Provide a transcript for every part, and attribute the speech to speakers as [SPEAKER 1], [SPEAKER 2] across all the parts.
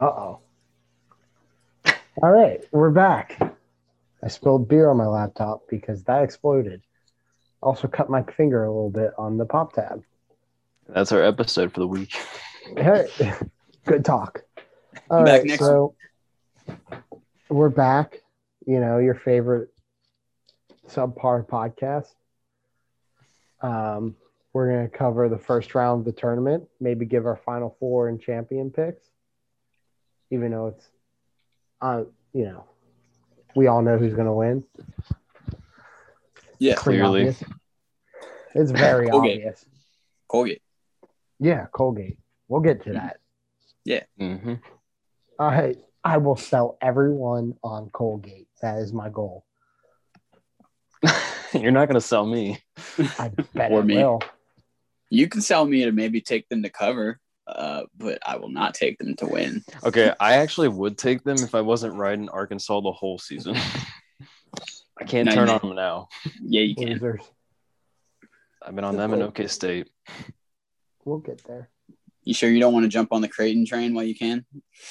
[SPEAKER 1] Uh oh. All right, we're back. I spilled beer on my laptop because that exploded. Also, cut my finger a little bit on the pop tab.
[SPEAKER 2] That's our episode for the week.
[SPEAKER 1] Hey, good talk. All
[SPEAKER 3] Back
[SPEAKER 1] right,
[SPEAKER 3] next-
[SPEAKER 1] so we're back. You know your favorite subpar podcast. Um, we're gonna cover the first round of the tournament. Maybe give our final four and champion picks. Even though it's, uh, you know, we all know who's gonna win.
[SPEAKER 3] Yeah,
[SPEAKER 1] Pretty
[SPEAKER 2] Clearly.
[SPEAKER 1] obvious. It's very
[SPEAKER 3] Colgate.
[SPEAKER 1] obvious.
[SPEAKER 3] Colgate.
[SPEAKER 1] Yeah, Colgate. We'll get to that.
[SPEAKER 2] hmm
[SPEAKER 1] I I will sell everyone on Colgate. That is my goal.
[SPEAKER 2] You're not gonna sell me.
[SPEAKER 1] I bet
[SPEAKER 3] Or
[SPEAKER 1] I
[SPEAKER 3] me.
[SPEAKER 1] will.
[SPEAKER 3] You can sell me to maybe take them to cover, uh, but I will not take them to win.
[SPEAKER 2] Okay, I actually would take them if I wasn't riding Arkansas the whole season. I can't
[SPEAKER 3] No,
[SPEAKER 2] turn
[SPEAKER 3] you-
[SPEAKER 2] on them now.
[SPEAKER 3] Yeah, you can.
[SPEAKER 1] Losers.
[SPEAKER 2] I've been on them in OK State.
[SPEAKER 1] We'll get there.
[SPEAKER 3] You sure you don't want to jump on the Creighton train while you can?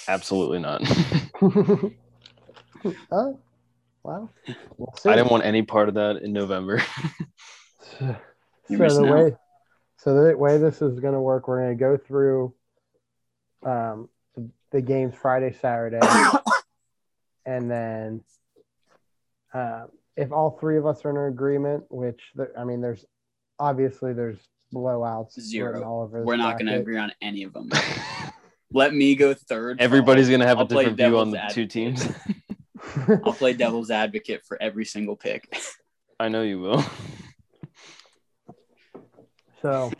[SPEAKER 2] Absolutely not.
[SPEAKER 1] oh, wow. We'll see.
[SPEAKER 2] I didn't want any part of that in November.
[SPEAKER 1] So the
[SPEAKER 3] You're missing out.
[SPEAKER 1] way, so the way this is going to work, we're going to go through um, the games Friday, Saturday, and then uh, if all three of us are in agreement, which the, I mean, there's obviously there's blowouts
[SPEAKER 3] Zero.
[SPEAKER 1] written all over. this
[SPEAKER 3] We're not going
[SPEAKER 1] bracket.
[SPEAKER 3] to agree on any of them. Let me go third.
[SPEAKER 2] Everybody's gonna have
[SPEAKER 3] I'll
[SPEAKER 2] a
[SPEAKER 3] play
[SPEAKER 2] different view on
[SPEAKER 3] devil's
[SPEAKER 2] the two
[SPEAKER 3] advocate.
[SPEAKER 2] teams.
[SPEAKER 3] I'll play devil's advocate for every single pick.
[SPEAKER 2] I know you will.
[SPEAKER 1] So,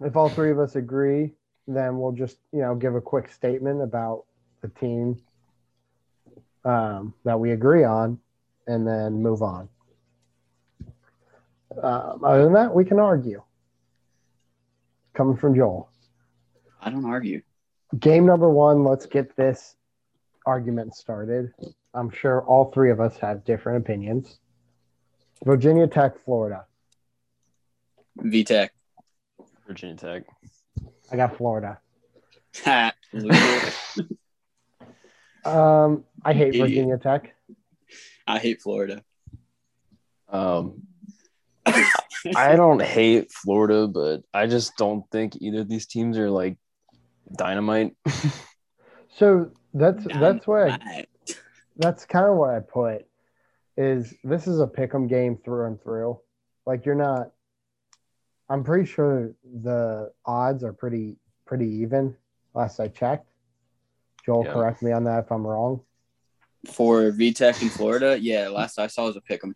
[SPEAKER 1] if all three of us agree, then we'll just you know give a quick statement about the team um, that we agree on, and then move on. Um, other than that, we can argue. Coming from Joel,
[SPEAKER 3] I don't argue.
[SPEAKER 1] game number one. Let's get this argument started. I'm sure all three of us have different opinions. Virginia Tech, Florida.
[SPEAKER 3] VTech.
[SPEAKER 2] Virginia Tech.
[SPEAKER 1] I got Florida.
[SPEAKER 3] Ha, loser.
[SPEAKER 1] Um, I hate
[SPEAKER 3] Idiot.
[SPEAKER 1] Virginia Tech.
[SPEAKER 3] I hate Florida.
[SPEAKER 2] Um, I don't hate Florida, but I just don't think either of these teams are like dynamite.
[SPEAKER 1] So that's that's where I,
[SPEAKER 3] Dynamite.
[SPEAKER 1] that's kind of what I put is this is a pick'em game through and through. Like you're not. I'm pretty sure the odds are pretty pretty even. Last I checked, Joel,
[SPEAKER 2] Yeah.
[SPEAKER 1] correct me on that if I'm wrong.
[SPEAKER 3] for VTech in Florida. Yeah, last I saw was a pick 'em.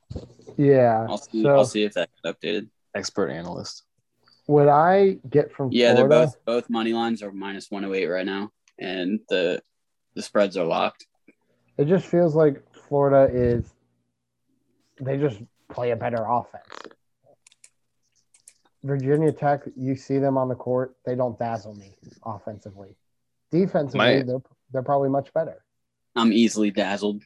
[SPEAKER 1] Yeah.
[SPEAKER 3] I'll see.
[SPEAKER 1] so
[SPEAKER 3] I'll see if that's updated.
[SPEAKER 2] Expert analyst.
[SPEAKER 1] what I get from
[SPEAKER 3] Yeah,
[SPEAKER 1] Florida,
[SPEAKER 3] they're both both money lines are minus one oh eight right now, and the the spreads are locked.
[SPEAKER 1] it just feels like Florida is. They just play a better offense. Virginia Tech, you see them on the court, they don't dazzle me offensively. Defensively,
[SPEAKER 2] My-
[SPEAKER 1] they're they're probably much better.
[SPEAKER 3] I'm easily dazzled.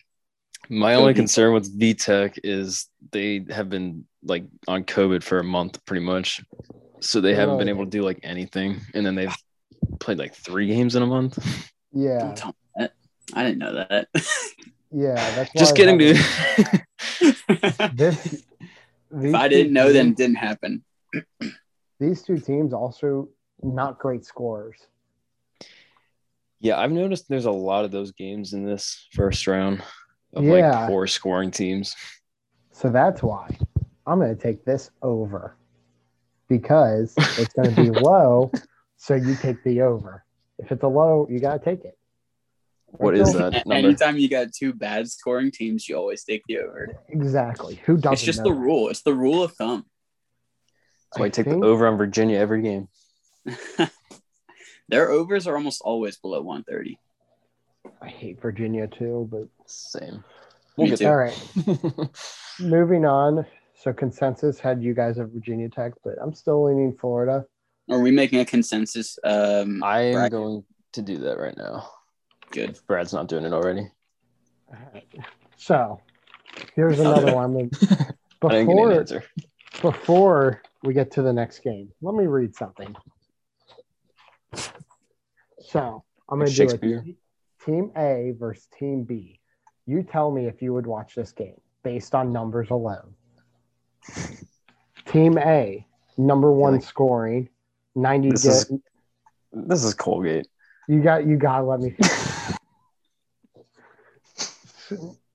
[SPEAKER 2] My only
[SPEAKER 3] Kobe.
[SPEAKER 2] concern with VTech is they have been like on COVID for a month pretty much. So they haven't been
[SPEAKER 1] Right.
[SPEAKER 2] able to do like anything. And then they've played like three games in a month.
[SPEAKER 1] Yeah,
[SPEAKER 3] Don't tell me that. I didn't know that.
[SPEAKER 1] yeah. That's why
[SPEAKER 2] Just
[SPEAKER 1] I
[SPEAKER 2] kidding,
[SPEAKER 1] have
[SPEAKER 2] dude.
[SPEAKER 1] it.
[SPEAKER 3] if
[SPEAKER 1] This, these
[SPEAKER 3] I
[SPEAKER 1] two
[SPEAKER 3] didn't know, then it
[SPEAKER 1] teams-
[SPEAKER 3] didn't happen.
[SPEAKER 1] these two teams also not great scorers.
[SPEAKER 2] yeah, I've noticed there's a lot of those games in this first round of
[SPEAKER 1] Yeah.
[SPEAKER 2] like poor scoring teams.
[SPEAKER 1] So that's why I'm going to take this over because it's going to be low. So you take the over. If it's a low, you got to take it.
[SPEAKER 2] What is that
[SPEAKER 3] A-
[SPEAKER 2] number?
[SPEAKER 3] Anytime you got two bad scoring teams, you always take the over.
[SPEAKER 1] Exactly. Who doesn't?
[SPEAKER 3] It's just
[SPEAKER 1] know
[SPEAKER 3] the
[SPEAKER 1] that?
[SPEAKER 3] rule. It's the rule of thumb.
[SPEAKER 2] So I take
[SPEAKER 1] think-
[SPEAKER 2] the over on Virginia every game.
[SPEAKER 3] Their overs are almost always below one thirty.
[SPEAKER 1] I hate Virginia too, but
[SPEAKER 2] Same.
[SPEAKER 3] Me too.
[SPEAKER 1] all right. Moving on. So consensus had you guys at Virginia Tech, but I'm still leaning Florida.
[SPEAKER 3] Are we making a consensus? Um,
[SPEAKER 2] I am
[SPEAKER 3] Bracket.
[SPEAKER 2] going to do that right now.
[SPEAKER 3] good.
[SPEAKER 2] If Brad's not doing it already.
[SPEAKER 1] So here's another one.
[SPEAKER 2] I didn't get an
[SPEAKER 1] Before
[SPEAKER 2] answer.
[SPEAKER 1] before we get to the next game, let me read something. So I'm gonna
[SPEAKER 2] Like
[SPEAKER 1] do a
[SPEAKER 2] Shakespeare?
[SPEAKER 1] Team A versus Team B. You tell me if you would watch this game based on numbers alone. Team A, number one
[SPEAKER 2] Like-
[SPEAKER 1] scoring, ninety.
[SPEAKER 2] This
[SPEAKER 1] di-
[SPEAKER 2] is- This is Colgate.
[SPEAKER 1] you got. You got. to Let me.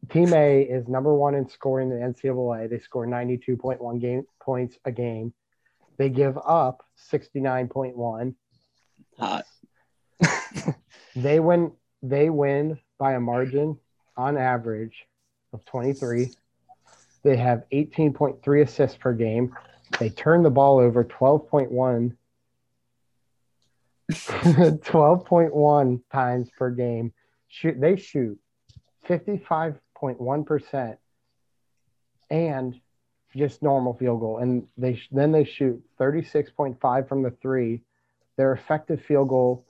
[SPEAKER 1] Team A is number one in scoring in the NCAA. They score ninety-two point one game points a game. They give up sixty-nine point one.
[SPEAKER 3] Hot.
[SPEAKER 1] They win. They win by a margin on average of 23. They have 18.3 assists per game. They turn the ball over 12.1. 12.1 times per game. Shoot, they shoot 55.1% and just normal field goal. And they then they shoot 36.5 from the three. Their effective field goal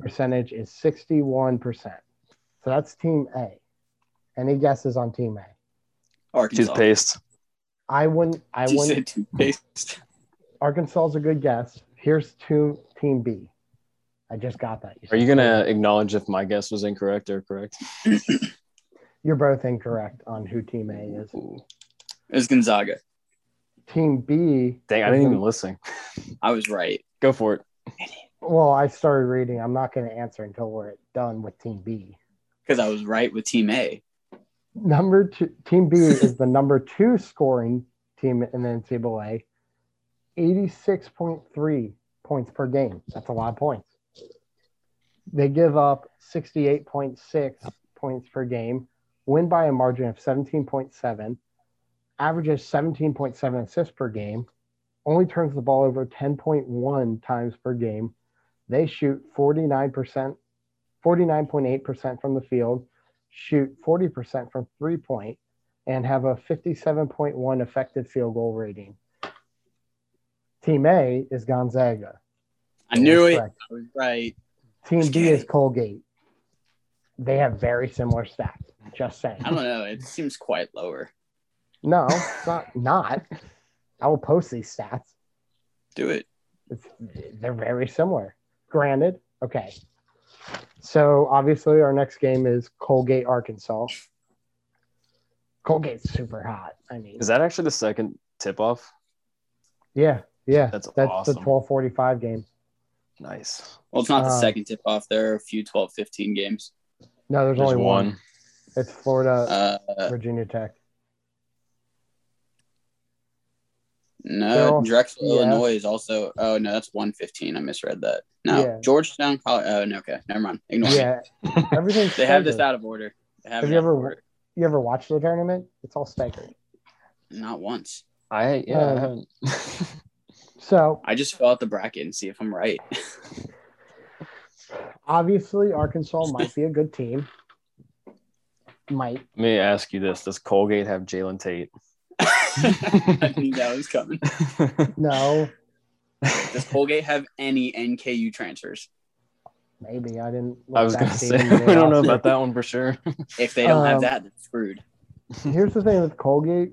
[SPEAKER 1] percentage is 61%. So that's team A. Any guesses on team A?
[SPEAKER 3] Arkansas.
[SPEAKER 2] Toothpaste.
[SPEAKER 1] I wouldn't I
[SPEAKER 3] She
[SPEAKER 1] wouldn't
[SPEAKER 3] said toothpaste.
[SPEAKER 1] Arkansas's a good guess. Here's two team B. I just got that.
[SPEAKER 2] Are you gonna acknowledge if my guess was incorrect or correct?
[SPEAKER 1] You're both incorrect on who team A is.
[SPEAKER 2] Ooh.
[SPEAKER 3] It was Gonzaga.
[SPEAKER 1] Team B
[SPEAKER 2] Dang, I didn't even listen.
[SPEAKER 3] I was right.
[SPEAKER 2] Go for it.
[SPEAKER 1] well, I started reading. I'm not gonna answer until we're done with team B.
[SPEAKER 3] Because I was right with team A.
[SPEAKER 1] Number two team B is the number two scoring team in the NCAA. 86.3 points per game. That's a lot of points. They give up 68.6 points per game, win by a margin of 17.7, averages 17.7 assists per game, only turns the ball over 10.1 times per game. They shoot 49%, 49.8% from the field, shoot 40% from three point, and have a 57.1 effective field goal rating. Team A is Gonzaga.
[SPEAKER 3] I knew it.
[SPEAKER 1] Correct.
[SPEAKER 3] I was right.
[SPEAKER 1] Team B
[SPEAKER 3] Okay.
[SPEAKER 1] is Colgate. They have very similar stats. Just saying.
[SPEAKER 3] I don't know. It seems quite lower.
[SPEAKER 1] No, it's not not. I will post these stats.
[SPEAKER 3] Do it.
[SPEAKER 1] It's, they're very similar. Granted, okay. So obviously, our next game is Colgate, Arkansas. Colgate's super hot. I mean,
[SPEAKER 2] Is that actually the second tip off?
[SPEAKER 1] yeah, yeah.
[SPEAKER 2] That's
[SPEAKER 1] That's
[SPEAKER 2] awesome.
[SPEAKER 1] the twelve forty-five game.
[SPEAKER 2] Nice.
[SPEAKER 3] Well, it's not the
[SPEAKER 1] Um,
[SPEAKER 3] second tip off. There are a few 12 15 games.
[SPEAKER 1] No, there's,
[SPEAKER 2] There's
[SPEAKER 1] only one.
[SPEAKER 2] one.
[SPEAKER 1] It's Florida,
[SPEAKER 3] Uh,
[SPEAKER 1] Virginia Tech.
[SPEAKER 3] no,
[SPEAKER 1] They're all-
[SPEAKER 3] Drexel,
[SPEAKER 1] yeah.
[SPEAKER 3] Illinois is also. Oh, no, that's 115. I misread that. No,
[SPEAKER 1] Yeah.
[SPEAKER 3] Georgetown College. Oh, no, okay. Never mind. Ignore me.
[SPEAKER 1] Yeah, everything's.
[SPEAKER 3] They have this
[SPEAKER 1] staggered.
[SPEAKER 3] out of order. They have,
[SPEAKER 1] Have
[SPEAKER 3] it
[SPEAKER 1] you
[SPEAKER 3] out of
[SPEAKER 1] ever-
[SPEAKER 3] order.
[SPEAKER 1] You ever watched the tournament? It's all staggered.
[SPEAKER 3] Not once.
[SPEAKER 2] I yeah,
[SPEAKER 1] Um,
[SPEAKER 2] I haven't.
[SPEAKER 1] So
[SPEAKER 3] I just fill out the bracket and see if I'm right.
[SPEAKER 1] obviously, Arkansas might be a good team. Might
[SPEAKER 2] Let me ask you this: Does Colgate have Jalen Tate?
[SPEAKER 3] I knew that was coming.
[SPEAKER 1] no,
[SPEAKER 3] Does Colgate have any NKU transfers?
[SPEAKER 1] maybe I didn't. look
[SPEAKER 2] I was
[SPEAKER 1] that
[SPEAKER 2] gonna
[SPEAKER 1] team
[SPEAKER 2] say
[SPEAKER 1] in the
[SPEAKER 2] we don't know
[SPEAKER 1] roster.
[SPEAKER 2] about that one for sure.
[SPEAKER 3] If they don't
[SPEAKER 1] Um,
[SPEAKER 3] have that, they're screwed.
[SPEAKER 1] Here's the thing with Colgate.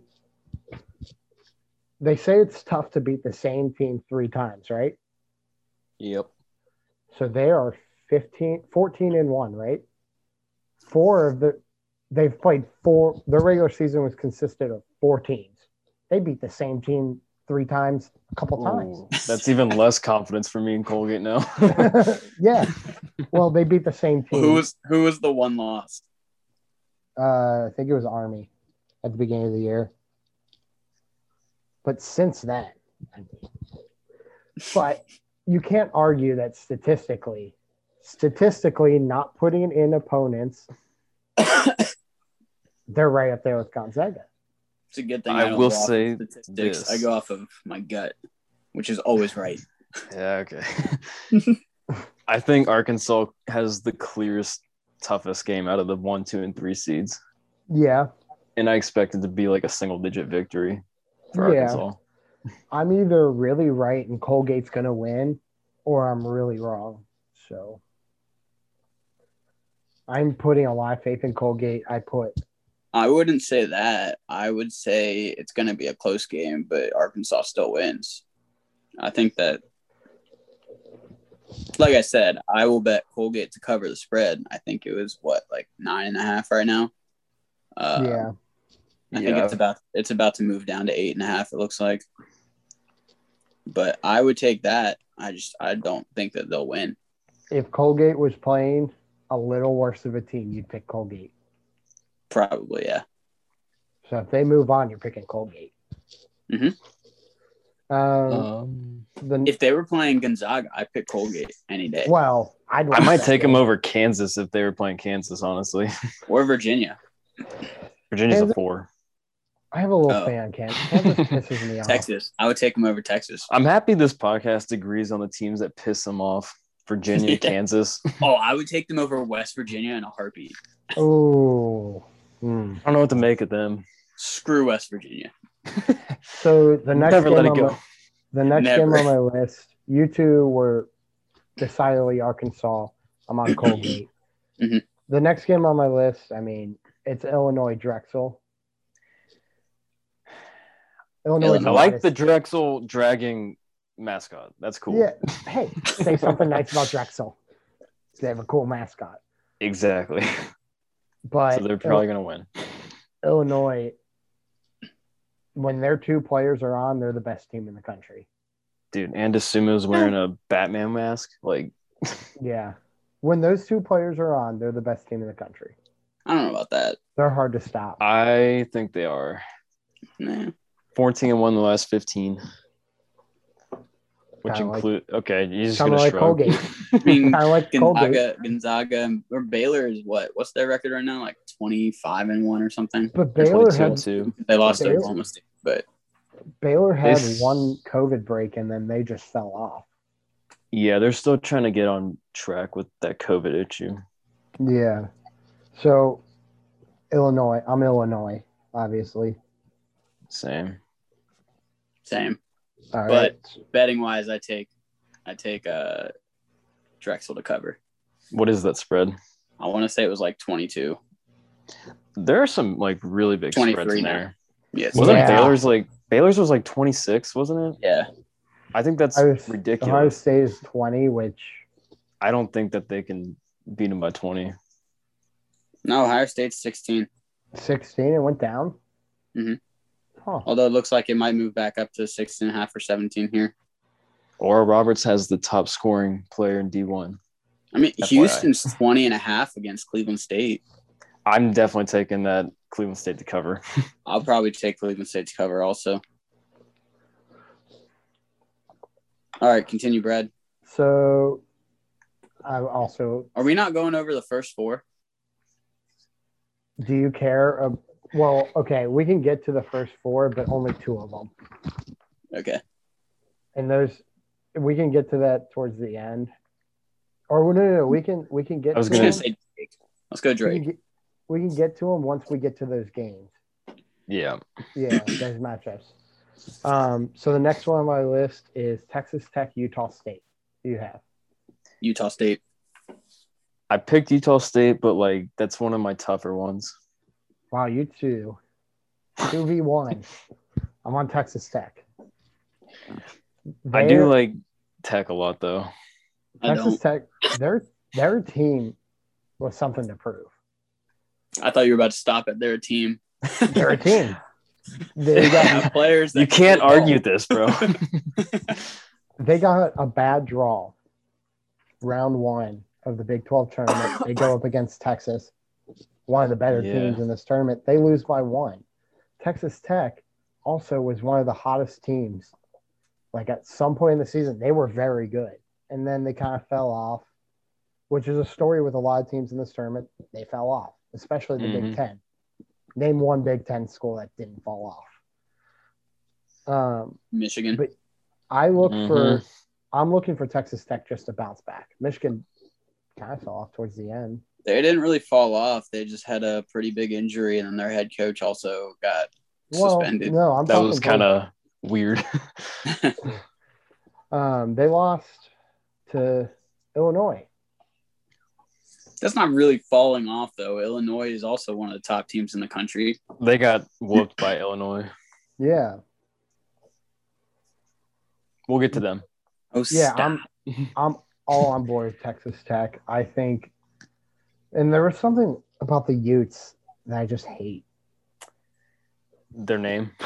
[SPEAKER 1] They say it's tough to beat the same team three times, right?
[SPEAKER 2] yep.
[SPEAKER 1] So they are 15, 14 and one, right? Four of the, they've played four, their regular season was consisted of four teams. They beat the same team three times, a couple
[SPEAKER 2] Ooh, that's even less confidence for me in Colgate now.
[SPEAKER 1] times. yeah. Well, they beat the same team.
[SPEAKER 3] Who was who was the one loss?
[SPEAKER 1] uh, I think it was Army at the beginning of the year. But since then, I mean, but you can't argue that statistically, statistically, not putting in opponents,
[SPEAKER 3] it's
[SPEAKER 1] they're right up there with Gonzaga.
[SPEAKER 3] a good thing.
[SPEAKER 2] I
[SPEAKER 3] I, don't
[SPEAKER 2] will
[SPEAKER 3] go off
[SPEAKER 2] say
[SPEAKER 3] of statistics.
[SPEAKER 2] this.
[SPEAKER 3] I go off of my gut, which is always right.
[SPEAKER 2] yeah. Okay. I think Arkansas has the clearest, toughest game out of the one, two, and three seeds,
[SPEAKER 1] Yeah,
[SPEAKER 2] and I expect it to be like a single-digit victory for
[SPEAKER 1] Yeah.
[SPEAKER 2] Arkansas.
[SPEAKER 1] I'm either really right and Colgate's gonna win, or I'm really wrong. So I'm putting a lot of faith in Colgate. I put
[SPEAKER 3] I wouldn't say that. I would say it's going to be a close game, but Arkansas still wins. I think that Like I said, I will bet Colgate to cover the spread. I think it was what like nine and a half right now. Uh,
[SPEAKER 1] yeah.
[SPEAKER 3] I think it's about it's about to move down to eight and a half. It looks like, but I would take that. I just I don't think that they'll win.
[SPEAKER 1] If Colgate was playing a little worse of a team, you'd pick Colgate.
[SPEAKER 3] Probably yeah.
[SPEAKER 1] So if they move on, you're picking Colgate.
[SPEAKER 3] Mhm.
[SPEAKER 1] Um,
[SPEAKER 2] Um,
[SPEAKER 1] the,
[SPEAKER 3] If they were playing Gonzaga, I pick Colgate any day
[SPEAKER 1] well, I'd
[SPEAKER 2] I
[SPEAKER 1] watch
[SPEAKER 2] might
[SPEAKER 1] that
[SPEAKER 2] take
[SPEAKER 1] game.
[SPEAKER 2] them over Kansas if they were playing Kansas. Honestly,
[SPEAKER 3] or Virginia.
[SPEAKER 2] Virginia's
[SPEAKER 1] Kansas-
[SPEAKER 2] a four.
[SPEAKER 1] I have a little
[SPEAKER 3] Oh.
[SPEAKER 1] fan on Kansas. Kansas pisses me off.
[SPEAKER 3] Texas, I would take them over Texas.
[SPEAKER 2] I'm happy this podcast agrees on the teams that piss them off. Virginia,
[SPEAKER 3] Yeah.
[SPEAKER 2] Kansas. I
[SPEAKER 3] Oh, I would take them over West Virginia in a heartbeat.
[SPEAKER 1] Ooh. Hmm.
[SPEAKER 2] don't know what to make of them.
[SPEAKER 3] Screw West Virginia.
[SPEAKER 1] So the next
[SPEAKER 2] Never
[SPEAKER 1] game
[SPEAKER 2] let it
[SPEAKER 1] on
[SPEAKER 2] go.
[SPEAKER 1] my- the next
[SPEAKER 3] Never.
[SPEAKER 1] game on my list, you two were decidedly Arkansas. I'm on Colgate.
[SPEAKER 2] Mm-hmm.
[SPEAKER 3] Mhm.
[SPEAKER 1] The next game on my list, I mean, it's Illinois Drexel. Illinois. is
[SPEAKER 2] I
[SPEAKER 3] Illinois.
[SPEAKER 2] like the
[SPEAKER 1] minus-
[SPEAKER 2] Drexel dragging mascot. That's cool.
[SPEAKER 1] Yeah. Hey, say something nice about Drexel. They have a cool mascot.
[SPEAKER 2] Exactly.
[SPEAKER 1] But
[SPEAKER 2] so they're probably gonna win.
[SPEAKER 1] Illinois, when their two players are on, they're the best team in the country.
[SPEAKER 2] Dude, and Asumo's wearing a Batman mask. Like
[SPEAKER 1] Yeah. When those two players are on, they're the best team in the country.
[SPEAKER 3] I don't know about that.
[SPEAKER 1] They're hard to stop.
[SPEAKER 2] Uh, I think they are.
[SPEAKER 3] Nah.
[SPEAKER 2] 14 and one in the last 15. Which
[SPEAKER 1] Kinda like-
[SPEAKER 2] include okay, you're just
[SPEAKER 1] Kind
[SPEAKER 2] gonna
[SPEAKER 1] of like
[SPEAKER 2] shrug.
[SPEAKER 1] Colgate.
[SPEAKER 3] I mean,
[SPEAKER 1] Kind of like Colgate.
[SPEAKER 3] Gonzaga, Gonzaga, and- or Baylor is what? What's their record right now? Like twenty-five and one or something.
[SPEAKER 1] But
[SPEAKER 2] They're
[SPEAKER 1] Baylor
[SPEAKER 2] 22 and
[SPEAKER 1] had,
[SPEAKER 2] two.
[SPEAKER 3] They lost to
[SPEAKER 1] Baylor?
[SPEAKER 3] Oklahoma State, but
[SPEAKER 1] Baylor had
[SPEAKER 2] This-
[SPEAKER 1] one COVID break and then they just fell off.
[SPEAKER 2] Yeah, they're still trying to get on track with that COVID issue.
[SPEAKER 1] Yeah. So, Illinois. I'm Illinois, obviously.
[SPEAKER 2] Same.
[SPEAKER 3] same.
[SPEAKER 1] All
[SPEAKER 3] But-
[SPEAKER 1] right.
[SPEAKER 3] Betting wise, I take, I take uh, Drexel to cover.
[SPEAKER 2] What is that spread?
[SPEAKER 3] I want to say it was like twenty-two.
[SPEAKER 2] There are some like really big spreads
[SPEAKER 3] 23
[SPEAKER 2] in
[SPEAKER 3] now.
[SPEAKER 2] there.
[SPEAKER 3] Yes.
[SPEAKER 2] Wasn't
[SPEAKER 1] Yeah.
[SPEAKER 2] Baylor's like Baylor's was like 26, wasn't it?
[SPEAKER 3] Yeah.
[SPEAKER 2] I think that's
[SPEAKER 1] I was- Ohio
[SPEAKER 2] ridiculous.
[SPEAKER 1] State is 20, which
[SPEAKER 2] I don't think that they can beat them by 20.
[SPEAKER 3] No, Ohio State's sixteen.
[SPEAKER 1] 16 it went down.
[SPEAKER 2] Mm-hmm.
[SPEAKER 3] Mhm.
[SPEAKER 1] Huh.
[SPEAKER 3] Although it looks like it might move back up to six and a half or seventeen here.
[SPEAKER 2] Oral Roberts has the top scoring player in D1.
[SPEAKER 3] I mean,
[SPEAKER 2] FYI.
[SPEAKER 3] Houston's 20 and a half against Cleveland State.
[SPEAKER 2] I'm definitely taking that Cleveland State to cover.
[SPEAKER 3] I'll probably take Cleveland State to cover also. All right, continue, Brad.
[SPEAKER 1] So, I also
[SPEAKER 3] Are we not going over the first four?
[SPEAKER 1] do you care? ab- well, okay, we can get to the first four, but only two of them,
[SPEAKER 3] Okay.
[SPEAKER 1] and those we can get to that towards the end. Or no, no, no we can we can get.
[SPEAKER 2] I was
[SPEAKER 3] I
[SPEAKER 1] to
[SPEAKER 3] was going
[SPEAKER 1] them.
[SPEAKER 3] to say Drake. Let's go
[SPEAKER 1] we can,
[SPEAKER 3] Drake.
[SPEAKER 1] get, we can get to them once we get to those games.
[SPEAKER 2] Yeah.
[SPEAKER 1] Yeah, those matchups. Um, so the next one on my list is Texas Tech, Utah State. Do you have?
[SPEAKER 3] Utah State.
[SPEAKER 2] I picked Utah State, but like that's one of my tougher ones.
[SPEAKER 1] Wow, you two, two v one. I'm on Texas Tech.
[SPEAKER 2] I
[SPEAKER 1] They're-
[SPEAKER 2] do like Tech a lot though.
[SPEAKER 3] I
[SPEAKER 1] Texas
[SPEAKER 3] don't.
[SPEAKER 1] Tech, their their team was something to prove.
[SPEAKER 3] I thought you were about to stop at their team.
[SPEAKER 1] They're a team. They
[SPEAKER 3] They
[SPEAKER 1] got
[SPEAKER 3] got players.
[SPEAKER 2] You
[SPEAKER 3] that-
[SPEAKER 2] can't argue this, bro.
[SPEAKER 1] they got a bad draw. Round one of the Big Twelve tournament, they go up against Texas, one of the better
[SPEAKER 2] Yeah.
[SPEAKER 1] teams in this tournament. They lose by one. Texas Tech also was one of the hottest teams. Like at some point in the season, they were very good, and then they kind of fell off, which is a story with a lot of teams in this tournament. They fell off, especially the Big
[SPEAKER 2] Mhm.
[SPEAKER 1] Ten. Name one Big Ten school that didn't fall off. Um,
[SPEAKER 3] Michigan.
[SPEAKER 1] But- I look for
[SPEAKER 2] Mhm.
[SPEAKER 1] I'm looking for Texas Tech just to bounce back. Michigan kind of fell off towards the end.
[SPEAKER 3] They didn't really fall off. They just had a pretty big injury, and then their head coach also got Suspended.
[SPEAKER 1] Well, no, I'm
[SPEAKER 2] that
[SPEAKER 1] talking
[SPEAKER 2] was kind of weird.
[SPEAKER 1] um, they lost to Illinois.
[SPEAKER 3] That's not really falling off though. Illinois is also one of the top teams in the country.
[SPEAKER 2] they got whooped by Illinois.
[SPEAKER 1] Yeah,
[SPEAKER 2] We'll get to them.
[SPEAKER 3] Oh,
[SPEAKER 1] yeah.
[SPEAKER 3] stop.
[SPEAKER 1] I'm I'm all on board with Texas Tech. I think, and there was something about the Utes that I just hate.
[SPEAKER 2] Their name.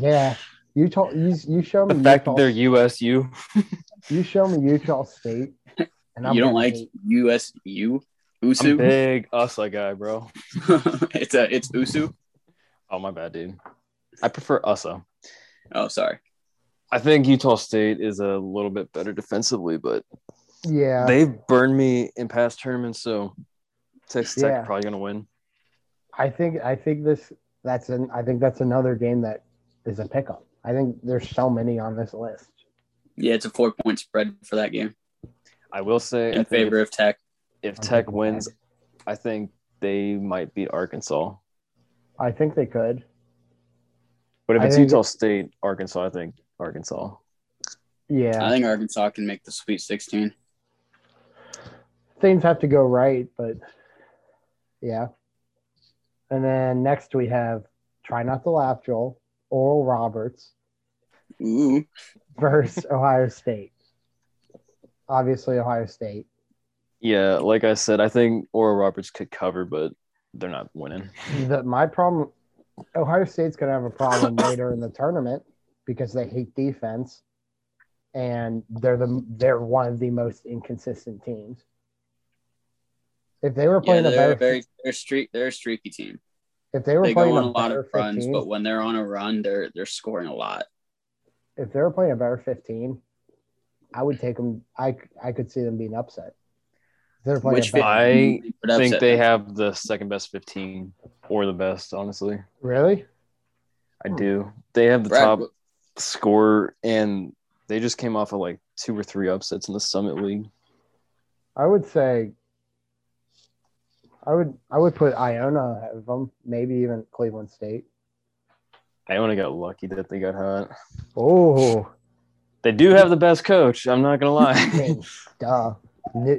[SPEAKER 1] Yeah, you told you, you show
[SPEAKER 2] the
[SPEAKER 1] me
[SPEAKER 2] fact
[SPEAKER 1] Utah,
[SPEAKER 2] that they're USU.
[SPEAKER 1] you show me Utah State, and
[SPEAKER 3] you don't
[SPEAKER 1] gonna
[SPEAKER 3] like
[SPEAKER 1] hate-
[SPEAKER 3] USU?
[SPEAKER 2] I'm
[SPEAKER 3] USU?
[SPEAKER 2] big Usa guy, bro.
[SPEAKER 3] it's a it's USU.
[SPEAKER 2] Oh my bad, dude. I prefer Usa.
[SPEAKER 3] Oh, sorry.
[SPEAKER 2] I think Utah State is a little bit better defensively, but
[SPEAKER 1] yeah,
[SPEAKER 2] they've burned me in past tournaments, so Texas Tech
[SPEAKER 1] Yeah.
[SPEAKER 2] are probably gonna win.
[SPEAKER 1] I think I think this that's an I think that's another game that is a pickup. I think there's so many on this list.
[SPEAKER 3] Yeah, it's a four point spread for that game
[SPEAKER 2] I will say I
[SPEAKER 3] in
[SPEAKER 2] think
[SPEAKER 3] favor of Tech.
[SPEAKER 2] if, if
[SPEAKER 1] I'm
[SPEAKER 2] Tech
[SPEAKER 1] taking
[SPEAKER 2] wins, I think they might beat Arkansas.
[SPEAKER 1] I think they could.
[SPEAKER 2] But if
[SPEAKER 1] I
[SPEAKER 2] it's
[SPEAKER 1] think-
[SPEAKER 2] Utah State, Arkansas, I think Arkansas.
[SPEAKER 3] I
[SPEAKER 1] Yeah,
[SPEAKER 3] think Arkansas can make the Sweet 16.
[SPEAKER 1] things have to go right, but yeah. And then next we have try not to laugh, Joel. Oral Roberts
[SPEAKER 3] Ooh,
[SPEAKER 1] versus Ohio State. Obviously, Ohio State.
[SPEAKER 2] Yeah, like I said, I think Oral Roberts could cover, but they're not winning.
[SPEAKER 1] The, my problem, Ohio State's going to have a problem later in the tournament because they hate defense, and they're the they're one of the most inconsistent teams. If they were
[SPEAKER 3] yeah,
[SPEAKER 1] playing a
[SPEAKER 3] they're
[SPEAKER 1] better,
[SPEAKER 3] a very they're streak they're a streaky team.
[SPEAKER 1] if they were
[SPEAKER 3] They
[SPEAKER 1] playing
[SPEAKER 3] go on a
[SPEAKER 1] a
[SPEAKER 3] lot
[SPEAKER 1] better
[SPEAKER 3] of runs,
[SPEAKER 1] 15,
[SPEAKER 3] but when they're on a run, they're they're scoring a lot.
[SPEAKER 1] if they were playing a better fifteen, I would take them. I I could see them being upset. If they're playing
[SPEAKER 3] Which
[SPEAKER 1] a better,
[SPEAKER 2] I
[SPEAKER 3] would
[SPEAKER 2] I think
[SPEAKER 3] upset
[SPEAKER 2] they
[SPEAKER 3] them.
[SPEAKER 2] have the second best 15 or the best, honestly.
[SPEAKER 1] really, Hmm.
[SPEAKER 2] I do. They have the
[SPEAKER 3] Brad,
[SPEAKER 2] top
[SPEAKER 3] what-
[SPEAKER 2] scorer, and they just came off of like two or three upsets in the Summit League.
[SPEAKER 1] I would say. I would I would put Iona ahead of them, maybe even Cleveland State.
[SPEAKER 2] I only got lucky that they got hot.
[SPEAKER 1] Oh,
[SPEAKER 2] They do have the best coach. I'm not gonna
[SPEAKER 1] I
[SPEAKER 2] lie.
[SPEAKER 1] mean, duh. Ni-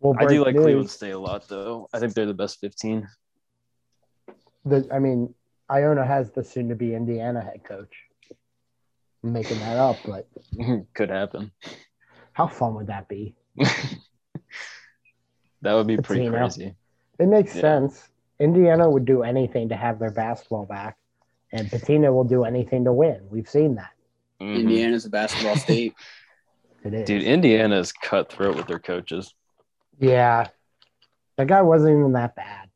[SPEAKER 1] We'll
[SPEAKER 2] I do
[SPEAKER 1] break
[SPEAKER 2] like
[SPEAKER 1] news.
[SPEAKER 2] Cleveland State a lot, though. I think they're the best 15.
[SPEAKER 1] The- I mean, Iona has the soon-to-be Indiana head coach. I'm making that up, but
[SPEAKER 2] Could happen.
[SPEAKER 1] how fun would that be?
[SPEAKER 2] That would be pretty
[SPEAKER 1] Patino.
[SPEAKER 2] crazy.
[SPEAKER 1] It makes
[SPEAKER 2] Yeah.
[SPEAKER 1] sense. Indiana would do anything to have their basketball back, and Patina will do anything to win. We've seen that.
[SPEAKER 2] Mhm.
[SPEAKER 3] Indiana's a basketball state.
[SPEAKER 1] It is.
[SPEAKER 2] Dude, Indiana is cutthroat with their coaches.
[SPEAKER 1] Yeah, that guy wasn't even that bad.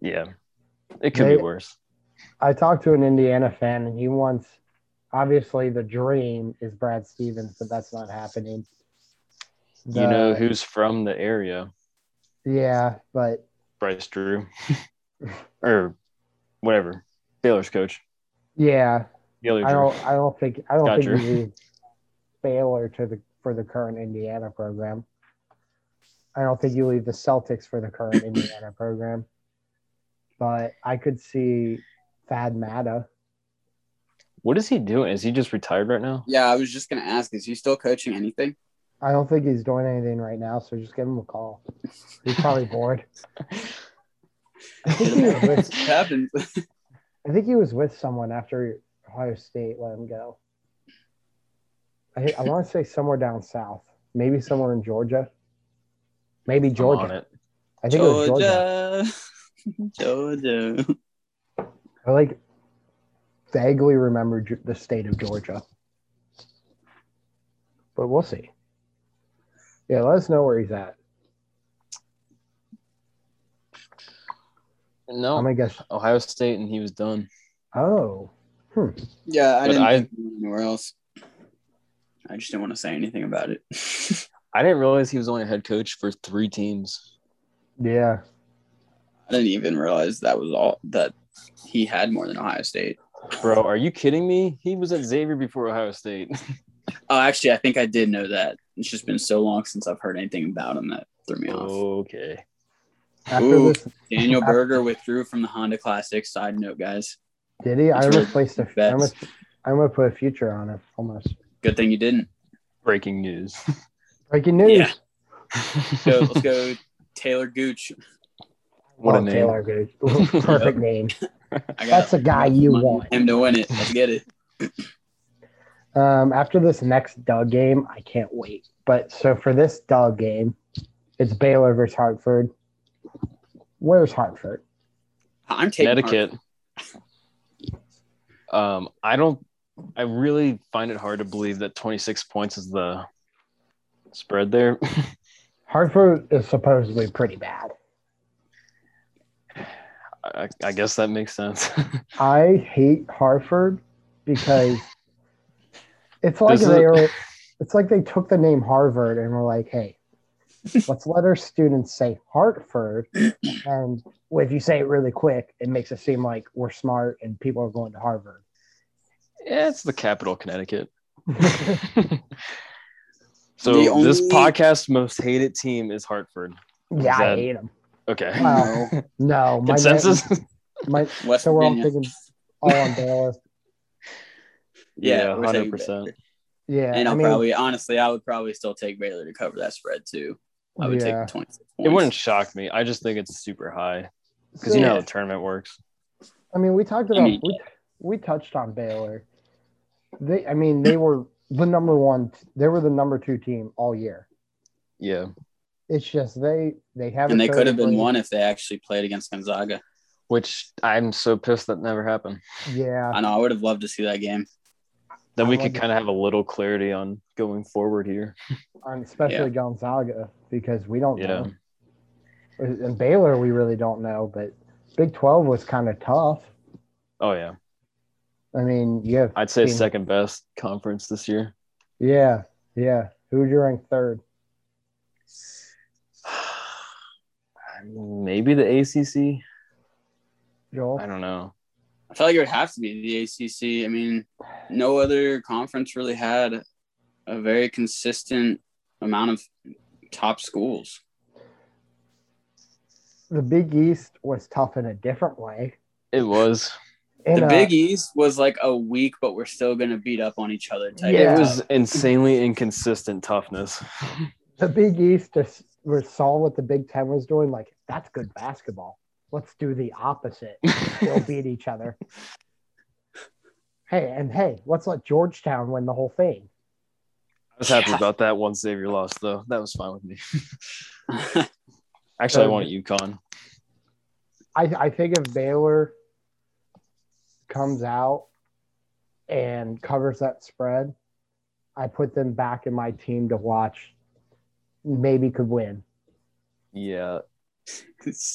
[SPEAKER 2] Yeah. It could
[SPEAKER 1] They-
[SPEAKER 2] be worse.
[SPEAKER 1] I talked to an Indiana fan, and he wants, obviously, the dream is Brad Stevens, but that's not happening.
[SPEAKER 2] you know
[SPEAKER 1] The-
[SPEAKER 2] who's from the area?
[SPEAKER 1] Yeah, but
[SPEAKER 2] Bryce Drew. or whatever. Baylor's coach.
[SPEAKER 1] yeah,
[SPEAKER 2] Baylor
[SPEAKER 1] I
[SPEAKER 2] Drew.
[SPEAKER 1] don't. I don't think. I don't
[SPEAKER 2] Gotcha.
[SPEAKER 1] think you need Baylor to the for the current Indiana program. I don't think you leave the Celtics for the current Indiana program. But I could see Thad Matta.
[SPEAKER 2] What is he doing? Is he just retired right now?
[SPEAKER 3] yeah, I was just gonna ask, is he still coaching anything?
[SPEAKER 1] I don't think he's doing anything right now, so just give him a call. He's probably bored. I think he was with,
[SPEAKER 3] It happens.
[SPEAKER 1] I think he was with someone after Ohio State let him go. I, I want to say somewhere down south, maybe somewhere in Georgia, maybe
[SPEAKER 2] I'm on
[SPEAKER 1] Georgia.
[SPEAKER 2] it.
[SPEAKER 1] I think it was Georgia.
[SPEAKER 3] Georgia. Georgia.
[SPEAKER 1] I like vaguely remember Ge- the state of Georgia, but we'll see. Yeah, let us know where he's at.
[SPEAKER 2] No. Oh.
[SPEAKER 1] I'm gonna guess.
[SPEAKER 2] Ohio State and he was done.
[SPEAKER 1] Oh,
[SPEAKER 3] Yeah, I
[SPEAKER 2] But
[SPEAKER 3] didn't
[SPEAKER 2] I-
[SPEAKER 3] think he went anywhere else. I just didn't want to say anything about it.
[SPEAKER 2] I didn't realize he was only a head coach for three teams.
[SPEAKER 1] yeah.
[SPEAKER 3] I didn't even realize that was all that he had more than Ohio State.
[SPEAKER 2] Bro, are you kidding me? He was at Xavier before Ohio State.
[SPEAKER 3] Oh, actually, I think I did know that. It's just been so long since I've heard anything about him that threw me
[SPEAKER 2] Oh.
[SPEAKER 3] off.
[SPEAKER 2] okay.
[SPEAKER 1] After
[SPEAKER 3] Ooh.
[SPEAKER 1] this,
[SPEAKER 3] Daniel Berger withdrew from the Honda Classic. Side note, guys.
[SPEAKER 1] did he? I almost
[SPEAKER 3] That's really
[SPEAKER 1] placed a. I
[SPEAKER 3] bets.
[SPEAKER 1] almost. I almost put a future on him. Almost.
[SPEAKER 3] Good thing you didn't.
[SPEAKER 2] Breaking news.
[SPEAKER 1] Breaking news.
[SPEAKER 3] Yeah. So let's go, Taylor Gooch.
[SPEAKER 2] what a
[SPEAKER 1] Oh,
[SPEAKER 2] name.
[SPEAKER 1] Taylor Gooch. Perfect name.
[SPEAKER 3] I got
[SPEAKER 1] That's the guy you
[SPEAKER 3] money
[SPEAKER 1] want.
[SPEAKER 3] him to win it. Let's get it.
[SPEAKER 1] Um, after this next dog game, I can't wait. But so for this dog game, it's Baylor versus Hartford. Where's Hartford?
[SPEAKER 3] I'm taking
[SPEAKER 2] Connecticut. Um, I don't. I really find it hard to believe that 26 points is the spread there.
[SPEAKER 1] Hartford is supposedly pretty bad.
[SPEAKER 2] I, I guess that makes sense.
[SPEAKER 1] I hate Hartford because it's like
[SPEAKER 2] This is-
[SPEAKER 1] they were, it's like they took the name Harvard and were like, hey, let's let our students say Hartford. And if you say it really quick, it makes it seem like we're smart and people are going to Harvard.
[SPEAKER 2] yeah, it's the capital, Connecticut. so
[SPEAKER 3] The
[SPEAKER 2] this
[SPEAKER 3] only-
[SPEAKER 2] podcast most hated team is Hartford.
[SPEAKER 1] Yeah, I
[SPEAKER 2] That-
[SPEAKER 1] hate them.
[SPEAKER 2] Okay.
[SPEAKER 1] Wow. No, my
[SPEAKER 2] Consensus?
[SPEAKER 1] My,
[SPEAKER 3] West
[SPEAKER 1] so we're all
[SPEAKER 3] Virginia.
[SPEAKER 1] thinking all on Baylor.
[SPEAKER 3] Yeah, we're
[SPEAKER 2] hundred
[SPEAKER 3] taking
[SPEAKER 2] percent.
[SPEAKER 1] Yeah,
[SPEAKER 3] and I'll
[SPEAKER 1] I mean,
[SPEAKER 3] probably honestly, I would probably still take Baylor to cover that spread too. I would
[SPEAKER 1] yeah.
[SPEAKER 3] take 26 points.
[SPEAKER 2] It wouldn't shock me. I just think it's super high because you
[SPEAKER 1] So-
[SPEAKER 2] know how the tournament works.
[SPEAKER 1] I mean, we talked
[SPEAKER 3] I
[SPEAKER 1] about
[SPEAKER 3] mean-
[SPEAKER 1] we, we touched on Baylor. They, I mean, they were the number one. They were the number two team all year.
[SPEAKER 2] Yeah.
[SPEAKER 1] It's just they they have.
[SPEAKER 3] and
[SPEAKER 1] a
[SPEAKER 3] they could have been
[SPEAKER 1] third-place-
[SPEAKER 3] one if they actually played against Gonzaga.
[SPEAKER 2] Which I'm so pissed that never happened.
[SPEAKER 1] Yeah,
[SPEAKER 3] I know I would have loved to see that game.
[SPEAKER 2] Then
[SPEAKER 1] I
[SPEAKER 2] we could
[SPEAKER 1] wasn't-
[SPEAKER 2] kind of have a little clarity on going forward here.
[SPEAKER 1] and especially Gonzaga because we don't
[SPEAKER 2] Yeah.
[SPEAKER 1] know. And Baylor, we really don't know. But Big Twelve was kind of tough.
[SPEAKER 2] Oh yeah.
[SPEAKER 1] I mean, you have
[SPEAKER 2] I'd say
[SPEAKER 1] teams-
[SPEAKER 2] second best conference this year.
[SPEAKER 1] Yeah, yeah. Who would you rank third?
[SPEAKER 2] Maybe the ACC.
[SPEAKER 1] Joel.
[SPEAKER 2] I don't know.
[SPEAKER 3] I felt like it would have to be the ACC. I mean, no other conference really had a very consistent amount of top schools.
[SPEAKER 1] the Big East was tough in a different way. uh,
[SPEAKER 2] It was.
[SPEAKER 1] In
[SPEAKER 3] the
[SPEAKER 1] a-
[SPEAKER 3] Big East was like a week, but we're still going to beat up on each other. Type
[SPEAKER 1] Yeah.
[SPEAKER 2] It was insanely inconsistent toughness.
[SPEAKER 1] the Big East just were- saw what the Big Ten was doing. Like that's good basketball. Let's do the opposite. We'll beat each other. Hey, and hey, let's let Georgetown win the whole thing.
[SPEAKER 2] I was happy
[SPEAKER 3] Yeah.
[SPEAKER 2] about that one Xavier loss, though. That was fine with me.
[SPEAKER 3] of-
[SPEAKER 2] Actually, I
[SPEAKER 1] Um,
[SPEAKER 2] wanted UConn.
[SPEAKER 1] I, I think if Baylor comes out and covers that spread, I put them back in my team to watch. Maybe could win.
[SPEAKER 2] Yeah.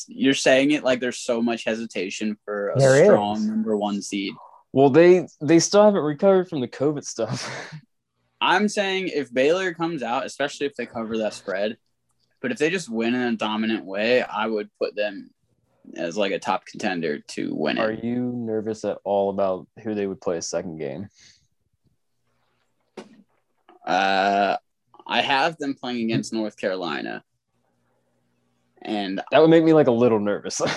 [SPEAKER 3] You're saying it like there's so much hesitation for a
[SPEAKER 1] There is.
[SPEAKER 3] strong number one seed.
[SPEAKER 2] Well, they they still haven't recovered from the COVID stuff.
[SPEAKER 3] I'm saying if Baylor comes out, especially if they cover that spread, but if they just win in a dominant way, I would put them as like a top contender to win
[SPEAKER 2] Are
[SPEAKER 3] it.
[SPEAKER 2] you nervous at all about who they would play a second game?
[SPEAKER 3] Uh, I have them playing against North Carolina, and
[SPEAKER 2] That would make me like a little nervous.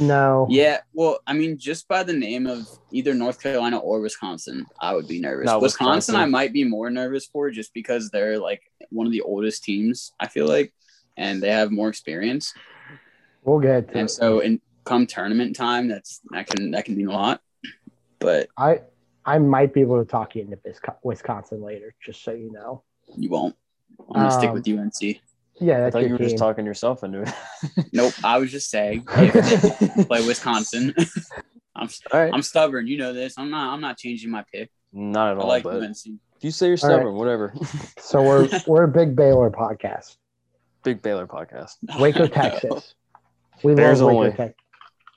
[SPEAKER 1] No.
[SPEAKER 2] Oh.
[SPEAKER 3] yeah, well, I mean, just by the name of either North Carolina or Wisconsin, I would be nervous.
[SPEAKER 2] No,
[SPEAKER 3] Wisconsin,
[SPEAKER 2] Wisconsin.
[SPEAKER 3] I might be more nervous for just because they're like one of the oldest teams. I feel like, and they have more experience.
[SPEAKER 1] We'll get to
[SPEAKER 3] and
[SPEAKER 1] it.
[SPEAKER 3] so in come tournament time that's that can that can mean a lot but
[SPEAKER 1] I I might be able to talk you into Vis- Wisconsin later, just so you know.
[SPEAKER 3] you won't i'm gonna stick
[SPEAKER 1] Um,
[SPEAKER 3] with unc
[SPEAKER 1] Yeah,
[SPEAKER 2] I
[SPEAKER 1] that's
[SPEAKER 2] thought you
[SPEAKER 1] your
[SPEAKER 2] were
[SPEAKER 1] team.
[SPEAKER 2] just talking yourself into it.
[SPEAKER 3] nope i was just saying if they play wisconsin i'm
[SPEAKER 2] all right.
[SPEAKER 3] i'm stubborn you know this i'm not i'm not changing my pick
[SPEAKER 2] Not
[SPEAKER 3] i
[SPEAKER 2] at all.
[SPEAKER 3] like
[SPEAKER 2] but
[SPEAKER 3] unc
[SPEAKER 2] if you say you're
[SPEAKER 1] All right.
[SPEAKER 2] stubborn, whatever.
[SPEAKER 1] so we're we're a big Baylor podcast,
[SPEAKER 2] Big Baylor podcast.
[SPEAKER 1] Waco, Texas. We
[SPEAKER 2] Bears
[SPEAKER 1] love Waco,
[SPEAKER 2] only.
[SPEAKER 1] Texas.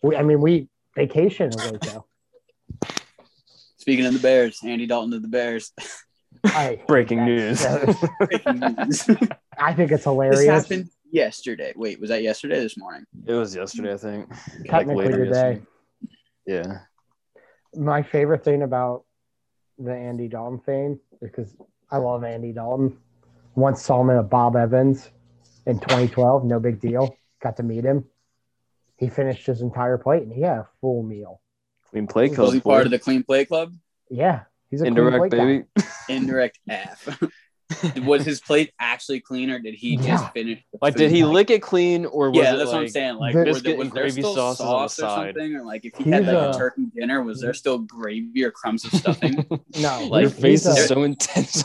[SPEAKER 1] We, I mean, we vacation in Waco.
[SPEAKER 3] speaking of the bears andy dalton to the bears
[SPEAKER 1] I,
[SPEAKER 2] Breaking news.
[SPEAKER 1] That's-
[SPEAKER 3] this
[SPEAKER 1] I think it's hilarious.
[SPEAKER 3] happened yesterday wait was that yesterday or this morning
[SPEAKER 2] It was yesterday, I think.
[SPEAKER 1] Technically
[SPEAKER 2] later
[SPEAKER 1] today.
[SPEAKER 2] Yeah.
[SPEAKER 1] My favorite thing about the Andy Dalton thing because I love Andy Dalton. Once saw him at Bob Evans in 2012. No big deal. Got to meet him. He finished his entire plate and he had a full meal.
[SPEAKER 2] Clean play
[SPEAKER 1] Was
[SPEAKER 3] was
[SPEAKER 2] club.
[SPEAKER 3] he
[SPEAKER 2] boy.
[SPEAKER 3] part of the clean play club
[SPEAKER 1] Yeah, he's a clean
[SPEAKER 2] Indirect,
[SPEAKER 1] plate guy.
[SPEAKER 2] baby.
[SPEAKER 3] indirect half was his plate actually clean, or did he
[SPEAKER 1] Yeah.
[SPEAKER 3] just finish? the
[SPEAKER 2] Like,
[SPEAKER 3] food?
[SPEAKER 2] did he lick it clean or was
[SPEAKER 3] Yeah,
[SPEAKER 2] it
[SPEAKER 3] that's what I'm
[SPEAKER 2] like-
[SPEAKER 3] saying. Like,
[SPEAKER 1] the-
[SPEAKER 3] was
[SPEAKER 2] Biscuit
[SPEAKER 3] there, was
[SPEAKER 2] and
[SPEAKER 3] there
[SPEAKER 2] gravy
[SPEAKER 3] still
[SPEAKER 2] sauce
[SPEAKER 3] sauce,
[SPEAKER 2] is on the
[SPEAKER 3] or
[SPEAKER 2] side. uh,
[SPEAKER 3] something, or like if he
[SPEAKER 1] He's
[SPEAKER 3] had like
[SPEAKER 1] a-
[SPEAKER 3] a turkey dinner, was there still gravy or crumbs of stuffing?
[SPEAKER 1] No,
[SPEAKER 3] Like,
[SPEAKER 2] Your
[SPEAKER 1] he's- he's
[SPEAKER 2] face is
[SPEAKER 1] a-
[SPEAKER 2] so intense.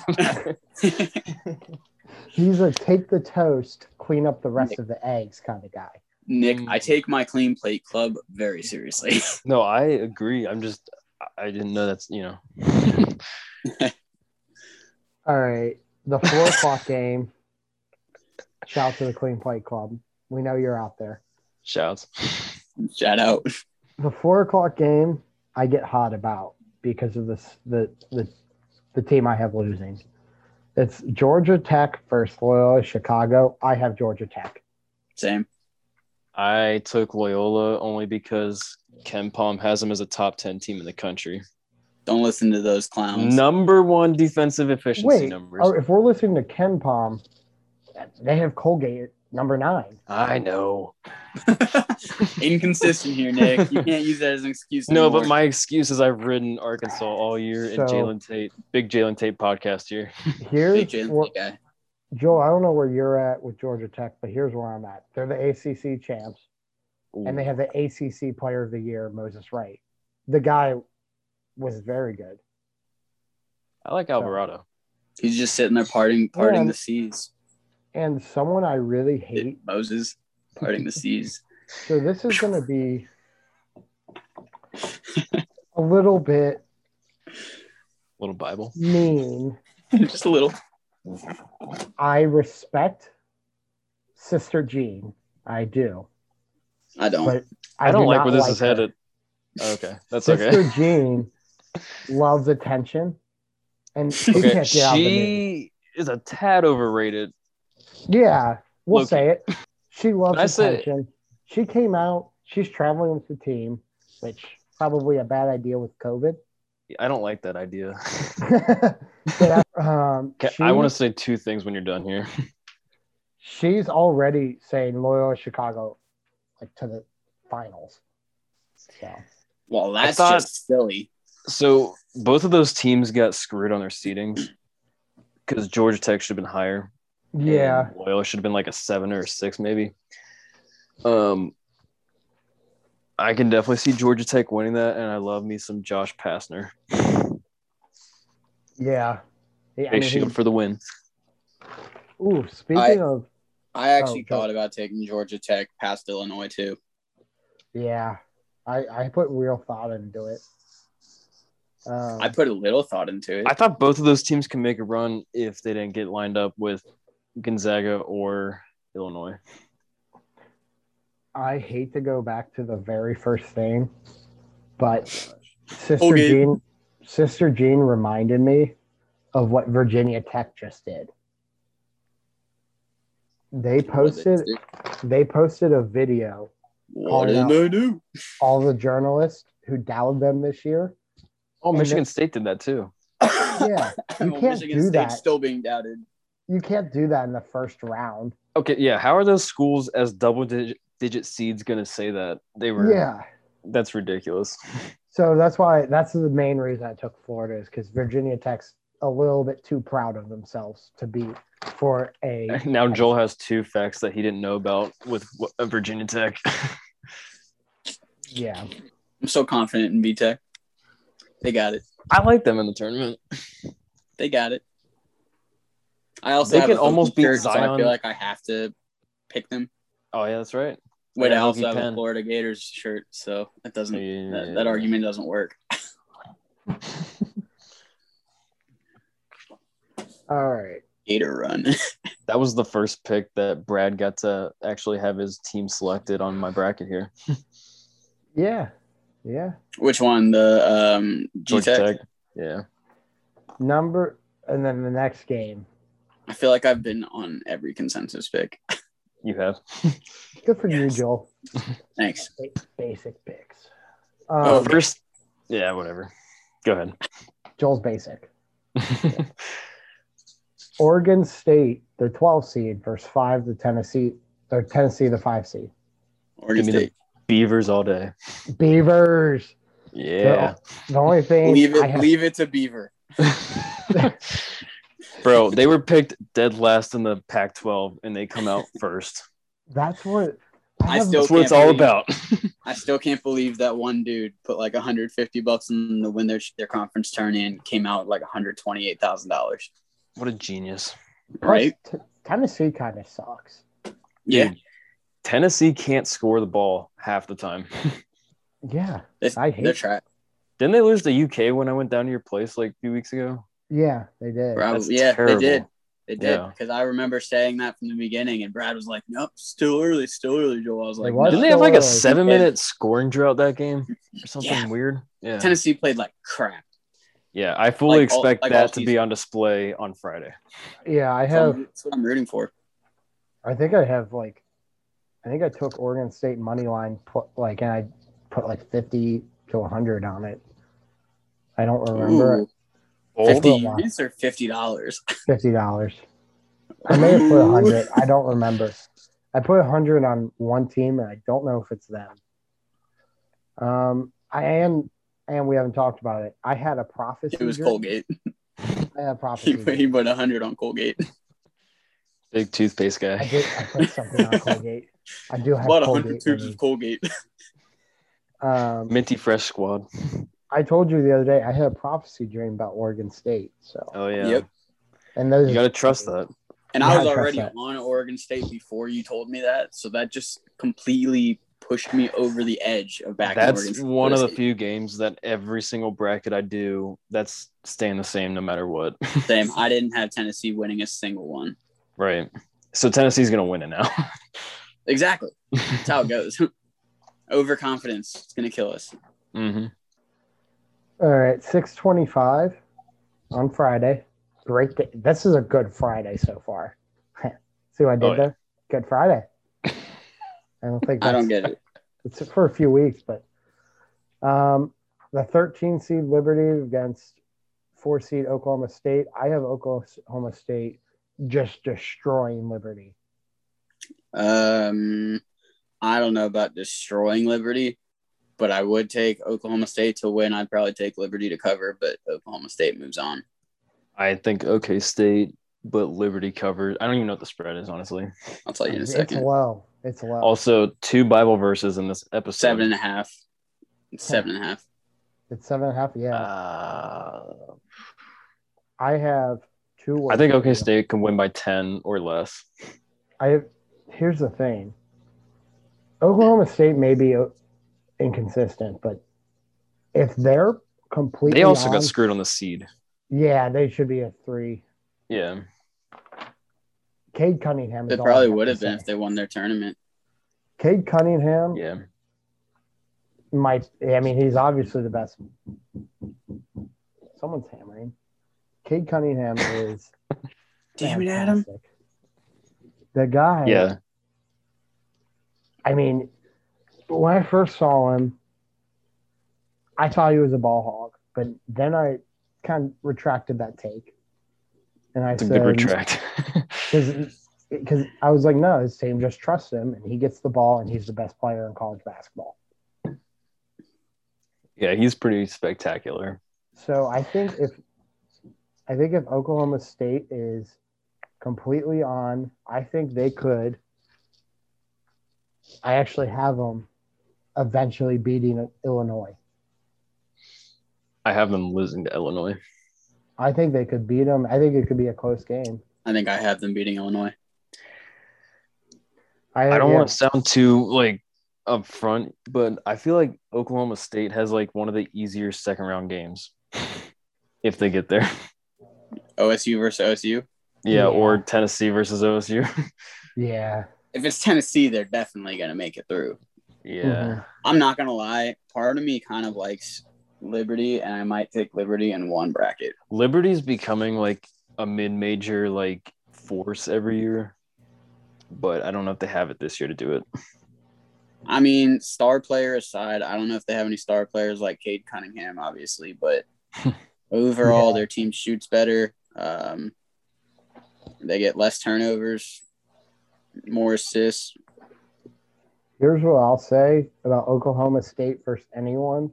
[SPEAKER 1] He's a take the toast, clean up the rest of the eggs kind of guy.
[SPEAKER 3] Nick,
[SPEAKER 2] Mm.
[SPEAKER 3] I take my clean plate club very seriously.
[SPEAKER 2] no, I agree. I'm just, I- I didn't know that's, you know.
[SPEAKER 1] All right, the four o'clock game. Shout out to the Clean Plate Club. We know you're out there.
[SPEAKER 2] Shouts.
[SPEAKER 3] Shout out.
[SPEAKER 1] The four o'clock game, I get hot about because of this the the the team I have losing. It's Georgia Tech versus Loyola Chicago. I have Georgia Tech.
[SPEAKER 3] Same.
[SPEAKER 2] I took Loyola only because Ken Palm has them as a top 10 team in the country.
[SPEAKER 3] Don't listen to those clowns.
[SPEAKER 2] Number one defensive efficiency
[SPEAKER 1] Wait,
[SPEAKER 2] numbers.
[SPEAKER 1] oh, if we're listening to Ken Palm, they have Colgate at number nine.
[SPEAKER 2] I know.
[SPEAKER 3] Inconsistent here, Nick. You can't use that as an excuse.
[SPEAKER 2] No,
[SPEAKER 3] anymore.
[SPEAKER 2] but my excuse is I've ridden Arkansas all year
[SPEAKER 1] So-
[SPEAKER 2] and Jalen Tate, big Jalen Tate podcast here.
[SPEAKER 1] Here's
[SPEAKER 3] Big Jalen
[SPEAKER 1] where-
[SPEAKER 3] guy.
[SPEAKER 1] Joel, I don't know where you're at with Georgia Tech, but here's where I'm at. They're the ACC champs, and they have the ACC Player of the Year, Moses Wright. The guy was very good.
[SPEAKER 2] I like Alvarado.
[SPEAKER 3] He's just sitting there parting, parting
[SPEAKER 1] Yeah.
[SPEAKER 3] the seas.
[SPEAKER 1] And someone I really hate.
[SPEAKER 3] Moses parting the seas.
[SPEAKER 1] So this is going to be a little bit
[SPEAKER 2] Little Bible.
[SPEAKER 1] mean.
[SPEAKER 3] just a little.
[SPEAKER 1] I respect Sister Jean. I do.
[SPEAKER 3] I don't.
[SPEAKER 1] But
[SPEAKER 2] I,
[SPEAKER 1] do
[SPEAKER 2] don't like
[SPEAKER 1] not
[SPEAKER 2] where this is
[SPEAKER 1] her.
[SPEAKER 2] headed. Oh, Okay, that's
[SPEAKER 1] Sister
[SPEAKER 2] okay.
[SPEAKER 1] Jean loves attention, and she
[SPEAKER 2] Okay,
[SPEAKER 1] can't get out of the meeting.
[SPEAKER 2] she is a tad overrated.
[SPEAKER 1] Yeah, we'll
[SPEAKER 2] Loki.
[SPEAKER 1] say it. She loves
[SPEAKER 2] That's it.
[SPEAKER 1] attention. She came out. She's traveling with the team, which probably a bad idea with COVID.
[SPEAKER 2] I don't like that idea.
[SPEAKER 1] but um,
[SPEAKER 2] Okay,
[SPEAKER 1] she-
[SPEAKER 2] I want to say two things when you're done here.
[SPEAKER 1] She's already saying Loyola Chicago, like to the finals. So
[SPEAKER 3] Well,
[SPEAKER 2] I
[SPEAKER 3] that's
[SPEAKER 2] thought-
[SPEAKER 3] just silly.
[SPEAKER 2] So both of those teams got screwed on their seedings because Georgia Tech should have been higher.
[SPEAKER 1] yeah,
[SPEAKER 2] And Loyola should have been like a seven or a six, maybe. Um, I can definitely see Georgia Tech winning that, and I love me some Josh Pastner.
[SPEAKER 1] yeah. yeah I
[SPEAKER 2] Big
[SPEAKER 1] mean,
[SPEAKER 2] shield
[SPEAKER 1] he-
[SPEAKER 2] for the win.
[SPEAKER 1] ooh, speaking
[SPEAKER 3] I-
[SPEAKER 1] of
[SPEAKER 3] I actually
[SPEAKER 1] Oh, go.
[SPEAKER 3] thought about taking Georgia Tech past Illinois too.
[SPEAKER 1] yeah, I I put real thought into it. Um,
[SPEAKER 3] I put a little thought into it.
[SPEAKER 2] I thought both of those teams can make a run if they didn't get lined up with Gonzaga or Illinois.
[SPEAKER 1] I hate to go back to the very first thing, but Sister
[SPEAKER 3] Okay.
[SPEAKER 1] Jean, Sister Jean reminded me of what Virginia Tech just did. They posted they posted a video.
[SPEAKER 3] What did
[SPEAKER 1] Called
[SPEAKER 3] I do?
[SPEAKER 1] All the journalists who doubted them this year.
[SPEAKER 2] Oh,
[SPEAKER 1] And
[SPEAKER 2] Michigan
[SPEAKER 1] then-
[SPEAKER 2] State did that too.
[SPEAKER 1] Yeah, you can't
[SPEAKER 3] Well, Michigan
[SPEAKER 1] do that.
[SPEAKER 3] State's still being doubted.
[SPEAKER 1] you can't do that in the first round.
[SPEAKER 2] Okay, yeah. How are those schools as double digit, digit seeds going to say that they were?
[SPEAKER 1] Yeah.
[SPEAKER 2] that's ridiculous.
[SPEAKER 1] So that's why that's the main reason I took Florida is because Virginia Tech's a little bit too proud of themselves to be for a
[SPEAKER 2] Now Joel has two facts that he didn't know about with what- uh, Virginia Tech.
[SPEAKER 1] yeah.
[SPEAKER 3] I'm so confident in VTech. They got it.
[SPEAKER 2] I like them in the tournament.
[SPEAKER 3] They got it. I also
[SPEAKER 2] They
[SPEAKER 3] have
[SPEAKER 2] could
[SPEAKER 3] a Hokie
[SPEAKER 2] almost beat
[SPEAKER 3] shirt, So I
[SPEAKER 2] Zion.
[SPEAKER 3] feel like I have to pick them.
[SPEAKER 2] Oh yeah, that's right.
[SPEAKER 3] Wait,
[SPEAKER 2] Yeah,
[SPEAKER 3] I also
[SPEAKER 2] Hokie
[SPEAKER 3] have a
[SPEAKER 2] pen.
[SPEAKER 3] Florida Gators shirt, so that doesn't that,
[SPEAKER 2] Yeah.
[SPEAKER 3] that argument doesn't work.
[SPEAKER 1] All right.
[SPEAKER 3] Gator run.
[SPEAKER 2] That was the first pick that Brad got to actually have his team selected on my bracket here.
[SPEAKER 1] Yeah. Yeah.
[SPEAKER 3] Which one? The um, G
[SPEAKER 2] Georgia
[SPEAKER 3] Tech.
[SPEAKER 2] Tech. Yeah.
[SPEAKER 1] Number and then the next game.
[SPEAKER 3] I feel like I've been on every consensus pick.
[SPEAKER 2] You have.
[SPEAKER 1] Good for you, Joel.
[SPEAKER 3] Thanks.
[SPEAKER 1] Ba- Basic picks.
[SPEAKER 2] Oh,
[SPEAKER 1] Um,
[SPEAKER 2] first. Yeah, whatever. Go ahead.
[SPEAKER 1] Joel's basic. Oregon State, the 12 seed versus five, the Tennessee, or Tennessee, the five seed.
[SPEAKER 3] Oregon
[SPEAKER 2] Give me the-
[SPEAKER 3] State.
[SPEAKER 2] Beavers all day.
[SPEAKER 1] Beavers.
[SPEAKER 2] Yeah.
[SPEAKER 1] The only thing
[SPEAKER 3] Leave
[SPEAKER 1] I
[SPEAKER 3] it.
[SPEAKER 1] have,
[SPEAKER 3] Leave it to Beaver.
[SPEAKER 2] Bro, they were picked dead last in the Pac-12, and they come out first.
[SPEAKER 1] That's what
[SPEAKER 3] I
[SPEAKER 1] have-
[SPEAKER 3] still-
[SPEAKER 2] That's what it's all about.
[SPEAKER 3] I still can't believe that one dude put like 150 bucks in the win their their conference tourney and came out like 128 thousand dollars.
[SPEAKER 2] what a genius!
[SPEAKER 3] Right?
[SPEAKER 1] T- Tennessee kind of sucks.
[SPEAKER 3] Yeah,
[SPEAKER 2] Dude, Tennessee can't score the ball half the time.
[SPEAKER 1] Yeah,
[SPEAKER 3] they,
[SPEAKER 1] I hate-
[SPEAKER 3] they're trash.
[SPEAKER 2] Didn't they lose to UK when I went down to your place like a few weeks ago?
[SPEAKER 1] yeah, they did.
[SPEAKER 3] Bravo.
[SPEAKER 2] That's
[SPEAKER 3] yeah,
[SPEAKER 2] terrible.
[SPEAKER 3] they did. They did
[SPEAKER 2] Yeah.
[SPEAKER 3] because I remember saying that from the beginning, and Brad was like, "Nope, still early, still early, Joel." I was
[SPEAKER 1] It
[SPEAKER 3] like,
[SPEAKER 1] was
[SPEAKER 3] "No."
[SPEAKER 2] Didn't they have like
[SPEAKER 1] Sure.
[SPEAKER 2] a seven-minute scoring drought that game or something
[SPEAKER 3] Yeah.
[SPEAKER 2] weird? Yeah,
[SPEAKER 3] Tennessee played like crap.
[SPEAKER 2] yeah. I fully
[SPEAKER 3] Like all-
[SPEAKER 2] expect
[SPEAKER 3] like all
[SPEAKER 2] that to be
[SPEAKER 3] season.
[SPEAKER 2] on display on Friday.
[SPEAKER 1] Yeah, I
[SPEAKER 3] That's all-
[SPEAKER 1] have.
[SPEAKER 3] that's what I'm rooting for.
[SPEAKER 1] I think I have like, I think I took Oregon State money line put like, and I put like fifty to hundred on it. I don't remember
[SPEAKER 3] Ooh,
[SPEAKER 2] Bold?
[SPEAKER 3] fifty
[SPEAKER 1] Hold on.
[SPEAKER 3] units or fifty dollars.
[SPEAKER 1] fifty dollars. I may have put a hundred. I don't remember. I put a hundred on one team, and I don't know if it's them. Um, I am, and we haven't talked about it. I had a prophecy.
[SPEAKER 3] It was
[SPEAKER 1] drink.
[SPEAKER 3] Colgate.
[SPEAKER 1] I had a
[SPEAKER 3] He
[SPEAKER 1] prophecy.
[SPEAKER 3] put,
[SPEAKER 1] drink.
[SPEAKER 3] he put hundred on Colgate.
[SPEAKER 2] Big toothpaste
[SPEAKER 1] I
[SPEAKER 2] guy.
[SPEAKER 1] did. I put something on Colgate. I do have
[SPEAKER 3] About hundred
[SPEAKER 1] Colgate.
[SPEAKER 3] tubes
[SPEAKER 1] in
[SPEAKER 3] of Colgate.
[SPEAKER 1] me. Um,
[SPEAKER 2] Minty Fresh Squad.
[SPEAKER 1] I told you the other day I had a prophecy dream about Oregon State. So
[SPEAKER 2] Oh yeah.
[SPEAKER 3] Yep.
[SPEAKER 1] and those
[SPEAKER 2] You gotta trust that.
[SPEAKER 3] And
[SPEAKER 1] Yeah,
[SPEAKER 3] I was
[SPEAKER 1] I trust
[SPEAKER 3] already
[SPEAKER 1] that.
[SPEAKER 3] on Oregon State before you told me that, so that just completely pushed me over the edge of back.
[SPEAKER 2] that's one of the few games that every single bracket I do that's staying the same no matter what.
[SPEAKER 3] Same. I didn't have Tennessee winning a single one.
[SPEAKER 2] right. So Tennessee's gonna win it now.
[SPEAKER 3] Exactly. That's how it goes. Overconfidence is gonna kill us.
[SPEAKER 2] hmm
[SPEAKER 1] all right, six twenty-five on Friday. Great day. This is a good Friday so far. See what I did
[SPEAKER 2] Oh, yeah.
[SPEAKER 1] there? Good Friday. I don't think
[SPEAKER 3] I
[SPEAKER 1] that's,
[SPEAKER 3] don't get it.
[SPEAKER 1] it's for a few weeks, but um, the 13 seed Liberty against four seed Oklahoma State. I have Oklahoma State just destroying Liberty.
[SPEAKER 3] Um, I don't know about destroying Liberty, but I would take Oklahoma State to win. I'd probably take Liberty to cover, but Oklahoma State moves on.
[SPEAKER 2] I think OK State, but Liberty covered. I don't even know what the spread is, honestly.
[SPEAKER 3] I'll tell you in a
[SPEAKER 1] It's
[SPEAKER 3] second.
[SPEAKER 1] low. It's low.
[SPEAKER 2] Also, two Bible verses in this episode.
[SPEAKER 3] Seven and a half. Seven and a half.
[SPEAKER 1] it's seven and a half. Yeah.
[SPEAKER 2] Uh,
[SPEAKER 1] I have two.
[SPEAKER 2] I think OK
[SPEAKER 1] Oregon.
[SPEAKER 2] State can win by ten or less.
[SPEAKER 1] I have, here's the thing. Oklahoma State may be uh, inconsistent, but if they're completely
[SPEAKER 2] They also
[SPEAKER 1] on-
[SPEAKER 2] got screwed on the seed.
[SPEAKER 1] yeah, they should be a three.
[SPEAKER 2] Yeah,
[SPEAKER 1] Cade Cunningham.
[SPEAKER 3] They
[SPEAKER 1] is all I
[SPEAKER 3] probably
[SPEAKER 1] have
[SPEAKER 3] would
[SPEAKER 1] to
[SPEAKER 3] have been
[SPEAKER 1] say.
[SPEAKER 3] if they won their tournament.
[SPEAKER 1] Cade Cunningham
[SPEAKER 2] yeah.
[SPEAKER 1] might. I mean, he's obviously the best. Someone's hammering. Cade Cunningham is.
[SPEAKER 3] Damn it, Adam.
[SPEAKER 1] fantastic. The guy.
[SPEAKER 2] Yeah.
[SPEAKER 1] I mean, when I first saw him, I thought he was a ball hog, but then I kind of retracted that take. And I
[SPEAKER 2] It's a
[SPEAKER 1] said,
[SPEAKER 2] good retract.
[SPEAKER 1] because I was like, no, his team just trusts him and he gets the ball and he's the best player in college basketball.
[SPEAKER 2] yeah, he's pretty spectacular.
[SPEAKER 1] So I think if I think if Oklahoma State is completely on, I think they could. I actually have them eventually beating Illinois.
[SPEAKER 2] I have them losing to Illinois.
[SPEAKER 1] I think they could beat them. I think it could be a close game.
[SPEAKER 3] I think I have them beating Illinois.
[SPEAKER 2] I don't
[SPEAKER 1] yeah,
[SPEAKER 2] want to sound too like upfront, but I feel like Oklahoma State has like one of the easier second round games if they get there.
[SPEAKER 3] OSU versus OSU.
[SPEAKER 2] Yeah,
[SPEAKER 1] Yeah.
[SPEAKER 2] or Tennessee versus OSU.
[SPEAKER 1] Yeah,
[SPEAKER 3] If it's Tennessee, they're definitely going to make it through.
[SPEAKER 2] yeah.
[SPEAKER 1] Mhm.
[SPEAKER 3] I'm not going to lie. Part of me kind of likes Liberty, and I might take Liberty in one bracket.
[SPEAKER 2] Liberty's becoming like a mid major like force
[SPEAKER 3] Mm-hmm.
[SPEAKER 2] every year. But I don't know if they have it this year to do it.
[SPEAKER 3] I mean, star player aside, I don't know if they have any star players like Cade Cunningham, obviously, but overall, their team shoots better. Um, they get less turnovers, more assists.
[SPEAKER 1] here's what I'll say about Oklahoma State versus anyone.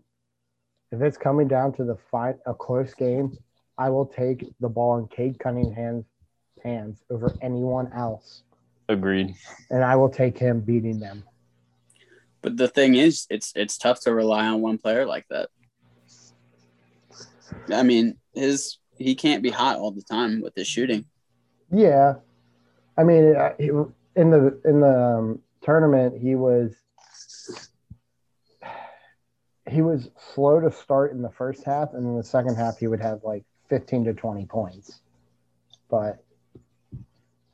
[SPEAKER 1] If it's coming down to the fight, a close game, I will take the ball in Cade Cunningham's hands over anyone else,
[SPEAKER 2] Agreed.
[SPEAKER 1] and I will take him beating them.
[SPEAKER 3] But the thing is, it's it's tough to rely on one player like that. I mean, his he can't be hot all the time with his shooting.
[SPEAKER 1] Yeah, I mean, I- he- in the in the um, tournament, he was he was slow to start in the first half, and in the second half, he would have like fifteen to twenty points. But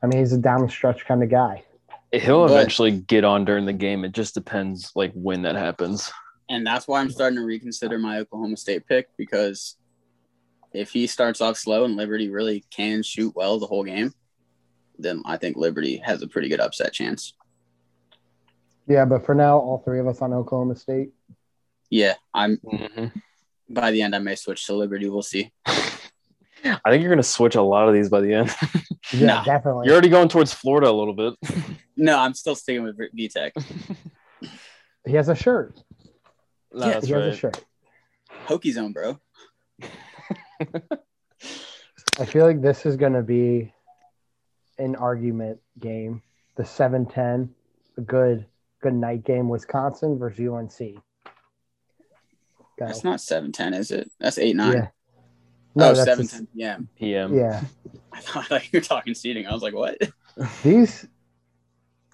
[SPEAKER 1] I mean, he's a down the stretch kind of guy.
[SPEAKER 2] He'll
[SPEAKER 3] But-
[SPEAKER 2] eventually get on during the game. It just depends like when that happens.
[SPEAKER 3] And that's why I'm starting to reconsider my Oklahoma State pick because if he starts off slow and Liberty really can shoot well the whole game, then I think Liberty has a pretty good upset chance.
[SPEAKER 1] Yeah, but for now, all three of us on Oklahoma State.
[SPEAKER 3] Yeah, I'm by the end I may switch to Liberty. We'll see.
[SPEAKER 2] I think you're gonna switch a lot of these by the end.
[SPEAKER 1] Yeah,
[SPEAKER 3] Nah.
[SPEAKER 1] definitely.
[SPEAKER 2] you're already going towards Florida a little bit.
[SPEAKER 3] No, I'm still sticking with V Tech.
[SPEAKER 1] He has a shirt.
[SPEAKER 2] No,
[SPEAKER 3] Yeah,
[SPEAKER 2] that's
[SPEAKER 1] he has a
[SPEAKER 2] right.
[SPEAKER 1] shirt.
[SPEAKER 3] Hokie zone, bro.
[SPEAKER 1] I feel like this is going to be an argument game. The 7-10, a good good night game. Wisconsin versus UNC. Go.
[SPEAKER 3] That's not seven ten, is it? That's eight nine.
[SPEAKER 1] Yeah. No,
[SPEAKER 3] oh,
[SPEAKER 1] that's
[SPEAKER 3] seven
[SPEAKER 1] the-
[SPEAKER 3] ten. Yeah.
[SPEAKER 2] PM.
[SPEAKER 1] Yeah.
[SPEAKER 3] I thought you were talking seating. I was like, what?
[SPEAKER 1] These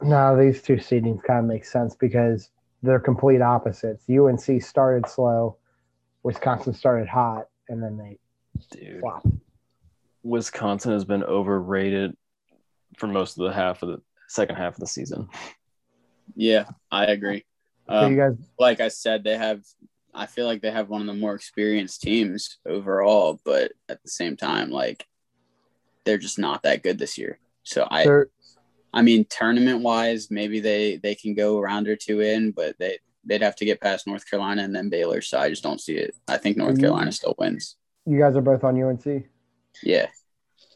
[SPEAKER 1] no, these two seedings kind of make sense because they're complete opposites. UNC started slow, Wisconsin started hot, and then they
[SPEAKER 2] Dude.
[SPEAKER 1] flopped.
[SPEAKER 2] Wisconsin has been overrated for most of the half of the second half of the season.
[SPEAKER 3] Yeah, I agree.
[SPEAKER 1] So
[SPEAKER 3] Um,
[SPEAKER 1] you guys
[SPEAKER 3] like I said, they have. I feel like they have one of the more experienced teams overall, but at the same time, like they're just not that good this year. So I,
[SPEAKER 1] they're-
[SPEAKER 3] I mean, tournament wise, maybe they they can go a round or two in, but they they'd have to get past North Carolina and then Baylor. So I just don't see it. I think North
[SPEAKER 1] Mhm.
[SPEAKER 3] Carolina still wins.
[SPEAKER 1] you guys are both on UNC.
[SPEAKER 3] Yeah,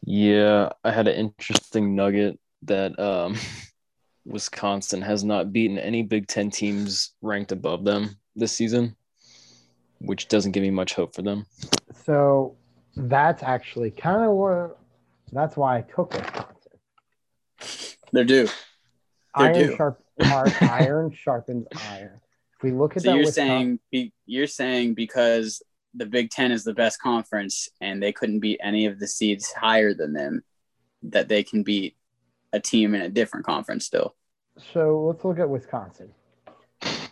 [SPEAKER 2] Yeah, I had an interesting nugget that um, Wisconsin has not beaten any Big Ten teams ranked above them this season, which doesn't give me much hope for them.
[SPEAKER 1] So that's actually kind of what that's why I took Wisconsin.
[SPEAKER 3] they're due. They
[SPEAKER 1] Iron
[SPEAKER 3] do.
[SPEAKER 1] sharp iron, iron sharpens iron. If we look at
[SPEAKER 3] So
[SPEAKER 1] that,
[SPEAKER 3] you're
[SPEAKER 1] Wisconsin-
[SPEAKER 3] saying be, you're saying because the Big Ten is the best conference and they couldn't beat any of the seeds higher than them, that they can beat a team in a different conference still.
[SPEAKER 1] so let's look at Wisconsin.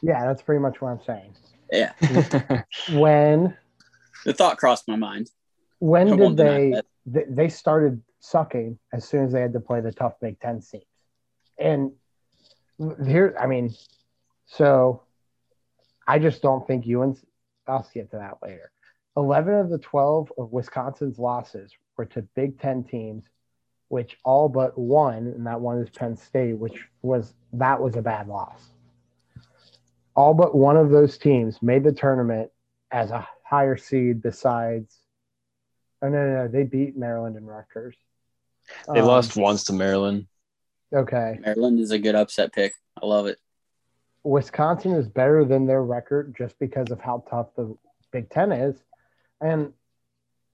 [SPEAKER 1] Yeah, that's pretty much what I'm saying.
[SPEAKER 3] Yeah,
[SPEAKER 1] When
[SPEAKER 3] the thought crossed my mind. I
[SPEAKER 1] when
[SPEAKER 3] won't
[SPEAKER 1] did
[SPEAKER 3] deny
[SPEAKER 1] they,
[SPEAKER 3] that.
[SPEAKER 1] they they started sucking as soon as they had to play the tough Big Ten teams? And here, I mean, so I just don't think UNC. I'll get to that later. Eleven of the twelve of Wisconsin's losses were to Big Ten teams, which all but one, and that one is Penn State, which was that was a bad loss. All but one of those teams made the tournament as a higher seed. Besides, oh no, no, no they beat Maryland and Rutgers.
[SPEAKER 2] they
[SPEAKER 1] Um,
[SPEAKER 2] lost once to Maryland.
[SPEAKER 1] Okay,
[SPEAKER 3] Maryland is a good upset pick. I love it.
[SPEAKER 1] Wisconsin is better than their record just because of how tough the Big Ten is. And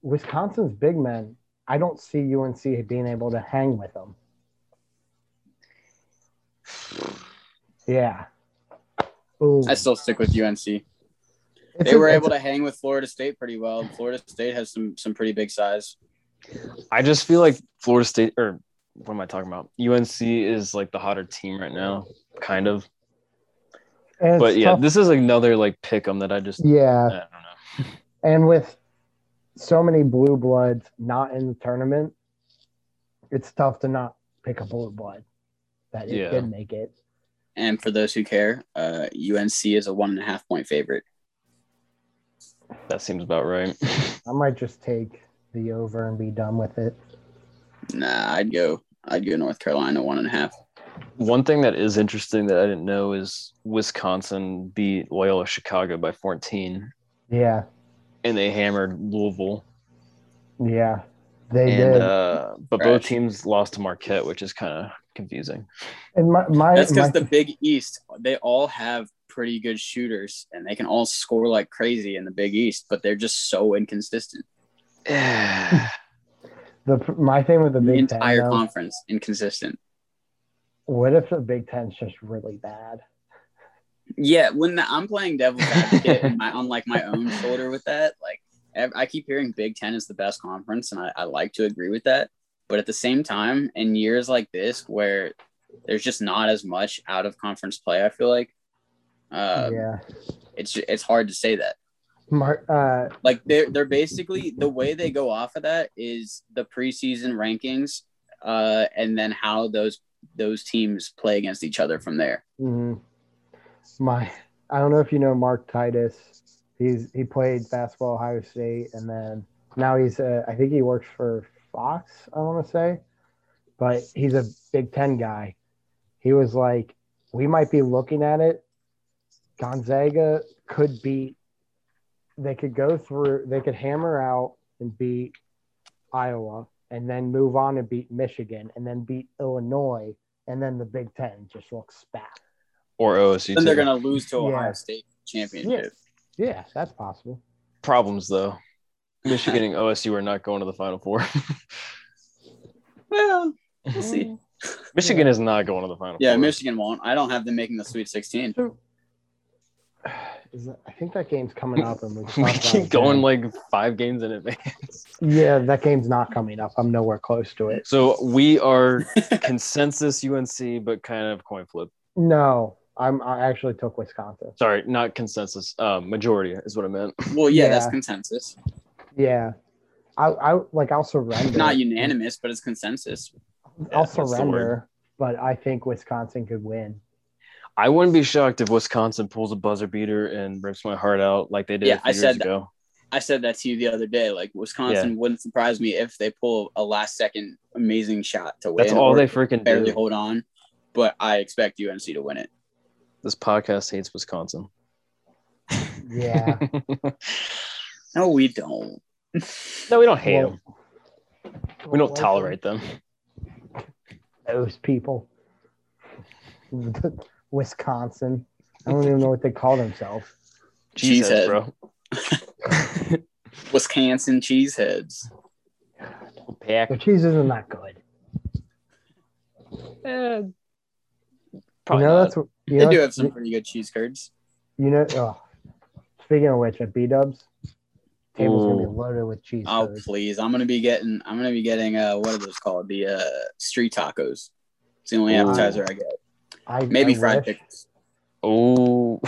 [SPEAKER 1] Wisconsin's big men, I don't see UNC being able to hang with them. Yeah. Ooh,
[SPEAKER 3] I still stick with UNC.
[SPEAKER 1] It's
[SPEAKER 3] They
[SPEAKER 1] a-
[SPEAKER 3] were
[SPEAKER 1] it's
[SPEAKER 3] able
[SPEAKER 1] a-
[SPEAKER 3] to hang with Florida State pretty well. and Florida State has some some pretty big size.
[SPEAKER 2] I just feel like Florida State or what am I talking about? UNC is like the hotter team right now, kind of.
[SPEAKER 1] and it's
[SPEAKER 2] but yeah,
[SPEAKER 1] tough-
[SPEAKER 2] this is another like pick 'em that I just I
[SPEAKER 1] yeah.
[SPEAKER 2] don't know.
[SPEAKER 1] And with so many blue bloods not in the tournament, it's tough to not pick a blue blood that it
[SPEAKER 2] Yeah.
[SPEAKER 1] did make it.
[SPEAKER 3] And for those who care, uh, UNC is a one and a half point favorite.
[SPEAKER 2] That seems about right.
[SPEAKER 1] I might just take the over and be done with it.
[SPEAKER 3] Nah, I'd go. I'd go North Carolina one and a half.
[SPEAKER 2] One thing that is interesting that I didn't know is Wisconsin beat Loyola Chicago by 14,
[SPEAKER 1] Yeah,
[SPEAKER 2] and they hammered Louisville.
[SPEAKER 1] yeah, they
[SPEAKER 2] and
[SPEAKER 1] did.
[SPEAKER 2] uh, but
[SPEAKER 3] Trash.
[SPEAKER 2] both teams lost to Marquette, which is kind of confusing.
[SPEAKER 1] and my my,
[SPEAKER 3] That's because
[SPEAKER 1] my
[SPEAKER 3] the Big East, they all have pretty good shooters and they can all score like crazy in the Big East, but they're just so inconsistent.
[SPEAKER 1] The my thing with the
[SPEAKER 3] the
[SPEAKER 1] Big
[SPEAKER 3] entire
[SPEAKER 1] Ten. though,
[SPEAKER 3] conference inconsistent.
[SPEAKER 1] what if the Big Ten's just really bad?
[SPEAKER 3] Yeah, when the, I'm playing devil's advocate and my, on like my own shoulder with that, like ev- I keep hearing Big Ten is the best conference, and I, I like to agree with that. But at the same time, in years like this where there's just not as much out of conference play, I feel like uh,
[SPEAKER 1] yeah.
[SPEAKER 3] it's ju- it's hard to say that.
[SPEAKER 1] Mar- uh,
[SPEAKER 3] Like they're they're basically the way they go off of that is the preseason rankings, uh, and then how those those teams play against each other from there.
[SPEAKER 1] mhm. my I don't know if you know Mark Titus. He's he played basketball at Ohio State, and then now he's uh, I think he works for Fox. I want to say, but he's a Big Ten guy. He was like, we might be looking at it. Gonzaga could beat. They could go through. They could hammer out and beat Iowa, and then move on and beat Michigan, and then beat Illinois, and then the Big Ten just looks spat.
[SPEAKER 2] or OSU.
[SPEAKER 3] then they're
[SPEAKER 2] too.
[SPEAKER 3] gonna lose to Ohio
[SPEAKER 1] Yeah.
[SPEAKER 3] State championship.
[SPEAKER 1] Yeah, that's possible.
[SPEAKER 2] Problems though. Michigan and OSU are not going to the Final Four.
[SPEAKER 3] Well, we'll see.
[SPEAKER 2] Michigan is not going to the Final
[SPEAKER 3] Yeah,
[SPEAKER 2] Four.
[SPEAKER 3] Michigan won't. I don't have them making the Sweet
[SPEAKER 1] Mm.
[SPEAKER 3] 16.
[SPEAKER 1] So, is that, I think that game's coming up, and we,
[SPEAKER 2] We keep going
[SPEAKER 1] Like-
[SPEAKER 2] like five games in advance.
[SPEAKER 1] yeah, that game's not coming up. I'm nowhere close to it.
[SPEAKER 2] So we are consensus UNC, but kind of coin flip.
[SPEAKER 1] No, I'm. I actually took Wisconsin.
[SPEAKER 2] Sorry, not consensus. Uh, majority is what I meant.
[SPEAKER 3] Well, yeah,
[SPEAKER 1] Yeah.
[SPEAKER 3] that's consensus.
[SPEAKER 1] Yeah, I. I like. I'll surrender.
[SPEAKER 3] Not unanimous, but it's consensus.
[SPEAKER 1] I'll
[SPEAKER 2] that's the word.
[SPEAKER 1] surrender, but I think Wisconsin could win.
[SPEAKER 2] I wouldn't be shocked if Wisconsin pulls a buzzer beater and rips my heart out like they did
[SPEAKER 3] Yeah,
[SPEAKER 2] a few
[SPEAKER 3] I
[SPEAKER 2] years
[SPEAKER 3] said that.
[SPEAKER 2] ago.
[SPEAKER 3] I said that to you the other day. Like Wisconsin wouldn't surprise me if they pull a last second amazing shot to win.
[SPEAKER 2] That's all
[SPEAKER 3] or
[SPEAKER 2] they freaking
[SPEAKER 3] barely
[SPEAKER 2] do.
[SPEAKER 3] hold on. But I expect UNC to win it.
[SPEAKER 2] This podcast hates Wisconsin.
[SPEAKER 1] Yeah.
[SPEAKER 3] No, we don't.
[SPEAKER 2] No, we don't hate
[SPEAKER 1] Well-
[SPEAKER 2] them. We don't tolerate them.
[SPEAKER 1] those people. Wisconsin. I don't even know what they call themselves.
[SPEAKER 2] Jesus,
[SPEAKER 3] Cheesehead.
[SPEAKER 2] bro.
[SPEAKER 3] Wisconsin cheeseheads.
[SPEAKER 2] Pack.
[SPEAKER 1] Their cheese isn't that good.
[SPEAKER 2] Eh,
[SPEAKER 1] You
[SPEAKER 2] probably
[SPEAKER 1] know
[SPEAKER 2] not.
[SPEAKER 1] that's you
[SPEAKER 3] They
[SPEAKER 1] know,
[SPEAKER 3] do have some pretty good cheese curds.
[SPEAKER 1] You know, oh, speaking of which, at B Dubs, table's gonna
[SPEAKER 2] Ooh.
[SPEAKER 1] be loaded with cheese.
[SPEAKER 3] Oh
[SPEAKER 1] curds.
[SPEAKER 3] please! I'm gonna be getting. I'm gonna be getting. Uh, what are those called? The uh, street tacos. It's the only
[SPEAKER 2] Ooh.
[SPEAKER 3] appetizer I get.
[SPEAKER 1] I,
[SPEAKER 3] Maybe
[SPEAKER 1] I
[SPEAKER 3] fried
[SPEAKER 1] wish
[SPEAKER 3] pickles.
[SPEAKER 2] Oh.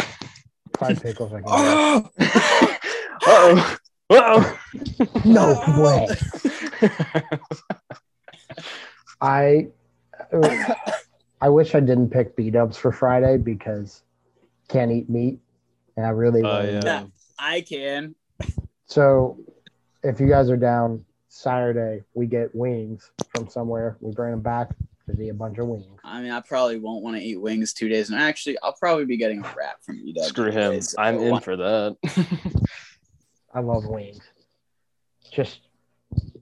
[SPEAKER 1] Fried pickles. I guess.
[SPEAKER 3] Oh,
[SPEAKER 2] Uh-oh. Uh-oh.
[SPEAKER 3] Oh,
[SPEAKER 1] no way. I uh, I wish I didn't pick B Dubs for Friday because can't eat meat, and I really
[SPEAKER 2] Oh,
[SPEAKER 1] wanted
[SPEAKER 2] yeah.
[SPEAKER 3] I can.
[SPEAKER 1] So, if you guys are down Saturday, we get wings from somewhere. We bring them back to be a bunch of wings.
[SPEAKER 3] I mean, I probably won't want to eat wings two days. And actually, I'll probably be getting a wrap from E you.
[SPEAKER 2] Screw him. I'm in for that.
[SPEAKER 1] I love wings. Just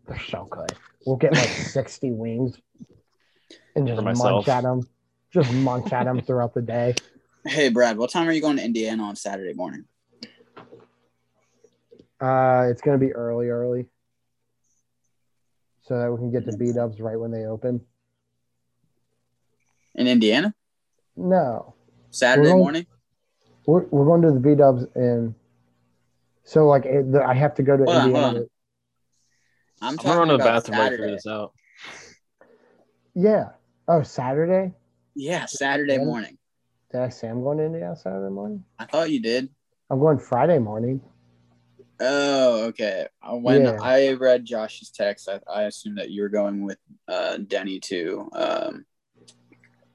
[SPEAKER 1] they're so good. We'll get like sixty wings and just
[SPEAKER 2] For
[SPEAKER 1] munch
[SPEAKER 2] myself.
[SPEAKER 1] at them. Just munch at them throughout the day.
[SPEAKER 3] Hey, Brad, what time are you going to Indiana on Saturday morning?
[SPEAKER 1] Uh, it's gonna be early, early, so that we can get to B Dubs right when they open.
[SPEAKER 3] In Indiana?
[SPEAKER 1] No,
[SPEAKER 3] Saturday
[SPEAKER 1] Well-
[SPEAKER 3] morning?
[SPEAKER 1] We're, we're going to the B Dubs and so like it, the, I have to go to
[SPEAKER 3] Hold on,
[SPEAKER 1] Indiana.
[SPEAKER 3] hold I'm
[SPEAKER 2] I'm
[SPEAKER 3] talking
[SPEAKER 2] going to the
[SPEAKER 3] about
[SPEAKER 2] bathroom right
[SPEAKER 3] Saturday.
[SPEAKER 2] through this out.
[SPEAKER 1] Yeah. Oh, Saturday.
[SPEAKER 3] Yeah, Saturday
[SPEAKER 1] Indiana?
[SPEAKER 3] morning.
[SPEAKER 1] Did I say I'm going to Indiana Saturday morning?
[SPEAKER 3] I thought you did.
[SPEAKER 1] I'm going Friday morning.
[SPEAKER 3] Oh, okay. Uh, When
[SPEAKER 1] Yeah.
[SPEAKER 3] I read Josh's text, I, I assumed that you were going with uh, Denny to um,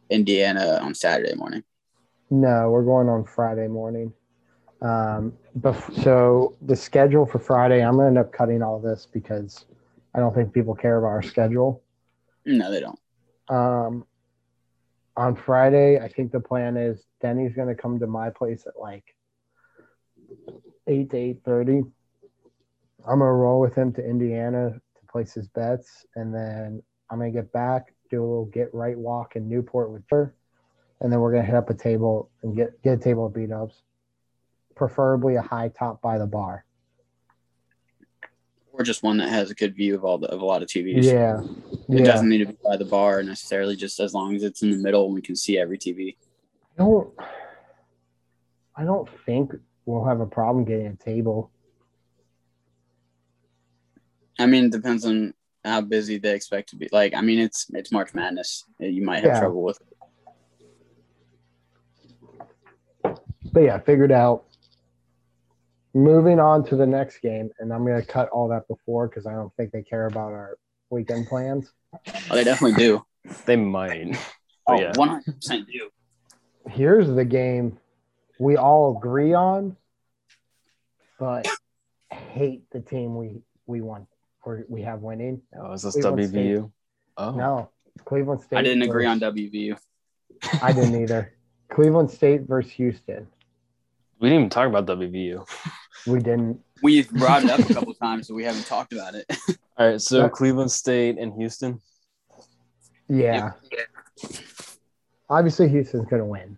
[SPEAKER 3] Indiana on Saturday morning.
[SPEAKER 1] No, we're going on Friday morning. Um, but so the schedule for Friday, I'm gonna end up cutting all this because I don't think people care about our schedule.
[SPEAKER 3] No, they don't.
[SPEAKER 1] Um, on Friday, I think the plan is Denny's gonna come to my place at like eight to eight thirty. I'm gonna roll with him to Indiana to place his bets, and then I'm gonna get back, do a little get right walk in Newport with her, and then we're gonna hit up a table and get get a table of beat ups, preferably a high top by the bar.
[SPEAKER 3] or just one that has a good view of all the, of a lot of TVs.
[SPEAKER 1] Yeah.
[SPEAKER 3] It
[SPEAKER 1] Yeah.
[SPEAKER 3] doesn't need to be by the bar necessarily, just as long as it's in the middle and we can see every TV.
[SPEAKER 1] I don't I don't think we'll have a problem getting a table.
[SPEAKER 3] I mean, it depends on how busy they expect to be. Like, I mean, it's it's March Madness. You might have
[SPEAKER 1] Yeah.
[SPEAKER 3] trouble with. It.
[SPEAKER 1] But yeah, figured out. Moving on to the next game, and I'm gonna cut all that before because I don't think they care about our weekend plans.
[SPEAKER 3] Oh, they definitely do.
[SPEAKER 2] They might. But
[SPEAKER 3] Oh,
[SPEAKER 2] yeah.
[SPEAKER 3] one hundred percent do.
[SPEAKER 1] Here's the game we all agree on, but hate the team we we won or we have winning.
[SPEAKER 2] Oh, is this
[SPEAKER 1] Cleveland State.
[SPEAKER 2] WVU? Oh,
[SPEAKER 1] No, Cleveland State.
[SPEAKER 3] I didn't agree
[SPEAKER 1] versus-
[SPEAKER 3] on WVU.
[SPEAKER 1] I didn't either. Cleveland State versus Houston.
[SPEAKER 2] we didn't even talk about WVU.
[SPEAKER 1] We didn't.
[SPEAKER 3] We brought it up a couple times, but we haven't talked about it.
[SPEAKER 2] All right, so
[SPEAKER 1] That-
[SPEAKER 2] Cleveland State and Houston.
[SPEAKER 1] Yeah.
[SPEAKER 3] Yep.
[SPEAKER 1] Obviously, Houston's gonna win.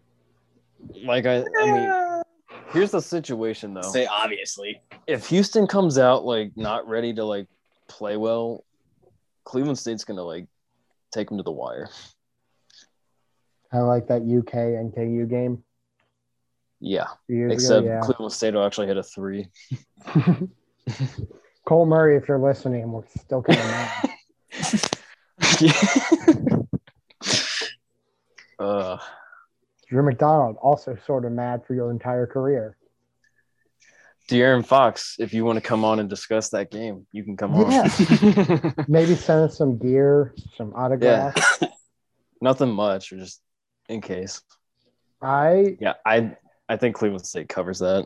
[SPEAKER 2] Like I, I mean, here's the situation though.
[SPEAKER 3] Say obviously.
[SPEAKER 2] if Houston comes out like not ready to like play well, Cleveland State's gonna like take them to the wire.
[SPEAKER 1] I like that UK NKU game.
[SPEAKER 2] Yeah,
[SPEAKER 1] a few years ago,
[SPEAKER 2] except
[SPEAKER 1] yeah.
[SPEAKER 2] Cleveland State will actually hit a three.
[SPEAKER 1] Cole Murray, if you're listening, we're still kind of mad.
[SPEAKER 2] uh,
[SPEAKER 1] Drew McDonald, also sort of mad for your entire career.
[SPEAKER 2] De'Aaron Fox, if you want to come on and discuss that game, you can come on.
[SPEAKER 1] Maybe send us some gear, some autographs.
[SPEAKER 2] Nothing much, or just in case.
[SPEAKER 1] I
[SPEAKER 2] Yeah, I I think Cleveland State covers that.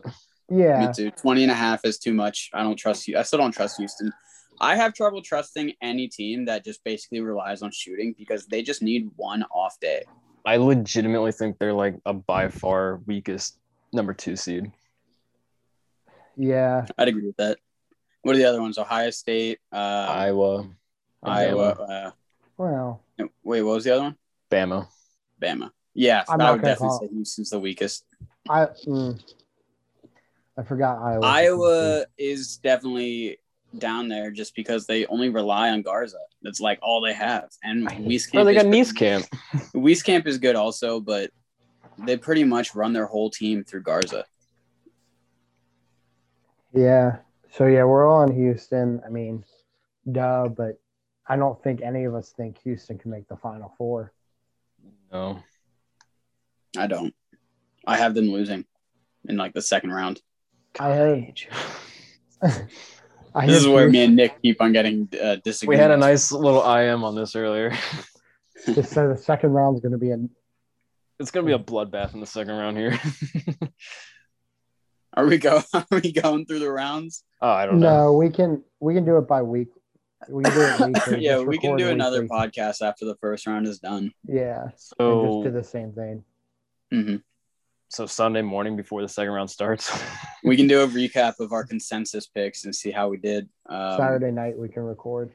[SPEAKER 1] yeah,
[SPEAKER 3] Me too. 20 and a half is too much. I don't trust you. I still don't trust Houston. I have trouble trusting any team that just basically relies on shooting because they just need one off day.
[SPEAKER 2] I legitimately think they're like a by far weakest number two seed.
[SPEAKER 1] yeah.
[SPEAKER 3] I'd agree with that. What are the other ones? Ohio State, uh,
[SPEAKER 2] Iowa,
[SPEAKER 3] Iowa.
[SPEAKER 1] Well,
[SPEAKER 3] Uh, wait, what was the other one?
[SPEAKER 2] Bama.
[SPEAKER 3] Bama. Yeah,
[SPEAKER 1] I'm
[SPEAKER 3] I
[SPEAKER 1] not
[SPEAKER 3] would
[SPEAKER 1] gonna
[SPEAKER 3] definitely
[SPEAKER 1] call-
[SPEAKER 3] say Houston's the weakest.
[SPEAKER 1] I mm, I forgot Iowa.
[SPEAKER 3] Iowa is definitely down there just because they only rely on Garza. That's like all they have. And Wieskamp.
[SPEAKER 2] Oh, they got
[SPEAKER 3] is-
[SPEAKER 2] Nice Camp.
[SPEAKER 3] Wieskamp is good also, but they pretty much run their whole team through Garza.
[SPEAKER 1] Yeah. So yeah, we're all in Houston. I mean, duh, but I don't think any of us think Houston can make the Final Four.
[SPEAKER 2] No.
[SPEAKER 3] I don't. I have them losing in like the second round.
[SPEAKER 1] I heard. I
[SPEAKER 3] This is
[SPEAKER 1] heard
[SPEAKER 3] where me and Nick keep on getting uh, disagreements.
[SPEAKER 2] We had a nice little IM on this earlier.
[SPEAKER 1] Houston just said the second round's going to be in.
[SPEAKER 2] It's gonna be
[SPEAKER 3] Hmm.
[SPEAKER 2] a bloodbath in the second round here.
[SPEAKER 3] Are we go? Are we going through the rounds?
[SPEAKER 2] oh, I don't know.
[SPEAKER 1] No, we can we can do it by week. We can do it weekly.
[SPEAKER 3] yeah,
[SPEAKER 1] Just
[SPEAKER 3] we can
[SPEAKER 1] record
[SPEAKER 3] do another
[SPEAKER 1] weekly.
[SPEAKER 3] podcast after the first round is done.
[SPEAKER 1] Yeah, and
[SPEAKER 2] So,
[SPEAKER 1] just do the same thing.
[SPEAKER 3] hmm
[SPEAKER 2] so Sunday morning before the second round starts.
[SPEAKER 3] We can do a recap of our consensus picks and see how we did. Um,
[SPEAKER 1] Saturday night we can record.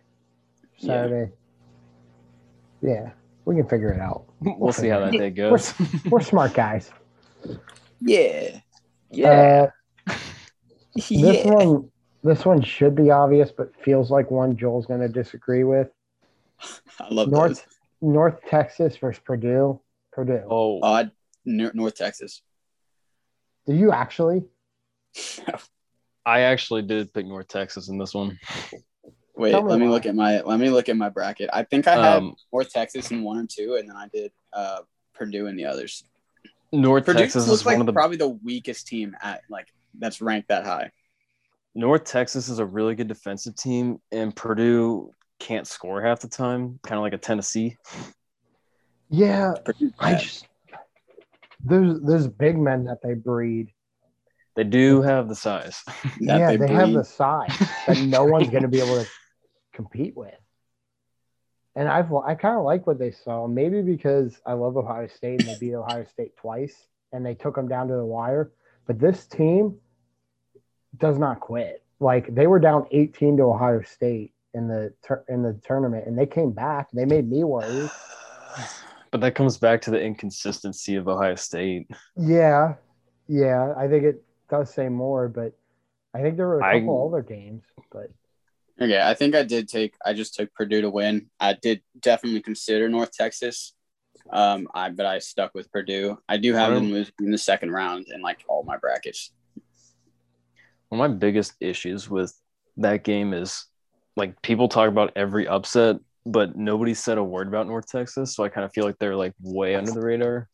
[SPEAKER 3] Yeah.
[SPEAKER 1] Saturday. Yeah, we can figure it out.
[SPEAKER 2] we'll see how that day
[SPEAKER 1] We're,
[SPEAKER 2] goes.
[SPEAKER 1] we're smart guys.
[SPEAKER 3] Yeah.
[SPEAKER 1] Uh, This one, this one should be obvious, but feels like one Joel's going to disagree with.
[SPEAKER 3] I love North.
[SPEAKER 1] North North Texas versus Purdue. Purdue.
[SPEAKER 2] Oh,
[SPEAKER 3] Odd Nor- North Texas.
[SPEAKER 1] Do you actually?
[SPEAKER 2] I actually did pick North Texas in this one.
[SPEAKER 3] Wait,
[SPEAKER 1] Tell me
[SPEAKER 3] let me
[SPEAKER 1] why.
[SPEAKER 3] look at my let me look at my bracket. I think I had
[SPEAKER 2] Um,
[SPEAKER 3] North Texas in one or two, and then I did uh, Purdue in the others.
[SPEAKER 2] North
[SPEAKER 3] Purdue
[SPEAKER 2] Texas
[SPEAKER 3] looks
[SPEAKER 2] is
[SPEAKER 3] like
[SPEAKER 2] one of the
[SPEAKER 3] probably the weakest team at like that's ranked that high.
[SPEAKER 2] North Texas is a really good defensive team, and Purdue can't score half the time, kind of like a Tennessee.
[SPEAKER 1] Yeah,
[SPEAKER 3] Purdue's
[SPEAKER 1] I
[SPEAKER 3] bad.
[SPEAKER 1] just those those big men that they breed.
[SPEAKER 2] They do have the size.
[SPEAKER 3] That
[SPEAKER 1] yeah, they, have
[SPEAKER 3] breed.
[SPEAKER 1] the size that no one's going to be able to compete with. And I've I kind of like what they saw, maybe because I love Ohio State and they beat Ohio State twice and they took them down to the wire. But this team does not quit. Like they were down 18 to Ohio State in the tur- in the tournament and they came back. They made me worry.
[SPEAKER 2] But that comes back to the inconsistency of Ohio State.
[SPEAKER 1] Yeah, yeah. I think it does say more, but I think there were a
[SPEAKER 2] I-
[SPEAKER 1] couple other games. But
[SPEAKER 3] Okay, I think I did take. I just took Purdue to win. I did definitely consider North Texas, um, I but I stuck with Purdue. I do have
[SPEAKER 2] I
[SPEAKER 3] them
[SPEAKER 2] don't-
[SPEAKER 3] losing in the second round in like all my brackets.
[SPEAKER 2] One of my biggest issues with that game is like people talk about every upset, but nobody said a word about North Texas. So I kind of feel like they're like way under the radar.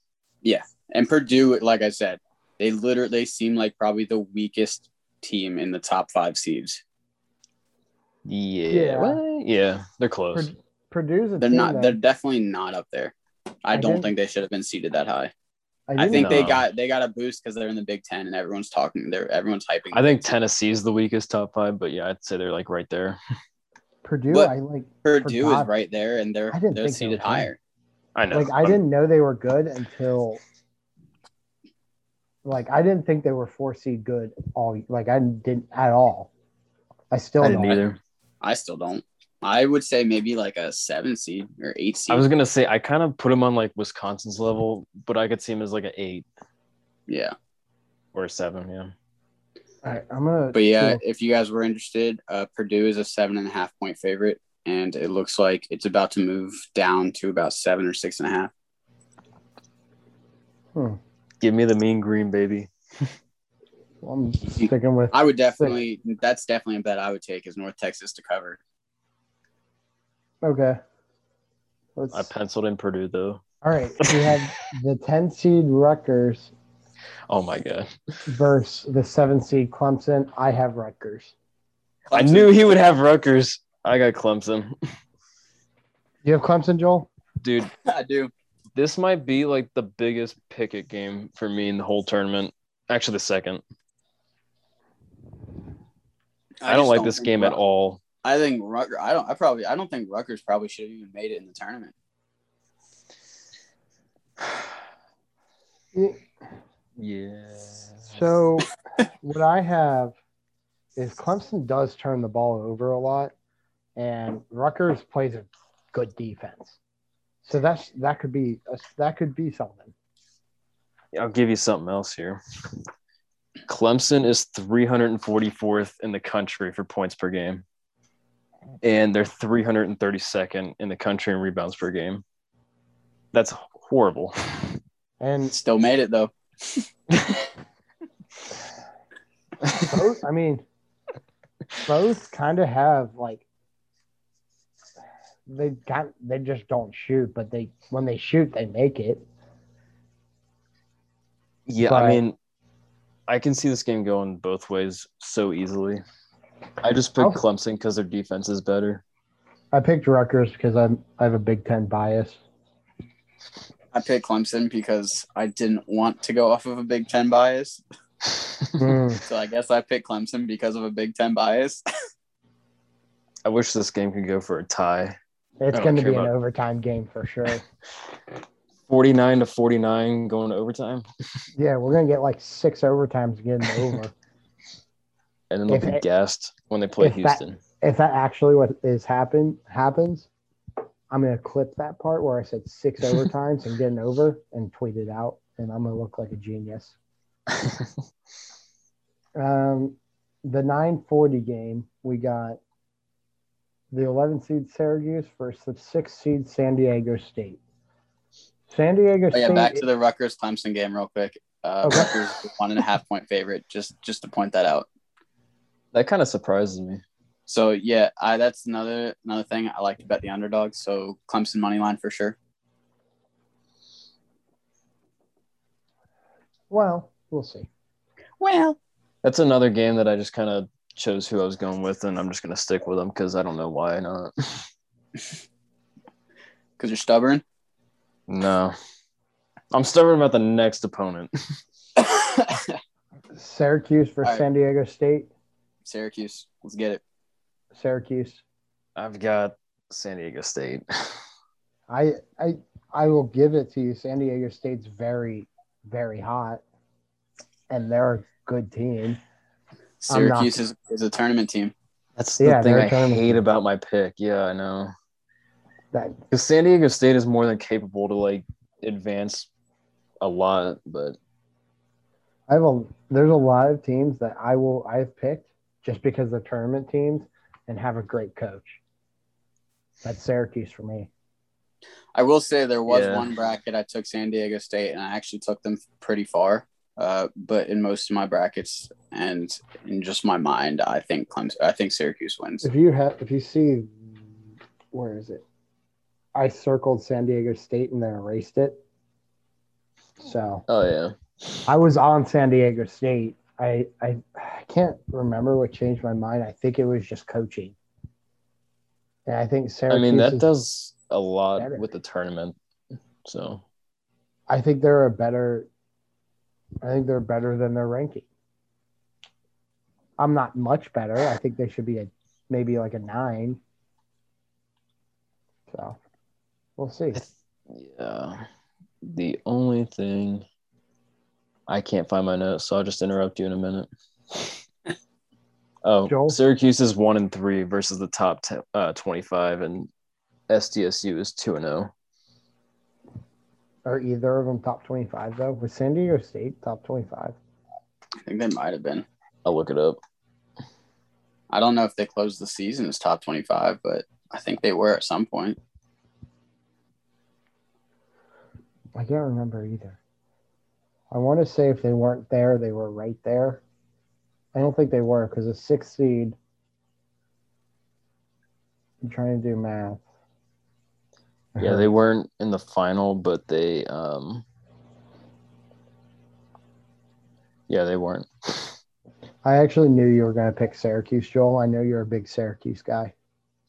[SPEAKER 3] And Purdue, like I said, they literally they seem like probably the weakest team in the top five seeds.
[SPEAKER 2] Yeah.
[SPEAKER 1] Yeah.
[SPEAKER 2] well, yeah. They're close.
[SPEAKER 1] Pur- Purdue's a
[SPEAKER 3] They're
[SPEAKER 1] team
[SPEAKER 3] not.
[SPEAKER 1] that-
[SPEAKER 3] They're definitely not up there. I,
[SPEAKER 1] I
[SPEAKER 3] don't
[SPEAKER 1] didn't-
[SPEAKER 3] think they should have been seeded that high. I
[SPEAKER 1] didn't-
[SPEAKER 3] think they
[SPEAKER 2] No.
[SPEAKER 3] got they got a boost because they're in the Big Ten and everyone's talking. They're everyone's hyping.
[SPEAKER 2] I think Tennessee's the weakest top five, but yeah, I'd say they're like right there.
[SPEAKER 1] Purdue.
[SPEAKER 3] but-
[SPEAKER 1] I like
[SPEAKER 3] Purdue
[SPEAKER 1] forgot.
[SPEAKER 3] is right there, and they're
[SPEAKER 1] I didn't
[SPEAKER 3] they're
[SPEAKER 1] think they
[SPEAKER 3] seeded
[SPEAKER 1] were playing.
[SPEAKER 3] higher.
[SPEAKER 2] I know.
[SPEAKER 1] like I didn't know they were good until like I didn't think they were four seed good all like I didn't at all. I still
[SPEAKER 2] I
[SPEAKER 1] don't.
[SPEAKER 2] didn't either.
[SPEAKER 3] I still don't. I would say maybe like a seven seed or eight seed.
[SPEAKER 2] I was gonna say I kind of put him on like Wisconsin's level, but I could see him as like an eight
[SPEAKER 3] yeah,
[SPEAKER 2] or a seven. Yeah.
[SPEAKER 1] All right, I'm gonna
[SPEAKER 3] but yeah,
[SPEAKER 1] Cool.
[SPEAKER 3] if you guys were interested, uh, Purdue is a seven and a half point favorite, and it looks like it's about to move down to about seven or six and a half.
[SPEAKER 1] hmm,
[SPEAKER 2] Give me the mean green, baby.
[SPEAKER 1] well, I'm sticking with
[SPEAKER 3] I would definitely. That's definitely a bet I would take is North Texas to cover.
[SPEAKER 1] okay. Let's,
[SPEAKER 2] I penciled in Purdue though.
[SPEAKER 1] all right, we have the 10 seed Rutgers
[SPEAKER 2] Oh my god.
[SPEAKER 1] versus the 7 seed Clemson. I have Rutgers.
[SPEAKER 2] I
[SPEAKER 3] Clemson-
[SPEAKER 2] knew he would have Rutgers. I got Clemson.
[SPEAKER 1] Do you have Clemson, Joel?
[SPEAKER 2] Dude,
[SPEAKER 3] I do.
[SPEAKER 2] this might be like the biggest picket game for me in the whole tournament. Actually, the second. I, don't
[SPEAKER 3] just
[SPEAKER 2] like this
[SPEAKER 3] think
[SPEAKER 2] game at
[SPEAKER 3] Rut-
[SPEAKER 2] all.
[SPEAKER 3] I think Rucker. I don't. I probably. I don't think Rutgers probably should have even made it in the tournament.
[SPEAKER 2] Yeah.
[SPEAKER 1] So, what I have is Clemson does turn the ball over a lot, and Rutgers plays a good defense. So that's that could be that could be something.
[SPEAKER 2] I'll give you something else here. Clemson is 344th in the country for points per game, and they're 332nd in the country in rebounds per game. That's horrible.
[SPEAKER 1] And
[SPEAKER 3] Still made it though.
[SPEAKER 1] both, I mean, both kind of have like they got they just don't shoot, but they when they shoot they make it.
[SPEAKER 2] Yeah,
[SPEAKER 1] But-
[SPEAKER 2] I mean, I can see this game going both ways so easily. I just picked
[SPEAKER 1] I'll-
[SPEAKER 2] Clemson because their defense is better.
[SPEAKER 1] I picked Rutgers because I'm I have a Big Ten bias.
[SPEAKER 3] I picked Clemson because I didn't want to go off of a Big Ten bias.
[SPEAKER 2] Hmm.
[SPEAKER 3] So I guess I picked Clemson because of a Big Ten bias.
[SPEAKER 2] I wish this game could go for a tie.
[SPEAKER 1] It's
[SPEAKER 2] I don't
[SPEAKER 1] going to
[SPEAKER 2] care
[SPEAKER 1] be an
[SPEAKER 2] about-
[SPEAKER 1] overtime game for sure.
[SPEAKER 2] 49 to 49 going to overtime.
[SPEAKER 1] Yeah, we're gonna get like six overtimes oh getting over.
[SPEAKER 2] And then they'll
[SPEAKER 1] If
[SPEAKER 2] be
[SPEAKER 1] it-
[SPEAKER 2] gassed when they play
[SPEAKER 1] if that-
[SPEAKER 2] Houston.
[SPEAKER 1] if that actually what is happen happens, I'm gonna clip that part where I said six overtimes and getting over and tweet it out, and I'm gonna look like a genius. Um, the 940 game, we got the 11 seed Syracuse versus the six seed San Diego State. San Diego
[SPEAKER 3] But Oh, yeah,
[SPEAKER 1] State.
[SPEAKER 3] back to the Rutgers Clemson game real quick. Uh,
[SPEAKER 1] Okay.
[SPEAKER 3] Rutgers is a one and a half point favorite. Just just to point that out.
[SPEAKER 2] that kind of surprises me.
[SPEAKER 3] So yeah, I, that's another another thing I like to bet the underdog. So Clemson money line for sure.
[SPEAKER 1] well, we'll see.
[SPEAKER 3] Well,
[SPEAKER 2] That's another game that I just kind of chose who I was going with, and I'm just going to stick with them because I don't know why not.
[SPEAKER 3] because you're stubborn.
[SPEAKER 2] No. I'm stubborn about the next opponent.
[SPEAKER 1] Syracuse versus
[SPEAKER 3] All right.
[SPEAKER 1] San Diego State.
[SPEAKER 3] Syracuse, let's get it.
[SPEAKER 1] Syracuse.
[SPEAKER 2] I've got San Diego State.
[SPEAKER 1] I I I will give it to you. San Diego State's very very hot, and they're a good team. I'm not-
[SPEAKER 3] Syracuse is, is a tournament team.
[SPEAKER 2] That's the
[SPEAKER 1] Yeah,
[SPEAKER 2] thing
[SPEAKER 1] they're
[SPEAKER 2] I
[SPEAKER 1] trying to-
[SPEAKER 2] hate about my pick. Yeah, I know.
[SPEAKER 1] That
[SPEAKER 2] Because San Diego State is more than capable to like advance a lot, but
[SPEAKER 1] I have a there's a lot of teams that I will I've picked just because they're tournament teams, and have a great coach. That's Syracuse for me.
[SPEAKER 3] I will say there was
[SPEAKER 2] Yeah.
[SPEAKER 3] one bracket I took San Diego State, and I actually took them pretty far. Uh, but in most of my brackets and in just my mind, I think Clemson, I think Syracuse wins.
[SPEAKER 1] If you have, if you see, where is it? I circled San Diego State and then erased it. So
[SPEAKER 2] Oh yeah.
[SPEAKER 1] I was on San Diego State. I, I I can't remember what changed my mind. I think it was just coaching. And I think
[SPEAKER 2] I
[SPEAKER 1] Syracuse.
[SPEAKER 2] mean that
[SPEAKER 1] is-
[SPEAKER 2] does a lot
[SPEAKER 1] better.
[SPEAKER 2] with the tournament. So
[SPEAKER 1] I think they're a better. I think they're better than their ranking. I'm not much better. I think they should be a maybe like a nine. So, we'll see.
[SPEAKER 2] yeah. The only thing I can't find my notes, so I'll just interrupt you in a minute. Oh,
[SPEAKER 1] Joel?
[SPEAKER 2] Syracuse is one and three versus the top te- uh, twenty-five, and SDSU is two and oh. zero.
[SPEAKER 1] Are either of them top twenty-five though? Was San Diego State top twenty-five?
[SPEAKER 3] I think they might have been.
[SPEAKER 2] I'll look it up.
[SPEAKER 3] I don't know if they closed the season as top twenty-five, but I think they were at some point.
[SPEAKER 1] I can't remember either. I want to say if they weren't there, they were right there. I don't think they were because the sixth seed. I'm trying to do math.
[SPEAKER 2] Yeah, they weren't in the final, but they um Yeah, they weren't.
[SPEAKER 1] I actually knew you were going to pick Syracuse, Joel. I know you're a big Syracuse guy.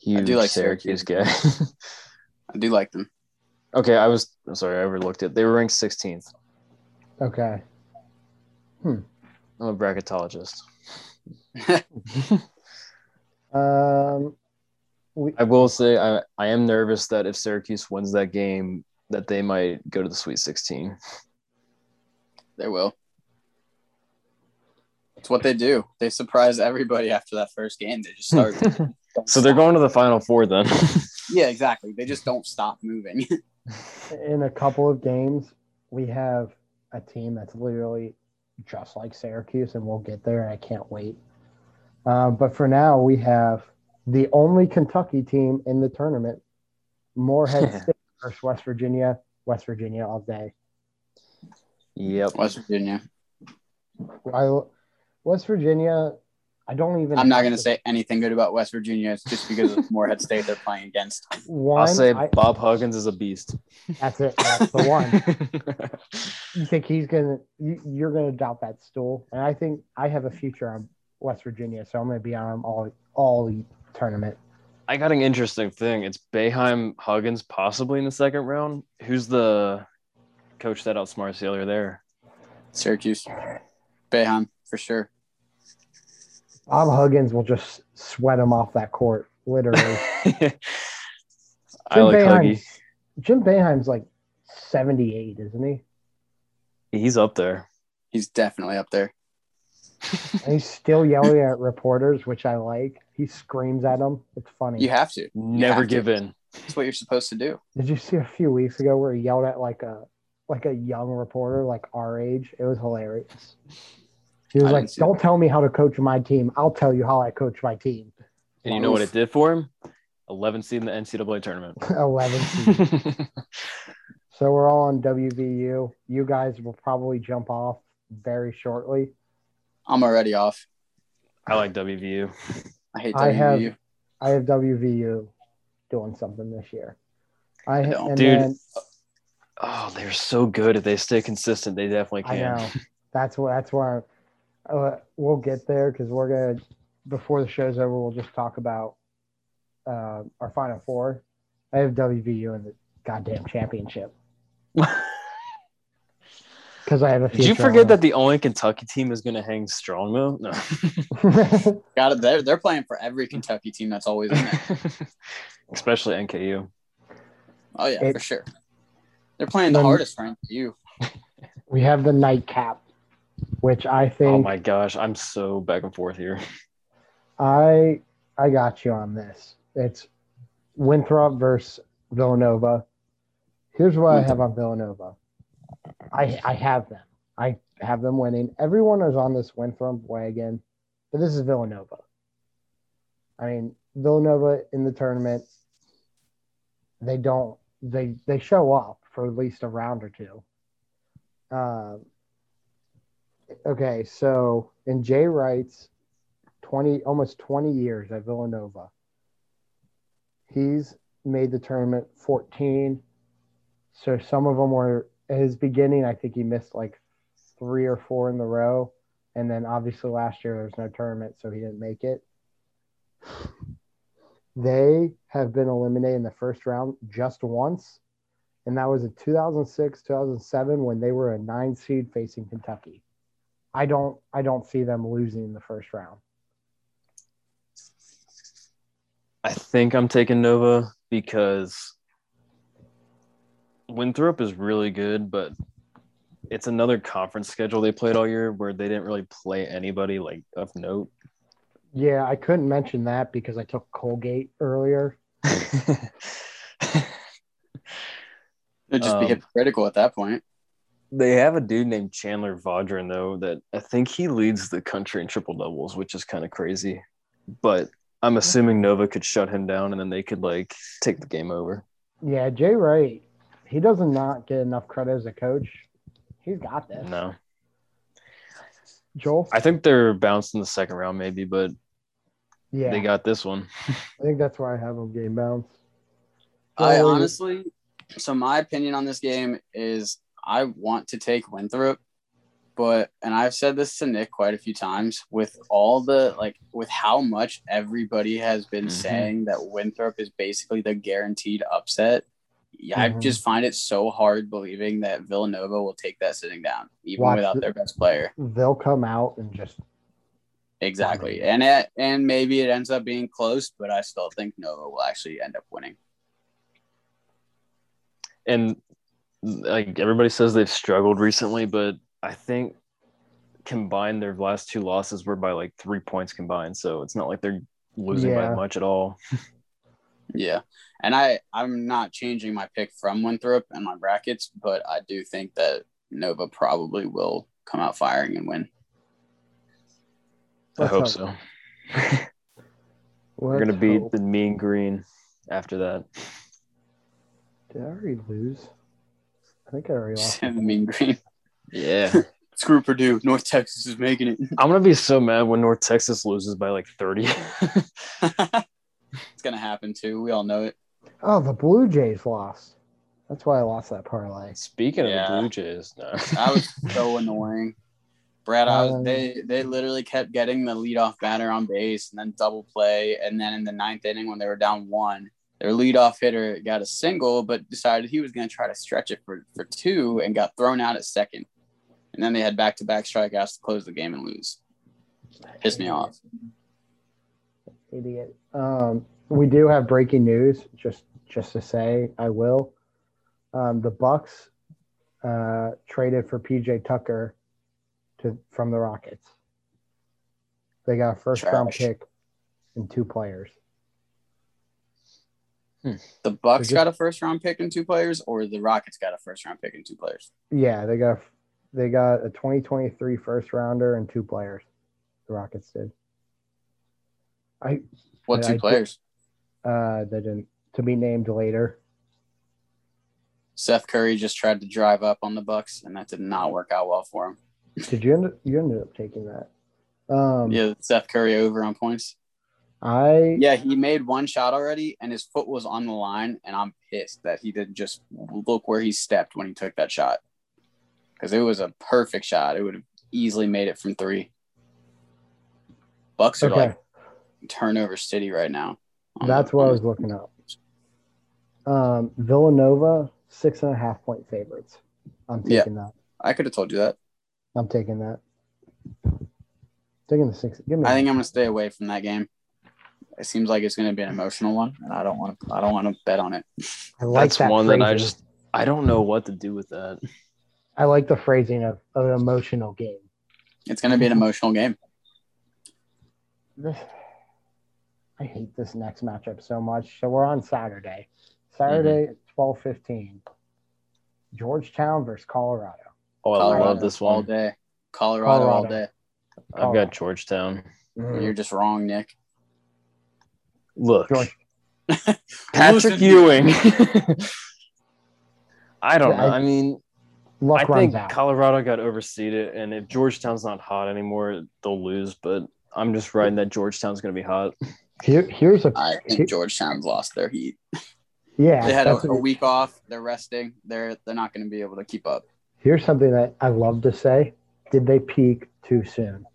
[SPEAKER 2] Huge
[SPEAKER 3] like
[SPEAKER 2] Syracuse, guy.
[SPEAKER 3] I do like them.
[SPEAKER 2] okay, I was I'm sorry, I overlooked it. They were ranked 16th.
[SPEAKER 1] Okay.
[SPEAKER 2] I'm a bracketologist.
[SPEAKER 1] Um, we,
[SPEAKER 2] I will say I, I am nervous that if Syracuse wins that game that they might go to the Sweet 16.
[SPEAKER 3] They will. It's what they do. They surprise everybody after that first game. They just start.
[SPEAKER 2] so they're going to the Final Four then.
[SPEAKER 3] yeah, exactly. They just don't stop moving.
[SPEAKER 1] in a couple of games, we have a team that's literally just like Syracuse, and we'll get there. And I can't wait. Um, but for now, we have the only Kentucky team in the tournament, Morehead State versus West Virginia. West Virginia all day.
[SPEAKER 2] yep.
[SPEAKER 3] West Virginia.
[SPEAKER 1] I, West Virginia. I don't even.
[SPEAKER 3] I'm not going to say anything good about West Virginia. It's just because of Morehead State they're playing against.
[SPEAKER 1] one.
[SPEAKER 2] I'll say
[SPEAKER 1] I-
[SPEAKER 2] Bob Huggins is a beast.
[SPEAKER 1] that's it. That's the one. you think he's gonna you, you're gonna doubt that stool and i think i have a future on west virginia so i'm gonna be on him all all tournament
[SPEAKER 2] I got an interesting thing. It's Bayheim Huggins possibly in the second round. Who's the coach that outsmarts the other there?
[SPEAKER 3] Syracuse, Bayham for sure.
[SPEAKER 1] bob huggins will just sweat him off that court literally
[SPEAKER 2] I like Huggy.
[SPEAKER 1] Boeheim's- jim Boeheim's like 78 isn't he
[SPEAKER 2] He's up there.
[SPEAKER 3] He's definitely up there.
[SPEAKER 1] and he's still yelling at reporters which i like he screams at them it's funny
[SPEAKER 3] You have to.
[SPEAKER 2] Never
[SPEAKER 3] have to.
[SPEAKER 2] give in.
[SPEAKER 3] That's what you're supposed to do.
[SPEAKER 1] did you see a few weeks ago where he yelled at like a like a young reporter like our age it was hilarious he was
[SPEAKER 3] I
[SPEAKER 1] like
[SPEAKER 3] didn't see
[SPEAKER 1] don't tell me how to coach my team i'll tell you how i coach my team
[SPEAKER 2] And you know what it did for him? 11 seed in the NCAA tournament.
[SPEAKER 1] 11 seed. so we're all on wvu you guys will probably jump off very shortly
[SPEAKER 3] I'm already off.
[SPEAKER 2] I like WVU.
[SPEAKER 3] I hate
[SPEAKER 1] I have-
[SPEAKER 3] WVU.
[SPEAKER 1] i have wvu doing something this year i,
[SPEAKER 3] don't.
[SPEAKER 1] and
[SPEAKER 2] Dude,
[SPEAKER 1] then,
[SPEAKER 2] Oh, they're so good. If they stay consistent, they definitely
[SPEAKER 1] i
[SPEAKER 2] can.
[SPEAKER 1] know that's what that's where I'm, uh, we'll get there because we're gonna before the show's over we'll just talk about uh, our final four i have wvu in the goddamn championship because i have a
[SPEAKER 2] Did you
[SPEAKER 1] future on
[SPEAKER 2] forget
[SPEAKER 3] uh,
[SPEAKER 1] them.
[SPEAKER 2] that the only Kentucky team is going to hang strong, though? No.
[SPEAKER 3] Got it. They're, they're playing for every Kentucky team that's always in there.
[SPEAKER 2] Especially NKU.
[SPEAKER 3] Oh yeah,
[SPEAKER 1] It-
[SPEAKER 3] for sure. They're playing the
[SPEAKER 1] Then-
[SPEAKER 3] hardest for you.
[SPEAKER 1] we have the nightcap which i think
[SPEAKER 2] Oh my gosh, I'm so back and forth here.
[SPEAKER 1] I I got you on this. It's Winthrop versus Villanova. Here's what I have on Villanova. I I have them. I have them winning. Everyone is on this Winthrop wagon, but this is Villanova. I mean, Villanova in the tournament, they don't they they show up for at least a round or two. Um, okay, so in Jay Wright's twenty almost twenty years at Villanova, he's made the tournament fourteen. So some of them were at his beginning. I think he missed like three or four in the row, and then obviously last year there was no tournament, so he didn't make it. They have been eliminated in the first round just once, and that was in 2006, 2007 when they were a nine seed facing Kentucky. I don't, I don't see them losing in the first round.
[SPEAKER 2] I think I'm taking Nova because Winthrop is really good, but it's another conference schedule they played all year where they didn't really play anybody like of note.
[SPEAKER 1] Yeah, I couldn't mention that because I took Colgate earlier.
[SPEAKER 3] It'd just
[SPEAKER 1] Oh.
[SPEAKER 2] Um,
[SPEAKER 3] be hypocritical at that point.
[SPEAKER 2] they have a dude named Chandler Vodron though that I think he leads the country in triple doubles, which is kind of crazy. But I'm assuming Nova could shut him down and then they could like take the game over.
[SPEAKER 1] Yeah, Jay Wright, he does not get enough credit as a coach. He's got this.
[SPEAKER 2] No.
[SPEAKER 1] Joel?
[SPEAKER 2] I think they're bounced in the second round maybe, but
[SPEAKER 1] yeah,
[SPEAKER 2] they got this one.
[SPEAKER 1] I think that's why I have him game bounce.
[SPEAKER 3] I
[SPEAKER 1] Joel,
[SPEAKER 3] honestly, so my opinion on this game is I want to take Winthrop, but and I've said this to Nick quite a few times with all the like with how much everybody has been
[SPEAKER 1] Mm-hmm.
[SPEAKER 2] Mhm.
[SPEAKER 3] saying that Winthrop is basically the guaranteed upset. Yeah, I
[SPEAKER 1] Mhm.
[SPEAKER 3] just find it so hard believing that Villanova will take that sitting down, even
[SPEAKER 1] Watch
[SPEAKER 3] without
[SPEAKER 1] the-
[SPEAKER 3] their best player.
[SPEAKER 1] they'll come out and just
[SPEAKER 3] Exactly,
[SPEAKER 1] Mm-hmm.
[SPEAKER 3] and it, and maybe it ends up being close, but I still think Nova will actually end up winning.
[SPEAKER 2] and like everybody says they've struggled recently, but I think combined their last two losses were by like three points combined. So it's not like they're losing
[SPEAKER 1] Yeah.
[SPEAKER 2] by much at all.
[SPEAKER 3] Yeah. And I, I'm not changing my pick from Winthrop and my brackets, but I do think that Nova probably will come out firing and win.
[SPEAKER 2] I
[SPEAKER 1] Let's
[SPEAKER 2] hope
[SPEAKER 1] hope.
[SPEAKER 2] so.
[SPEAKER 1] We're
[SPEAKER 2] We're gonna beat the mean green after that.
[SPEAKER 1] Did I already lose? I think I already lost.
[SPEAKER 3] I mean, green.
[SPEAKER 2] Yeah.
[SPEAKER 3] Screw Purdue. North Texas is making it.
[SPEAKER 2] I'm gonna be so mad when North Texas loses by like 30.
[SPEAKER 3] It's going to happen too. We all know it.
[SPEAKER 1] Oh, the Blue Jays lost. That's why I lost that parlay.
[SPEAKER 2] Speaking of
[SPEAKER 3] Yeah.
[SPEAKER 2] the Blue Jays, no.
[SPEAKER 3] That was so annoying. Brad, I
[SPEAKER 1] Um,
[SPEAKER 3] was, they, they literally kept getting the leadoff batter on base and then double play. And then in the ninth inning, when they were down one, their leadoff hitter got a single, but decided he was going to try to stretch it for, for two and got thrown out at second. And then they had back to back strikeouts to close the game and lose. Pissed me off.
[SPEAKER 1] Idiot. Um, we do have breaking news. Just just to say, I will. Um, the Bucks uh, traded for PJ Tucker to from the Rockets. They got a first round
[SPEAKER 3] Trash.
[SPEAKER 1] pick and two players.
[SPEAKER 3] The Bucks
[SPEAKER 1] Did you-
[SPEAKER 3] got a first round pick and two players, or the Rockets got a first round pick and two players.
[SPEAKER 1] Yeah, they got they got a 2023 first rounder and two players. The Rockets did. I
[SPEAKER 3] What
[SPEAKER 1] Yeah, I
[SPEAKER 3] two
[SPEAKER 1] did-
[SPEAKER 3] players?
[SPEAKER 1] uh they didn't to be named later.
[SPEAKER 3] Seth Curry just tried to drive up on the Bucks, and that did not work out well for him.
[SPEAKER 1] Did you end up, you ended up taking that? Um
[SPEAKER 3] Yeah, Seth Curry over on points.
[SPEAKER 1] I
[SPEAKER 3] Yeah, he made one shot already, and his foot was on the line, and I'm pissed that he didn't just look where he stepped when he took that shot, because it was a perfect shot. It would have easily made it from three. Bucks are
[SPEAKER 1] okay.
[SPEAKER 3] like turnover city right now. Um,
[SPEAKER 1] that's what I was looking up. Um Villanova, six and a half point favorites. I'm
[SPEAKER 3] Yeah.
[SPEAKER 1] taking that.
[SPEAKER 3] I could have told you that.
[SPEAKER 1] I'm taking that. Taking the six. Give me
[SPEAKER 3] I think I'm gonna stay away from that game. It seems like it's gonna be an emotional one, and I don't want to. I don't want to bet on it.
[SPEAKER 1] I
[SPEAKER 2] That's one that I
[SPEAKER 1] phrasing.
[SPEAKER 2] just I don't know what to do with that.
[SPEAKER 1] I like the phrasing of, of an emotional game.
[SPEAKER 3] It's gonna be an emotional game.
[SPEAKER 1] this I hate this next matchup so much. So we're on Saturday.
[SPEAKER 3] Mm-hmm.
[SPEAKER 1] Saturday twelve fifteen. Georgetown versus Colorado.
[SPEAKER 2] Oh, I
[SPEAKER 3] Colorado
[SPEAKER 2] love this
[SPEAKER 3] all
[SPEAKER 2] one.
[SPEAKER 3] day. Colorado, all
[SPEAKER 1] Colorado.
[SPEAKER 3] day. Mm-hmm.
[SPEAKER 2] I've got Georgetown.
[SPEAKER 3] You're just wrong, Nick.
[SPEAKER 2] Look,
[SPEAKER 1] George-
[SPEAKER 2] Patrick
[SPEAKER 3] Listen.
[SPEAKER 2] Ewing. I don't
[SPEAKER 1] Yeah,
[SPEAKER 2] know.
[SPEAKER 1] I-
[SPEAKER 2] I mean,
[SPEAKER 1] Luck
[SPEAKER 2] I
[SPEAKER 1] runs
[SPEAKER 2] think
[SPEAKER 1] out.
[SPEAKER 2] Colorado got overseeded, and if Georgetown's not hot anymore, they'll lose. But I'm just riding that Georgetown's going to be hot.
[SPEAKER 1] Here, here's a
[SPEAKER 3] I
[SPEAKER 1] he-
[SPEAKER 3] think Georgetown's lost their heat.
[SPEAKER 1] yeah.
[SPEAKER 3] they had a,
[SPEAKER 1] that's
[SPEAKER 3] a
[SPEAKER 1] what-
[SPEAKER 3] week off. They're resting. They're they're not going to be able to keep up.
[SPEAKER 1] here's something that I love to say: Did they peak too soon?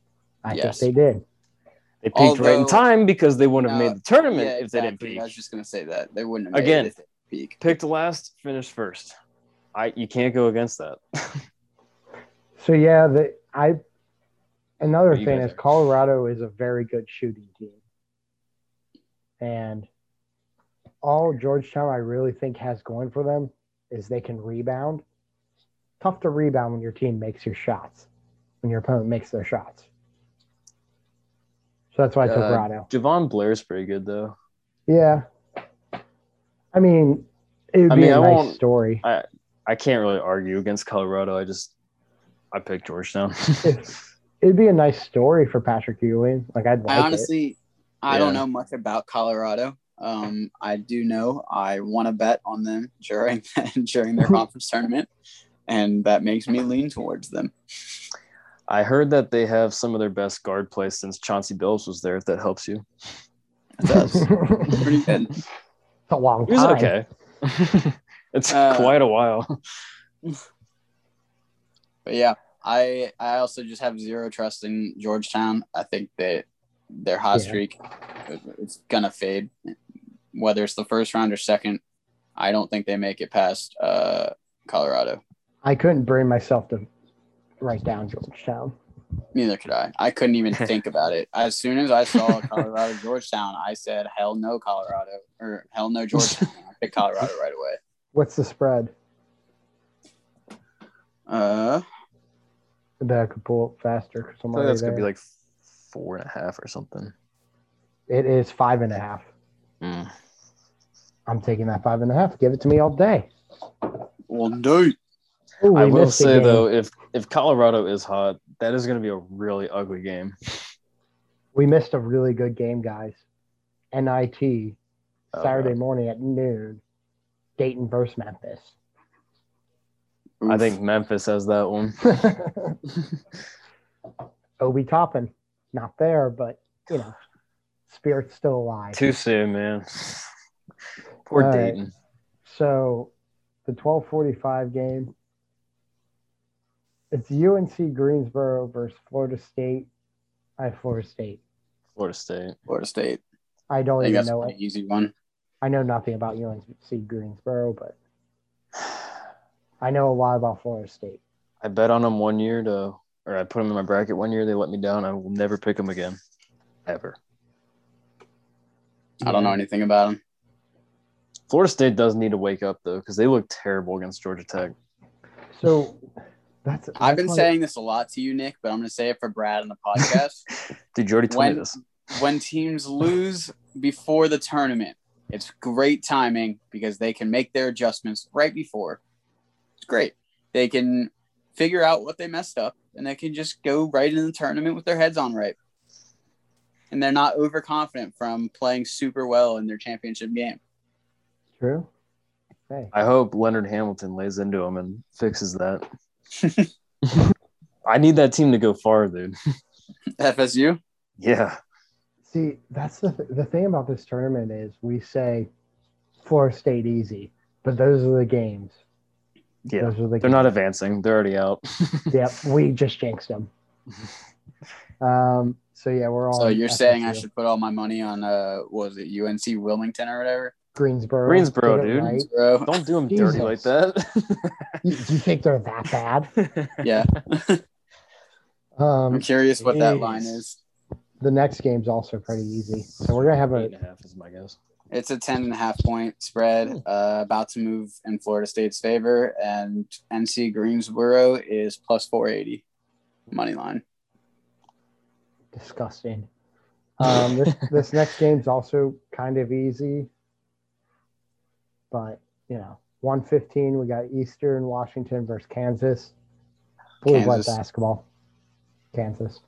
[SPEAKER 1] I
[SPEAKER 3] Yes.
[SPEAKER 1] think they did.
[SPEAKER 2] They peaked right in
[SPEAKER 3] Although-
[SPEAKER 2] time because they wouldn't have
[SPEAKER 3] No,
[SPEAKER 2] made the tournament
[SPEAKER 3] Yeah,
[SPEAKER 2] if they didn't
[SPEAKER 3] exactly.
[SPEAKER 2] peak.
[SPEAKER 3] I was just going to say that they wouldn't have made
[SPEAKER 2] Again.
[SPEAKER 3] it if they didn't peak.
[SPEAKER 2] Picked last, finished first. I you can't go against that.
[SPEAKER 1] So yeah, the I. Another
[SPEAKER 2] You
[SPEAKER 1] thing
[SPEAKER 2] guys
[SPEAKER 1] is
[SPEAKER 2] are-
[SPEAKER 1] Colorado is a very good shooting team, and all Georgetown I really think has going for them is they can rebound. Tough to rebound when your team makes your shots, when your opponent makes their shots. So that's why I took
[SPEAKER 2] Uh,
[SPEAKER 1] Rado.
[SPEAKER 2] Javon Blair's pretty good though.
[SPEAKER 1] Yeah. I mean, it would
[SPEAKER 2] I
[SPEAKER 1] be
[SPEAKER 2] mean,
[SPEAKER 1] a
[SPEAKER 2] I
[SPEAKER 1] nice
[SPEAKER 2] won't-
[SPEAKER 1] story.
[SPEAKER 2] I can't really argue against Colorado. I just I picked Georgetown.
[SPEAKER 1] If- It'd be a nice story for Patrick Ewing. Like I'd like
[SPEAKER 3] I honestly, I don't
[SPEAKER 2] Yeah.
[SPEAKER 3] know much about Colorado. Um, I do know I want to bet on them during during their conference tournament, and that makes me lean towards them.
[SPEAKER 2] I heard that they have some of their best guard play since Chauncey Billups was there. If that helps you,
[SPEAKER 3] It does.
[SPEAKER 1] it. it's
[SPEAKER 3] Pretty good.
[SPEAKER 1] a long
[SPEAKER 2] he was
[SPEAKER 1] time.
[SPEAKER 2] okay. it's
[SPEAKER 3] Uh,
[SPEAKER 2] quite a while.
[SPEAKER 3] But yeah, I I also just have zero trust in Georgetown. I think that their hot
[SPEAKER 1] Yeah.
[SPEAKER 3] streak it's gonna fade, whether it's the first round or second. I don't think they make it past uh, Colorado.
[SPEAKER 1] I couldn't bring myself to write down Georgetown.
[SPEAKER 3] Neither could I. I couldn't even think about it. As soon as I saw Colorado Georgetown, I said, "Hell no, Colorado!" or "Hell no, Georgetown." I picked Colorado right away.
[SPEAKER 1] What's the spread
[SPEAKER 3] Uh,
[SPEAKER 1] that I could pull up faster? 'cause I'm
[SPEAKER 2] I think
[SPEAKER 1] already
[SPEAKER 2] that's gonna be
[SPEAKER 1] there.
[SPEAKER 2] like four and a half or something.
[SPEAKER 1] it is five and a half.
[SPEAKER 2] Mm.
[SPEAKER 1] I'm taking that five and a half. Give it to me all day.
[SPEAKER 3] well, dude,
[SPEAKER 1] Ooh,
[SPEAKER 2] I
[SPEAKER 1] we
[SPEAKER 2] will
[SPEAKER 1] missed a
[SPEAKER 2] say
[SPEAKER 1] game.
[SPEAKER 2] though, if if Colorado is hot, that is gonna be a really ugly game.
[SPEAKER 1] we missed a really good game, guys. NIT
[SPEAKER 2] Oh,
[SPEAKER 1] Saturday
[SPEAKER 2] no.
[SPEAKER 1] morning at noon. Dayton versus Memphis.
[SPEAKER 2] I think Memphis has that one.
[SPEAKER 1] Obi Toppin, not there, but you know, spirit's still alive.
[SPEAKER 2] Too soon, man. Poor
[SPEAKER 1] All right.
[SPEAKER 2] Dayton.
[SPEAKER 1] So, the twelve forty-five game. It's UNC Greensboro versus Florida State. I have Florida State.
[SPEAKER 2] Florida State.
[SPEAKER 3] Florida State.
[SPEAKER 1] I
[SPEAKER 3] I
[SPEAKER 1] don't
[SPEAKER 3] think
[SPEAKER 1] even
[SPEAKER 3] that's
[SPEAKER 1] know
[SPEAKER 3] an
[SPEAKER 1] it.
[SPEAKER 3] easy one.
[SPEAKER 1] I know nothing about UNC Greensboro, but I know a lot about Florida State.
[SPEAKER 2] I bet on them one year to, or I put them in my bracket one year. They let me down. I will never pick them again, ever.
[SPEAKER 3] I don't know anything about them.
[SPEAKER 2] Florida State does need to wake up though, because they look terrible against Georgia Tech.
[SPEAKER 1] So, that's. that's
[SPEAKER 3] I've been
[SPEAKER 1] why-
[SPEAKER 3] saying this a lot to you, Nick, but I'm going to say it for Brad on the podcast.
[SPEAKER 2] Did you already tell
[SPEAKER 3] When-
[SPEAKER 2] me this?
[SPEAKER 3] when teams lose before the tournament, it's great timing because they can make their adjustments right before. It's great. They can figure out what they messed up and they can just go right in the tournament with their heads on right. And they're not overconfident from playing super well in their championship game.
[SPEAKER 1] True. Hey,
[SPEAKER 2] I hope Leonard Hamilton lays into them and fixes that. I need that team to go far, dude.
[SPEAKER 3] FSU?
[SPEAKER 2] Yeah.
[SPEAKER 1] see, that's the th- the thing about this tournament is we say Florida State easy, but those are the games.
[SPEAKER 2] Yeah.
[SPEAKER 1] Those are the
[SPEAKER 2] They're
[SPEAKER 1] games.
[SPEAKER 2] not advancing. They're already out.
[SPEAKER 1] Yep, we just jinxed them. Um. So yeah, we're all.
[SPEAKER 3] So you're saying I
[SPEAKER 1] FSU.
[SPEAKER 3] should put all my money on, uh, what was it UNC Wilmington or whatever?
[SPEAKER 1] Greensboro?
[SPEAKER 2] Greensboro,
[SPEAKER 1] get it
[SPEAKER 2] dude.
[SPEAKER 1] right.
[SPEAKER 3] Bro.
[SPEAKER 2] Don't do them
[SPEAKER 1] Jesus.
[SPEAKER 2] dirty like that.
[SPEAKER 1] You, you think they're that bad?
[SPEAKER 3] Yeah. I'm
[SPEAKER 1] Um.
[SPEAKER 3] curious what that
[SPEAKER 2] Jeez.
[SPEAKER 3] line is.
[SPEAKER 1] The next game's also pretty easy. So we're gonna have a
[SPEAKER 2] Eight and a half is my guess.
[SPEAKER 3] It's a 10 and a half point spread, uh, about to move in Florida State's favor. And NC Greensboro is plus 480 money line.
[SPEAKER 1] disgusting. Um. This this next game's also kind of easy, but you know, one fifteen. We got Eastern Washington versus Kansas. Blue white
[SPEAKER 3] Kansas.
[SPEAKER 1] basketball. Kansas.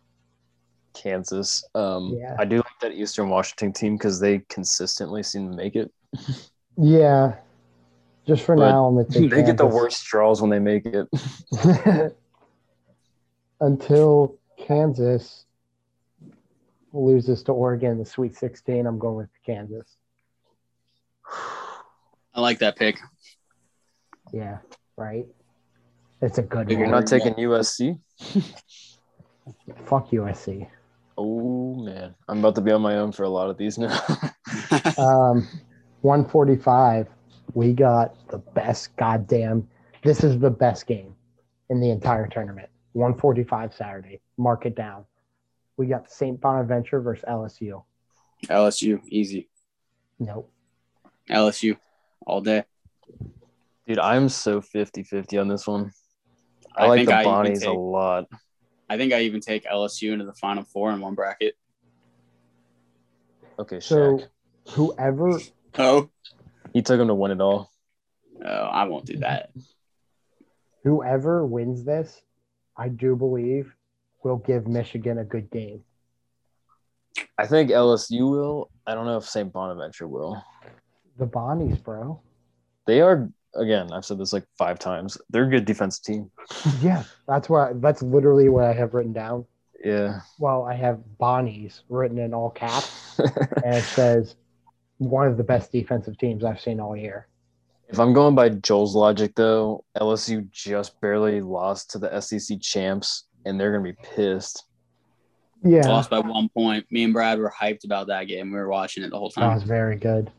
[SPEAKER 2] Kansas. Um,
[SPEAKER 1] Yeah.
[SPEAKER 2] I do like that Eastern Washington team because they consistently seem to make it.
[SPEAKER 1] Yeah. Just for
[SPEAKER 2] But
[SPEAKER 1] now, I'm gonna
[SPEAKER 2] They
[SPEAKER 1] take
[SPEAKER 2] get the
[SPEAKER 1] Kansas.
[SPEAKER 2] worst straws when they make it.
[SPEAKER 1] until Kansas loses to Oregon in the Sweet 16, I'm going with Kansas.
[SPEAKER 3] I like that pick.
[SPEAKER 1] Yeah, right. It's a good
[SPEAKER 2] You're
[SPEAKER 1] one.
[SPEAKER 2] not taking USC.
[SPEAKER 1] Fuck USC.
[SPEAKER 2] Oh man, I'm about to be on my own for a lot of these now.
[SPEAKER 1] Um, 145. We got the best goddamn. This is the best game in the entire tournament. 145 Saturday. Mark it down. We got St. Bonaventure versus LSU.
[SPEAKER 3] LSU, easy.
[SPEAKER 1] Nope.
[SPEAKER 3] LSU, all day.
[SPEAKER 2] Dude, I'm so 50-50 on this one. I,
[SPEAKER 3] I
[SPEAKER 2] like
[SPEAKER 3] think
[SPEAKER 2] the
[SPEAKER 3] I even
[SPEAKER 2] Bonnies a
[SPEAKER 3] take-
[SPEAKER 2] lot.
[SPEAKER 3] I think I even take LSU into the Final Four in one bracket.
[SPEAKER 2] Okay,
[SPEAKER 1] So-
[SPEAKER 2] Shaq.
[SPEAKER 1] Whoever
[SPEAKER 3] Oh,
[SPEAKER 2] he took him to win it all.
[SPEAKER 3] oh I won't do that.
[SPEAKER 1] whoever wins this, I do believe will give Michigan a good game.
[SPEAKER 2] I think LSU will. I don't know if St. Bonaventure will.
[SPEAKER 1] The Bonnies, bro.
[SPEAKER 2] They are again, I've said this like five times. They're a good defensive team.
[SPEAKER 1] Yeah, that's what. That's literally what I have written down.
[SPEAKER 2] Yeah.
[SPEAKER 1] Well, I have Bonnies written in all caps, and it says one of the best defensive teams I've seen all year.
[SPEAKER 2] If I'm going by Joel's logic, though, LSU just barely lost to the SEC champs, and they're gonna be pissed.
[SPEAKER 1] Yeah,
[SPEAKER 3] Lost by one point. Me and Brad were hyped about that game. We were watching it the whole
[SPEAKER 1] that
[SPEAKER 3] time.
[SPEAKER 1] was very good.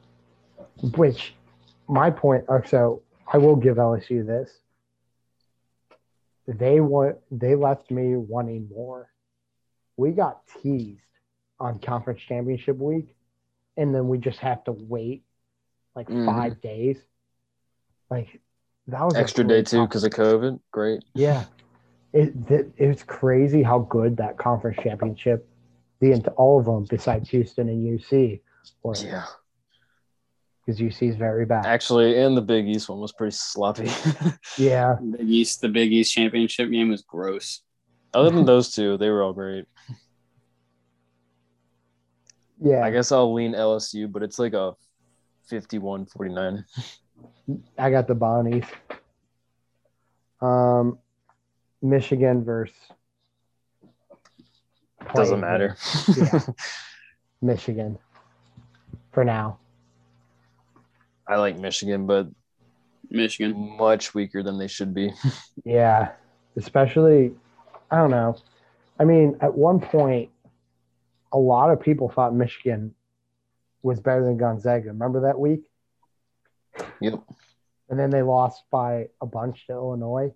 [SPEAKER 1] Which, my point. uh, So I will give LSU this. They want. They left me wanting more. We got teased on conference championship week, and then we just have to wait like
[SPEAKER 2] Mhm.
[SPEAKER 1] five days. Like that was a
[SPEAKER 2] Extra day
[SPEAKER 1] great
[SPEAKER 2] too because of COVID. Great.
[SPEAKER 1] Yeah, it th- it's crazy how good that conference championship, the ent- all of them besides Houston and UC, were
[SPEAKER 2] Yeah.
[SPEAKER 1] because UC is very bad.
[SPEAKER 2] Actually, and the Big East one was pretty sloppy.
[SPEAKER 1] yeah,
[SPEAKER 3] The Big East, the Big East championship game was gross.
[SPEAKER 2] Other than those two, they were all great.
[SPEAKER 1] yeah.
[SPEAKER 2] I guess I'll lean LSU, but it's like a 51-49.
[SPEAKER 1] I got the Bonnies. Um, Michigan versus
[SPEAKER 2] Doesn't matter.
[SPEAKER 1] Yeah. Michigan for now.
[SPEAKER 2] I like Michigan, but
[SPEAKER 3] Michigan.
[SPEAKER 2] much weaker than they should be.
[SPEAKER 1] Yeah, especially I don't know. I mean, at one point, a lot of people thought Michigan was better than Gonzaga. Remember that week?
[SPEAKER 2] Yep.
[SPEAKER 1] And then they lost by a bunch to Illinois.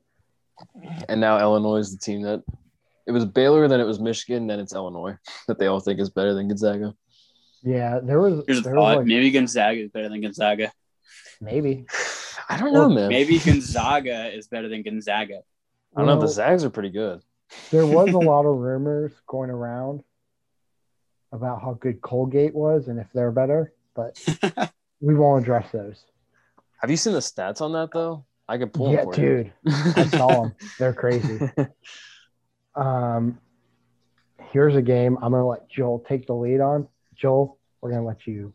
[SPEAKER 2] And now Illinois is the team that it was Baylor, then it was Michigan, then it's Illinois that they all think is better than Gonzaga.
[SPEAKER 1] Yeah, there was,
[SPEAKER 3] Here's a
[SPEAKER 1] there was
[SPEAKER 3] thought.
[SPEAKER 1] like,
[SPEAKER 3] Maybe Gonzaga is better than Gonzaga.
[SPEAKER 1] maybe.
[SPEAKER 2] I don't know,
[SPEAKER 1] Or
[SPEAKER 2] man.
[SPEAKER 3] Maybe Gonzaga is better than Gonzaga.
[SPEAKER 2] I don't know.
[SPEAKER 1] You know,
[SPEAKER 2] The Zags are pretty good.
[SPEAKER 1] there was a lot of rumors going around about how good Colgate was and if they're better, but we won't address those.
[SPEAKER 2] Have you seen the stats on that though? I could pull
[SPEAKER 1] yeah,
[SPEAKER 2] them for
[SPEAKER 1] dude, I
[SPEAKER 2] you.
[SPEAKER 1] saw them. They're crazy. Um, here's a game I'm going to let Joel take the lead on. Joel, we're going to let you.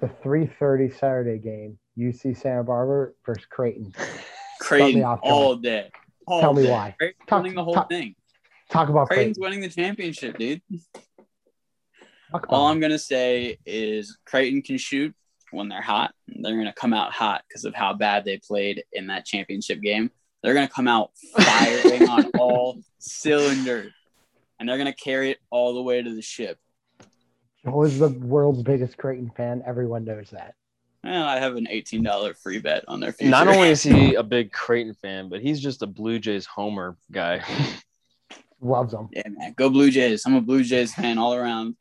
[SPEAKER 1] The 3:30 Saturday game, UC Santa Barbara versus Creighton.
[SPEAKER 3] Creighton
[SPEAKER 1] off guard.
[SPEAKER 3] all day. All
[SPEAKER 1] Tell me
[SPEAKER 3] day.
[SPEAKER 1] why.
[SPEAKER 3] Creighton's
[SPEAKER 1] Talk-
[SPEAKER 3] winning the whole
[SPEAKER 1] talk-
[SPEAKER 3] thing.
[SPEAKER 1] Talk about Creighton.
[SPEAKER 3] Creighton's winning the championship, dude.
[SPEAKER 1] Talk about
[SPEAKER 3] All I'm gonna say is Creighton can shoot when they're hot. They're gonna come out hot because of how bad they played in that championship game. They're gonna come out firing on all cylinders, and they're gonna carry it all the way to the ship.
[SPEAKER 1] Joel is the world's biggest Creighton fan. Everyone knows that.
[SPEAKER 3] Well, I have an eighteen dollar free bet on their future.
[SPEAKER 2] Not only is he a big Creighton fan, but he's just a Blue Jays homer guy.
[SPEAKER 1] Loves them.
[SPEAKER 3] yeah, man, go Blue Jays. I'm a Blue Jays fan all around.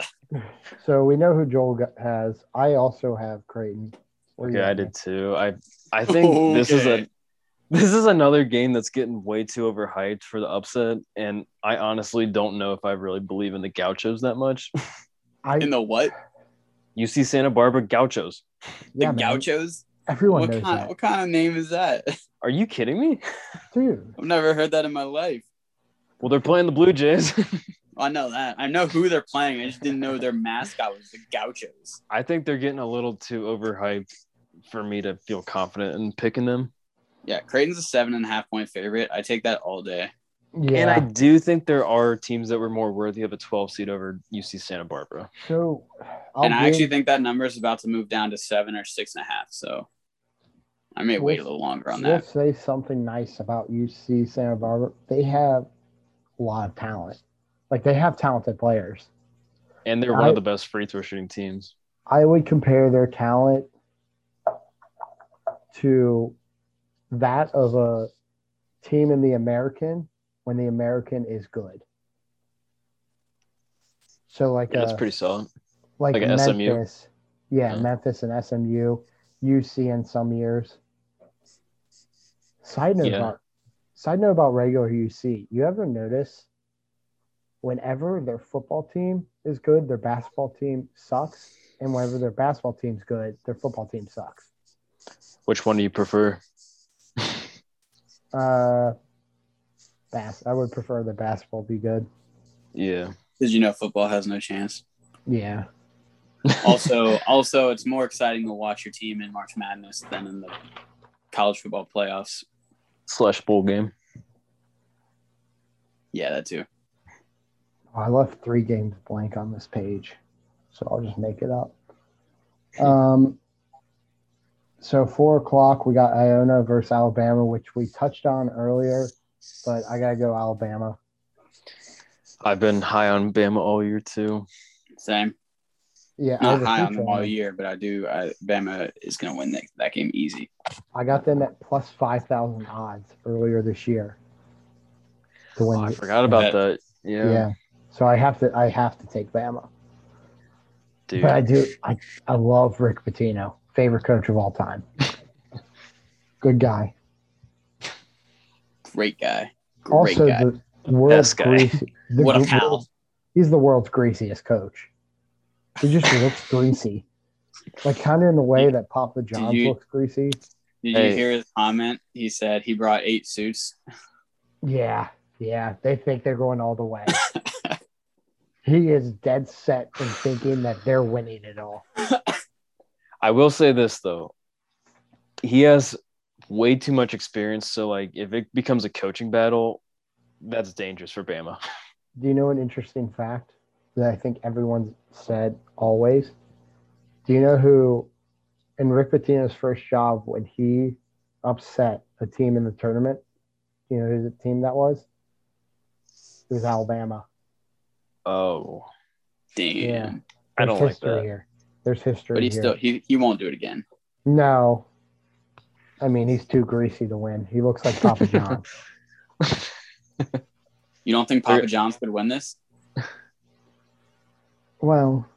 [SPEAKER 1] So we know who Joel got- has. I also have Creighton. Where you
[SPEAKER 2] Yeah, I
[SPEAKER 1] at,
[SPEAKER 2] did
[SPEAKER 1] Nick?
[SPEAKER 2] too. I I think this is a
[SPEAKER 3] Okay.
[SPEAKER 2] this is another game that's getting way too overhyped for the upset, and I honestly don't know if I really believe in the Gauchos that much.
[SPEAKER 1] I,
[SPEAKER 3] In the what?
[SPEAKER 2] You see Santa Barbara Gauchos?
[SPEAKER 3] The
[SPEAKER 1] yeah, man.
[SPEAKER 3] Gauchos?
[SPEAKER 1] Everyone
[SPEAKER 3] What
[SPEAKER 1] knows
[SPEAKER 3] kind,
[SPEAKER 1] that.
[SPEAKER 3] what kind of name is that?
[SPEAKER 2] Are you kidding me?
[SPEAKER 1] Dude,
[SPEAKER 3] I've never heard that in my life.
[SPEAKER 2] Well, they're playing the Blue Jays.
[SPEAKER 3] I know that. I know who they're playing. I just didn't know their mascot was the Gauchos.
[SPEAKER 2] I think they're getting a little too overhyped for me to feel confident in picking them.
[SPEAKER 3] Yeah, Creighton's a seven and a half point favorite. I take that all day.
[SPEAKER 2] And I
[SPEAKER 1] Yeah.
[SPEAKER 2] do think there are teams that were more worthy of a 12 seed over UC Santa Barbara.
[SPEAKER 1] so I'll
[SPEAKER 3] and I
[SPEAKER 1] give-
[SPEAKER 3] actually think that number is about to move down to seven or six and a half. So I may wait a little longer on
[SPEAKER 1] We'll
[SPEAKER 3] that.
[SPEAKER 1] say something nice about UC Santa Barbara. They have a lot of talent. Like they have talented players.
[SPEAKER 2] And they're one
[SPEAKER 1] I-
[SPEAKER 2] of the best free throw shooting teams.
[SPEAKER 1] I would compare their talent to that of a team in the American when the American is good. So like uh,
[SPEAKER 2] Yeah, that's
[SPEAKER 1] a-
[SPEAKER 2] pretty solid.
[SPEAKER 1] like,
[SPEAKER 2] Like a SMU?
[SPEAKER 1] Memphis. Yeah,
[SPEAKER 2] Yeah.
[SPEAKER 1] Memphis and SMU, UC in some years. Side note
[SPEAKER 2] Yeah.
[SPEAKER 1] about side note about regular UC. You ever notice whenever their football team is good, their basketball team sucks, and whenever their basketball team's good, their football team sucks.
[SPEAKER 2] Which one do you prefer?
[SPEAKER 1] Uh, bas- I would prefer the basketball be good.
[SPEAKER 2] Yeah.
[SPEAKER 3] Because you know football has no chance.
[SPEAKER 1] Yeah,
[SPEAKER 3] Also, also it's more exciting to watch your team in March Madness than in the college football playoffs.
[SPEAKER 2] Slash bowl game.
[SPEAKER 3] Yeah, that too.
[SPEAKER 1] Oh, I left three games blank on this page, so I'll just make it up. Um, so four o'clock, we got Iona versus Alabama, which we touched on earlier, but I gotta go Alabama.
[SPEAKER 2] I've been high on Bama all year too.
[SPEAKER 3] Same.
[SPEAKER 1] Yeah, I
[SPEAKER 3] Not
[SPEAKER 1] was a
[SPEAKER 3] high on
[SPEAKER 1] huge
[SPEAKER 3] them
[SPEAKER 1] fan.
[SPEAKER 3] all year, but I do. I, Bama is going to win that, that game easy.
[SPEAKER 1] I got them at plus five thousand odds earlier this year to win.
[SPEAKER 2] Oh, I
[SPEAKER 1] the-
[SPEAKER 2] forgot about that.
[SPEAKER 1] yeah.
[SPEAKER 2] Yeah,
[SPEAKER 1] so I have to, I have to take Bama,
[SPEAKER 2] dude.
[SPEAKER 1] but I do, I, I love Rick Pitino, favorite coach of all time. Good guy.
[SPEAKER 3] Great guy. Great
[SPEAKER 1] also
[SPEAKER 3] guy.
[SPEAKER 1] the world's
[SPEAKER 2] Best guy.
[SPEAKER 1] greasy. the
[SPEAKER 3] What a
[SPEAKER 1] gr-
[SPEAKER 3] pal.
[SPEAKER 1] He's the world's greasiest coach. He just looks greasy, like kind of in the way that Papa John's
[SPEAKER 3] you-
[SPEAKER 1] looks greasy.
[SPEAKER 3] Did you
[SPEAKER 2] Hey.
[SPEAKER 3] hear his comment? He said he brought eight suits.
[SPEAKER 1] Yeah, yeah. They think they're going all the way. he is dead set in thinking that they're winning it all.
[SPEAKER 2] I will say this though. He has way too much experience. So like if it becomes a coaching battle, that's dangerous for Bama.
[SPEAKER 1] Do you know an interesting fact that I think everyone's said always? Do you know who in Rick Pitino's first job when he upset a team in the tournament? Do you know who the team that was? It was Alabama.
[SPEAKER 2] Oh.
[SPEAKER 3] Damn.
[SPEAKER 1] Yeah.
[SPEAKER 2] I
[SPEAKER 1] There's
[SPEAKER 2] don't like
[SPEAKER 1] history
[SPEAKER 2] that.
[SPEAKER 1] here. There's history
[SPEAKER 3] But he
[SPEAKER 1] here.
[SPEAKER 3] still he, he won't do it again.
[SPEAKER 1] No. I mean, he's too greasy to win. He looks like Papa John.
[SPEAKER 3] You don't think Papa
[SPEAKER 2] They're-
[SPEAKER 3] John's could win this?
[SPEAKER 1] well,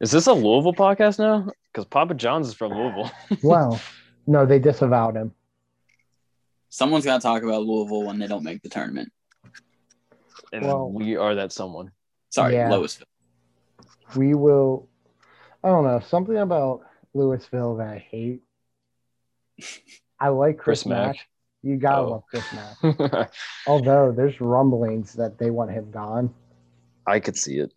[SPEAKER 2] Is this a Louisville podcast now? Because Papa John's is from Louisville.
[SPEAKER 1] well, no, they disavowed him.
[SPEAKER 3] Someone's got to talk about Louisville when they don't make the tournament.
[SPEAKER 2] And
[SPEAKER 1] Well-
[SPEAKER 2] we are that someone.
[SPEAKER 3] Sorry,
[SPEAKER 1] Yeah.
[SPEAKER 3] Louisville.
[SPEAKER 1] we will i don't know something about louisville that i hate i like chris,
[SPEAKER 2] Chris
[SPEAKER 1] mack.
[SPEAKER 2] Mack.
[SPEAKER 1] you gotta
[SPEAKER 2] Oh.
[SPEAKER 1] love chris mack although there's rumblings that they want him gone
[SPEAKER 2] I could see it.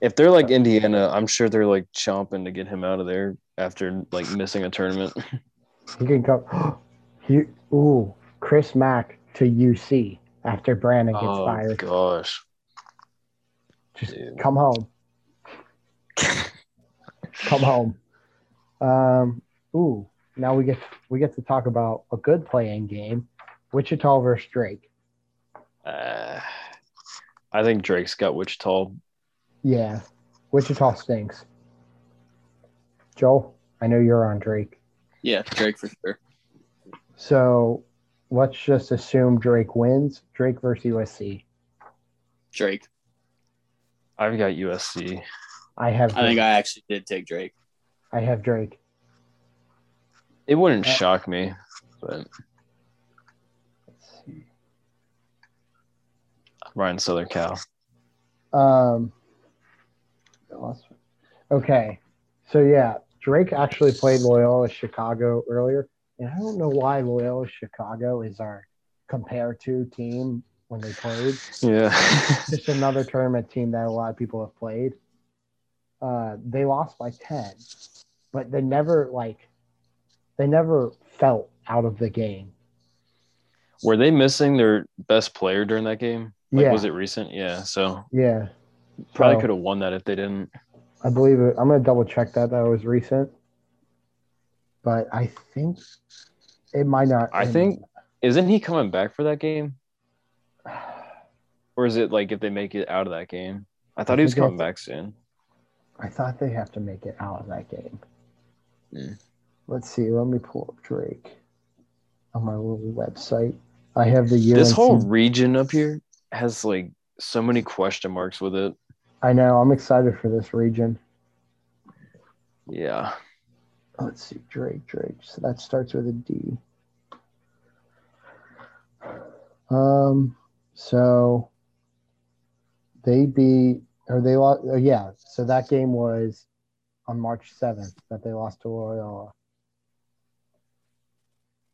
[SPEAKER 2] If they're like Indiana, I'm sure they're like chomping to get him out of there after like missing a tournament.
[SPEAKER 1] he can come he ooh chris mack to uc after brandon gets
[SPEAKER 2] Oh
[SPEAKER 1] fired
[SPEAKER 2] gosh.
[SPEAKER 1] just
[SPEAKER 2] dude.
[SPEAKER 1] come home come home um ooh now we get we get to talk about a good playing game wichita versus drake
[SPEAKER 2] Uh, I think Drake's got Wichita.
[SPEAKER 1] Yeah. Wichita stinks. Joel, I know you're on Drake.
[SPEAKER 3] Yeah, Drake for sure.
[SPEAKER 1] So let's just assume Drake wins. Drake versus USC.
[SPEAKER 3] Drake.
[SPEAKER 2] I've got USC.
[SPEAKER 1] I have
[SPEAKER 3] I think I actually did take Drake.
[SPEAKER 1] I have Drake.
[SPEAKER 2] It wouldn't
[SPEAKER 1] Yeah.
[SPEAKER 2] shock me, but
[SPEAKER 1] Let's see.
[SPEAKER 2] Ryan Southern Cal.
[SPEAKER 1] Um the last one. Okay. So yeah, Drake actually played Loyola Chicago earlier. And I don't know why Loyola Chicago is our compare to team when they played.
[SPEAKER 2] Yeah.
[SPEAKER 1] Just another tournament team that a lot of people have played. Uh, they lost by ten, but they never like they never felt out of the game.
[SPEAKER 2] Were they missing their best player during that game? Like,
[SPEAKER 1] yeah,
[SPEAKER 2] was it recent? Yeah. So
[SPEAKER 1] yeah.
[SPEAKER 2] probably
[SPEAKER 1] So,
[SPEAKER 2] could have won that if they didn't.
[SPEAKER 1] I believe it. I'm gonna double check that. That was recent, but I think it might not.
[SPEAKER 2] I think isn't he coming back for that game, or is it like if they make it out of that game? I thought he was
[SPEAKER 1] think
[SPEAKER 2] coming back soon.
[SPEAKER 1] I thought they have to make it out of that game.
[SPEAKER 2] Mm.
[SPEAKER 1] Let's see. Let me pull up Drake on my little website. I have the year.
[SPEAKER 2] This
[SPEAKER 1] in
[SPEAKER 2] whole
[SPEAKER 1] season-
[SPEAKER 2] region up here has like so many question marks with it.
[SPEAKER 1] I know. I'm excited for this region.
[SPEAKER 2] Yeah.
[SPEAKER 1] Oh, Let's see. Drake, Drake. So that starts with a D. Um. So they beat or they lost. Oh, yeah. So that game was on March 7th that they lost to Loyola.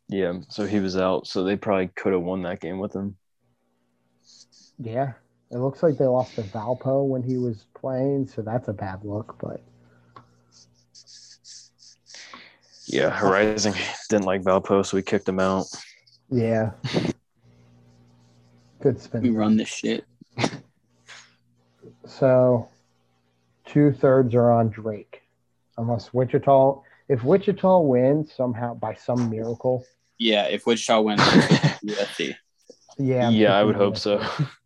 [SPEAKER 2] Yeah, so he was out, so they probably could have won that game with him.
[SPEAKER 1] Yeah. It looks like they lost to Valpo when he was playing, so that's a bad look. But
[SPEAKER 2] Yeah, Horizon didn't like Valpo, so we kicked him out.
[SPEAKER 1] yeah, good
[SPEAKER 3] We
[SPEAKER 1] spin.
[SPEAKER 3] run this shit.
[SPEAKER 1] So two thirds are on Drake, unless Wichita. If Wichita wins somehow by some miracle,
[SPEAKER 3] Yeah, if Wichita wins, USC.
[SPEAKER 1] yeah,
[SPEAKER 2] Yeah,
[SPEAKER 1] I'm
[SPEAKER 2] I would
[SPEAKER 1] thinking
[SPEAKER 2] hope so.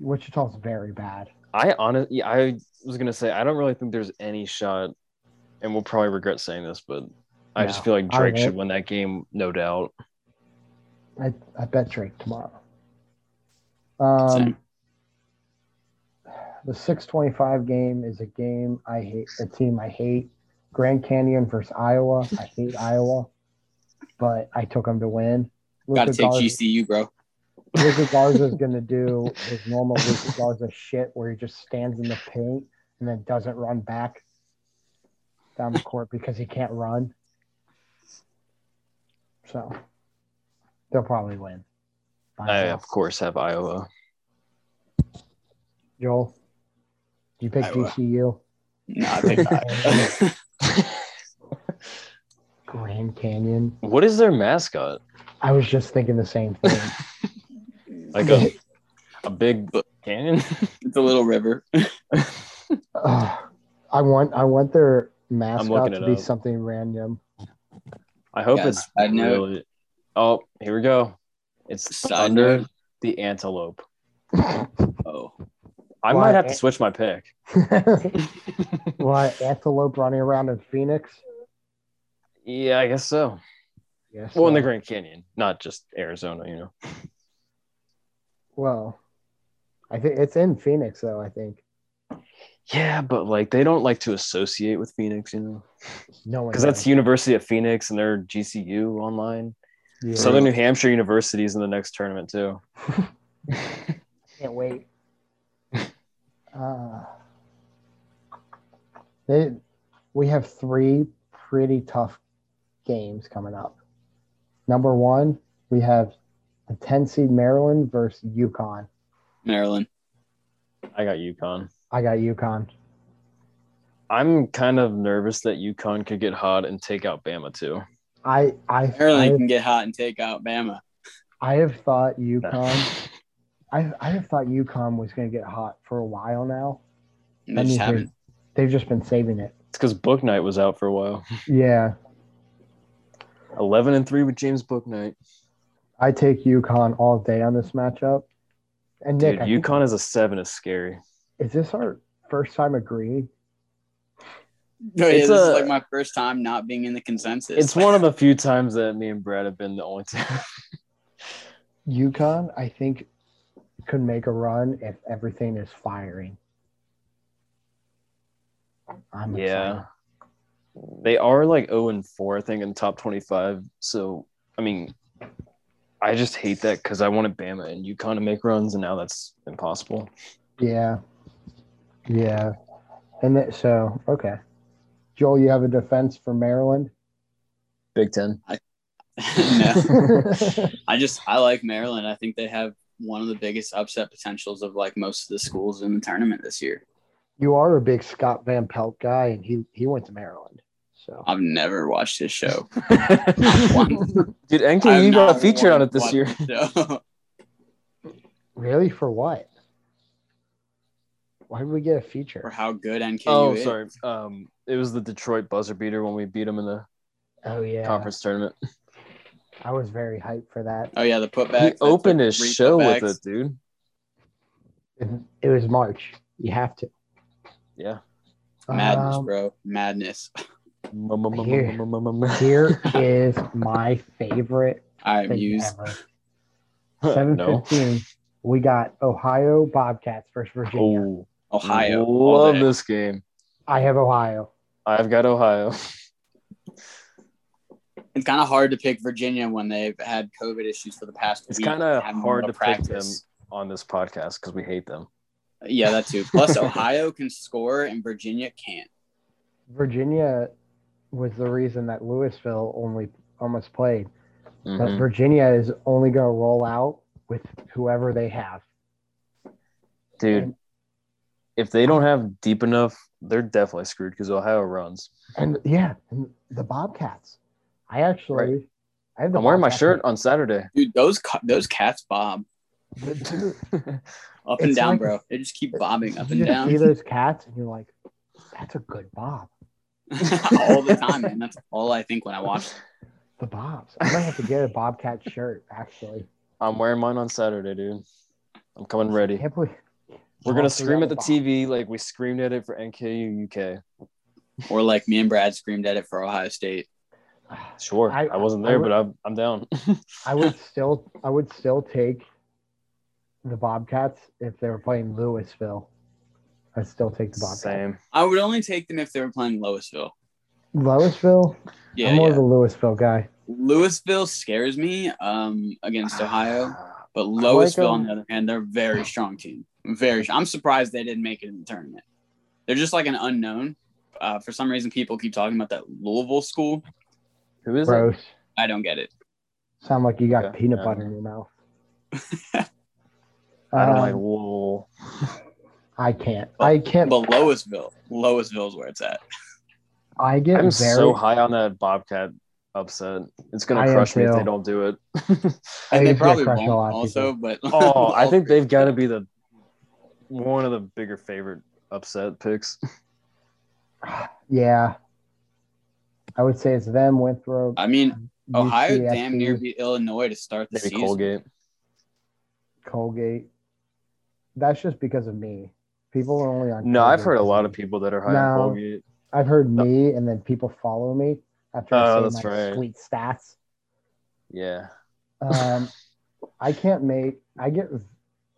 [SPEAKER 1] Wichita's very bad.
[SPEAKER 2] I honestly, I was gonna say I don't really think there's any shot, and we'll probably regret saying this, but I
[SPEAKER 1] No,
[SPEAKER 2] just feel like
[SPEAKER 1] I
[SPEAKER 2] Drake should
[SPEAKER 1] won't.
[SPEAKER 2] win that game, no doubt.
[SPEAKER 1] I, I bet Drake tomorrow. Um,
[SPEAKER 3] Same.
[SPEAKER 1] the 625 game is a game I hate, a team I hate. Grand Canyon versus Iowa. I hate Iowa, but I took them to win.
[SPEAKER 3] Got to
[SPEAKER 1] Luka
[SPEAKER 3] take
[SPEAKER 1] Garza-
[SPEAKER 3] GCU, bro.
[SPEAKER 1] Luka Garza is going to do his normal Luka Garza shit where he just stands in the paint and then doesn't run back down the court because he can't run. So they'll probably win. By
[SPEAKER 2] I
[SPEAKER 1] now.
[SPEAKER 2] of course have Iowa.
[SPEAKER 1] Joel, do you pick
[SPEAKER 3] Iowa.
[SPEAKER 1] GCU?
[SPEAKER 3] No, I think not.
[SPEAKER 1] Grand Canyon.
[SPEAKER 2] What is their mascot?
[SPEAKER 1] I was just thinking the same thing.
[SPEAKER 2] Like a a big cannon?
[SPEAKER 3] it's a little river.
[SPEAKER 1] Ugh. I want I want their mascot
[SPEAKER 2] looking
[SPEAKER 1] to
[SPEAKER 2] it
[SPEAKER 1] be
[SPEAKER 2] up.
[SPEAKER 1] something random.
[SPEAKER 2] I hope
[SPEAKER 3] Yes,
[SPEAKER 2] it's
[SPEAKER 3] I know.
[SPEAKER 2] really. Oh, here we go. It's
[SPEAKER 3] Side
[SPEAKER 2] Thunder
[SPEAKER 3] note.
[SPEAKER 2] the Antelope.
[SPEAKER 3] Oh,
[SPEAKER 2] I
[SPEAKER 1] Why?
[SPEAKER 2] might have to switch my pick.
[SPEAKER 1] Why antelope running around in Phoenix?
[SPEAKER 2] Yeah, I guess so.
[SPEAKER 1] Yes.
[SPEAKER 2] Well, in the
[SPEAKER 1] uh,
[SPEAKER 2] Grand Canyon, not just Arizona, you know.
[SPEAKER 1] Well, I think it's in Phoenix though. I think
[SPEAKER 2] Yeah, but like they don't like to associate with Phoenix, you know,
[SPEAKER 1] no one.
[SPEAKER 2] because that's University of Phoenix and they're GCU online.
[SPEAKER 1] knows. Yeah.
[SPEAKER 2] Southern New Hampshire University is in the next tournament too.
[SPEAKER 1] Can't wait. Uh, they, we have three pretty tough games coming up. Number one, we have the 10 seed Maryland versus Yukon.
[SPEAKER 3] Maryland.
[SPEAKER 2] I got UConn.
[SPEAKER 1] I got Yukon.
[SPEAKER 2] I'm kind of nervous that UConn could get hot and take out Bama too.
[SPEAKER 1] I I
[SPEAKER 3] Maryland can get hot and take out Bama.
[SPEAKER 1] I, I have thought UConn. I I have thought UConn was going to get hot for a while now.
[SPEAKER 3] And
[SPEAKER 1] That
[SPEAKER 3] they just
[SPEAKER 1] means they-
[SPEAKER 3] haven't.
[SPEAKER 1] They've just been saving it.
[SPEAKER 2] It's because Book Night was out for a while.
[SPEAKER 1] Yeah,
[SPEAKER 2] Eleven and three with James Book Night.
[SPEAKER 1] I take UConn all day on this matchup. And
[SPEAKER 2] Dude,
[SPEAKER 1] Nick, I think-
[SPEAKER 2] UConn as a seven is scary.
[SPEAKER 1] is this our first time agreeing?
[SPEAKER 3] No, yeah,
[SPEAKER 2] It's
[SPEAKER 3] this is
[SPEAKER 2] a-
[SPEAKER 3] like my first time not being in the consensus.
[SPEAKER 2] It's one of the few times that me and Brad have been the only two.
[SPEAKER 1] UConn, I think, could make a run if everything is firing. I'm
[SPEAKER 2] Yeah. They are like 0 and 4, I think, in the top 25. So, I mean, I just hate that because I wanted Bama and UConn to make runs, and now that's impossible.
[SPEAKER 1] excited. Yeah. Yeah. And that, so, okay. Joel, you have a defense for Maryland?
[SPEAKER 2] Big Ten.
[SPEAKER 3] no, I just I like Maryland. I think they have one of the biggest upset potentials of like most of the schools in the tournament this year.
[SPEAKER 1] You are a big Scott Van Pelt guy, and he he went to Maryland. So
[SPEAKER 3] I've never watched his show.
[SPEAKER 2] Dude,
[SPEAKER 3] I've
[SPEAKER 2] Enki, you got
[SPEAKER 3] not
[SPEAKER 2] a feature on
[SPEAKER 3] wa-
[SPEAKER 2] it this
[SPEAKER 3] watched
[SPEAKER 2] year.
[SPEAKER 3] his show.
[SPEAKER 1] really, for what? Why did we get a
[SPEAKER 3] For
[SPEAKER 1] feature?
[SPEAKER 3] how good NKU
[SPEAKER 2] Oh,
[SPEAKER 3] is.
[SPEAKER 2] sorry. Um, it was the Detroit buzzer beater when we beat them in the
[SPEAKER 1] Oh yeah,
[SPEAKER 2] conference tournament.
[SPEAKER 1] I was very hyped for that.
[SPEAKER 3] Oh yeah, the putback.
[SPEAKER 2] He opened his
[SPEAKER 3] Three
[SPEAKER 2] show with
[SPEAKER 3] putbacks.
[SPEAKER 2] it, dude.
[SPEAKER 1] It was March. You have to.
[SPEAKER 2] Yeah.
[SPEAKER 3] Madness,
[SPEAKER 1] Um,
[SPEAKER 3] bro. Madness.
[SPEAKER 1] Here.
[SPEAKER 2] Here,
[SPEAKER 1] Here is my favorite
[SPEAKER 3] I'm
[SPEAKER 1] thing
[SPEAKER 3] used.
[SPEAKER 1] ever. Seven
[SPEAKER 2] no.
[SPEAKER 1] fifteen. We got Ohio Bobcats versus Virginia.
[SPEAKER 2] Oh,
[SPEAKER 3] Ohio. all
[SPEAKER 2] Love
[SPEAKER 3] day.
[SPEAKER 2] this game.
[SPEAKER 1] I have Ohio.
[SPEAKER 2] I've got Ohio.
[SPEAKER 3] It's kind of hard to pick Virginia when they've had COVID issues for the past.
[SPEAKER 2] It's
[SPEAKER 3] week
[SPEAKER 2] kind
[SPEAKER 3] and
[SPEAKER 2] of
[SPEAKER 3] haven't been
[SPEAKER 2] hard
[SPEAKER 3] able
[SPEAKER 2] to pick them on this podcast because we hate them.
[SPEAKER 3] Yeah, that too. Plus, Ohio can score and Virginia can't.
[SPEAKER 1] Virginia was the reason that Louisville only almost played. But
[SPEAKER 2] Mhm.
[SPEAKER 1] Virginia is only going to roll out with whoever they have.
[SPEAKER 2] Dude, if they don't have deep enough, they're definitely screwed because Ohio runs.
[SPEAKER 1] And yeah, and the Bobcats. I actually, I have the
[SPEAKER 2] I'm wearing my
[SPEAKER 1] Bobcats.
[SPEAKER 2] shirt on Saturday.
[SPEAKER 3] Dude, those co- those cats bob
[SPEAKER 1] But dude,
[SPEAKER 3] up and
[SPEAKER 1] It's
[SPEAKER 3] down,
[SPEAKER 1] like-
[SPEAKER 3] bro. They just keep bobbing up
[SPEAKER 1] you
[SPEAKER 3] and
[SPEAKER 1] just see
[SPEAKER 3] down
[SPEAKER 1] those cats and you're like, that's a good bob.
[SPEAKER 3] all the time, man. That's all I think when I watch.
[SPEAKER 1] The bobs. I might have to get a Bobcat shirt actually.
[SPEAKER 2] I'm wearing mine on Saturday, dude. I'm coming ready.
[SPEAKER 1] Can't believe
[SPEAKER 2] We're gonna
[SPEAKER 1] Lost
[SPEAKER 2] scream
[SPEAKER 1] without
[SPEAKER 2] at the
[SPEAKER 1] Bob.
[SPEAKER 2] TV like we screamed at it for NKU UK.
[SPEAKER 3] Or like me and Brad screamed at it for Ohio State.
[SPEAKER 2] Sure,
[SPEAKER 1] I-
[SPEAKER 2] I, wasn't
[SPEAKER 1] I
[SPEAKER 2] there,
[SPEAKER 1] would-
[SPEAKER 2] but I'm, I'm down.
[SPEAKER 1] I would still, I would still take the Bobcats if they were playing Louisville. I'd still take the Bobcats.
[SPEAKER 2] Same.
[SPEAKER 3] I would only take them if they were playing Louisville.
[SPEAKER 1] Louisville.
[SPEAKER 3] Yeah,
[SPEAKER 1] I'm more
[SPEAKER 3] yeah.
[SPEAKER 1] of a Louisville guy.
[SPEAKER 3] Louisville scares me um,
[SPEAKER 1] Ah.
[SPEAKER 3] against Ohio, but
[SPEAKER 2] like
[SPEAKER 3] Louisville, on
[SPEAKER 2] them.
[SPEAKER 3] the other hand, they're a very strong team. Very. I'm surprised they didn't make it in the tournament. They're just like an unknown. Uh, for some reason, people keep talking about that Louisville school.
[SPEAKER 2] Who is it?
[SPEAKER 1] Gross.
[SPEAKER 3] I don't get it.
[SPEAKER 1] Sound like you got
[SPEAKER 2] Okay,
[SPEAKER 1] peanut
[SPEAKER 2] yeah.
[SPEAKER 1] butter in your mouth.
[SPEAKER 2] I don't
[SPEAKER 1] Um,
[SPEAKER 2] like wool.
[SPEAKER 1] I can't. I can't.
[SPEAKER 3] But Louisville, Louisville is where it's at.
[SPEAKER 1] I get
[SPEAKER 2] I'm
[SPEAKER 1] very.
[SPEAKER 2] so high on that Bobcat upset. It's
[SPEAKER 1] I
[SPEAKER 2] gonna
[SPEAKER 1] am
[SPEAKER 2] crush me if
[SPEAKER 1] too.
[SPEAKER 2] they don't do it.
[SPEAKER 1] I
[SPEAKER 3] And they
[SPEAKER 1] usually
[SPEAKER 3] probably
[SPEAKER 1] crush a
[SPEAKER 3] won't
[SPEAKER 1] lot of
[SPEAKER 3] also, but
[SPEAKER 2] oh, I think they've got to be the one of the bigger favorite upset picks.
[SPEAKER 1] yeah. I would say it's them. Winthrop.
[SPEAKER 3] I mean,
[SPEAKER 2] oh,
[SPEAKER 3] Ohio
[SPEAKER 1] UCSD,
[SPEAKER 3] damn near beat Illinois to start the
[SPEAKER 2] Maybe
[SPEAKER 3] season.
[SPEAKER 2] Colgate.
[SPEAKER 1] Colgate. That's just because of me. People are only on.
[SPEAKER 2] No, I've
[SPEAKER 1] Colgate
[SPEAKER 2] heard a
[SPEAKER 1] because
[SPEAKER 2] lot
[SPEAKER 1] of
[SPEAKER 2] of
[SPEAKER 1] me.
[SPEAKER 2] people that are high on
[SPEAKER 1] No.
[SPEAKER 2] Colgate.
[SPEAKER 1] I've heard me, and then people follow me after I
[SPEAKER 2] Oh,
[SPEAKER 1] say
[SPEAKER 2] that's
[SPEAKER 1] my
[SPEAKER 2] right.
[SPEAKER 1] sweet stats.
[SPEAKER 2] Yeah.
[SPEAKER 1] Um, I can't make. I get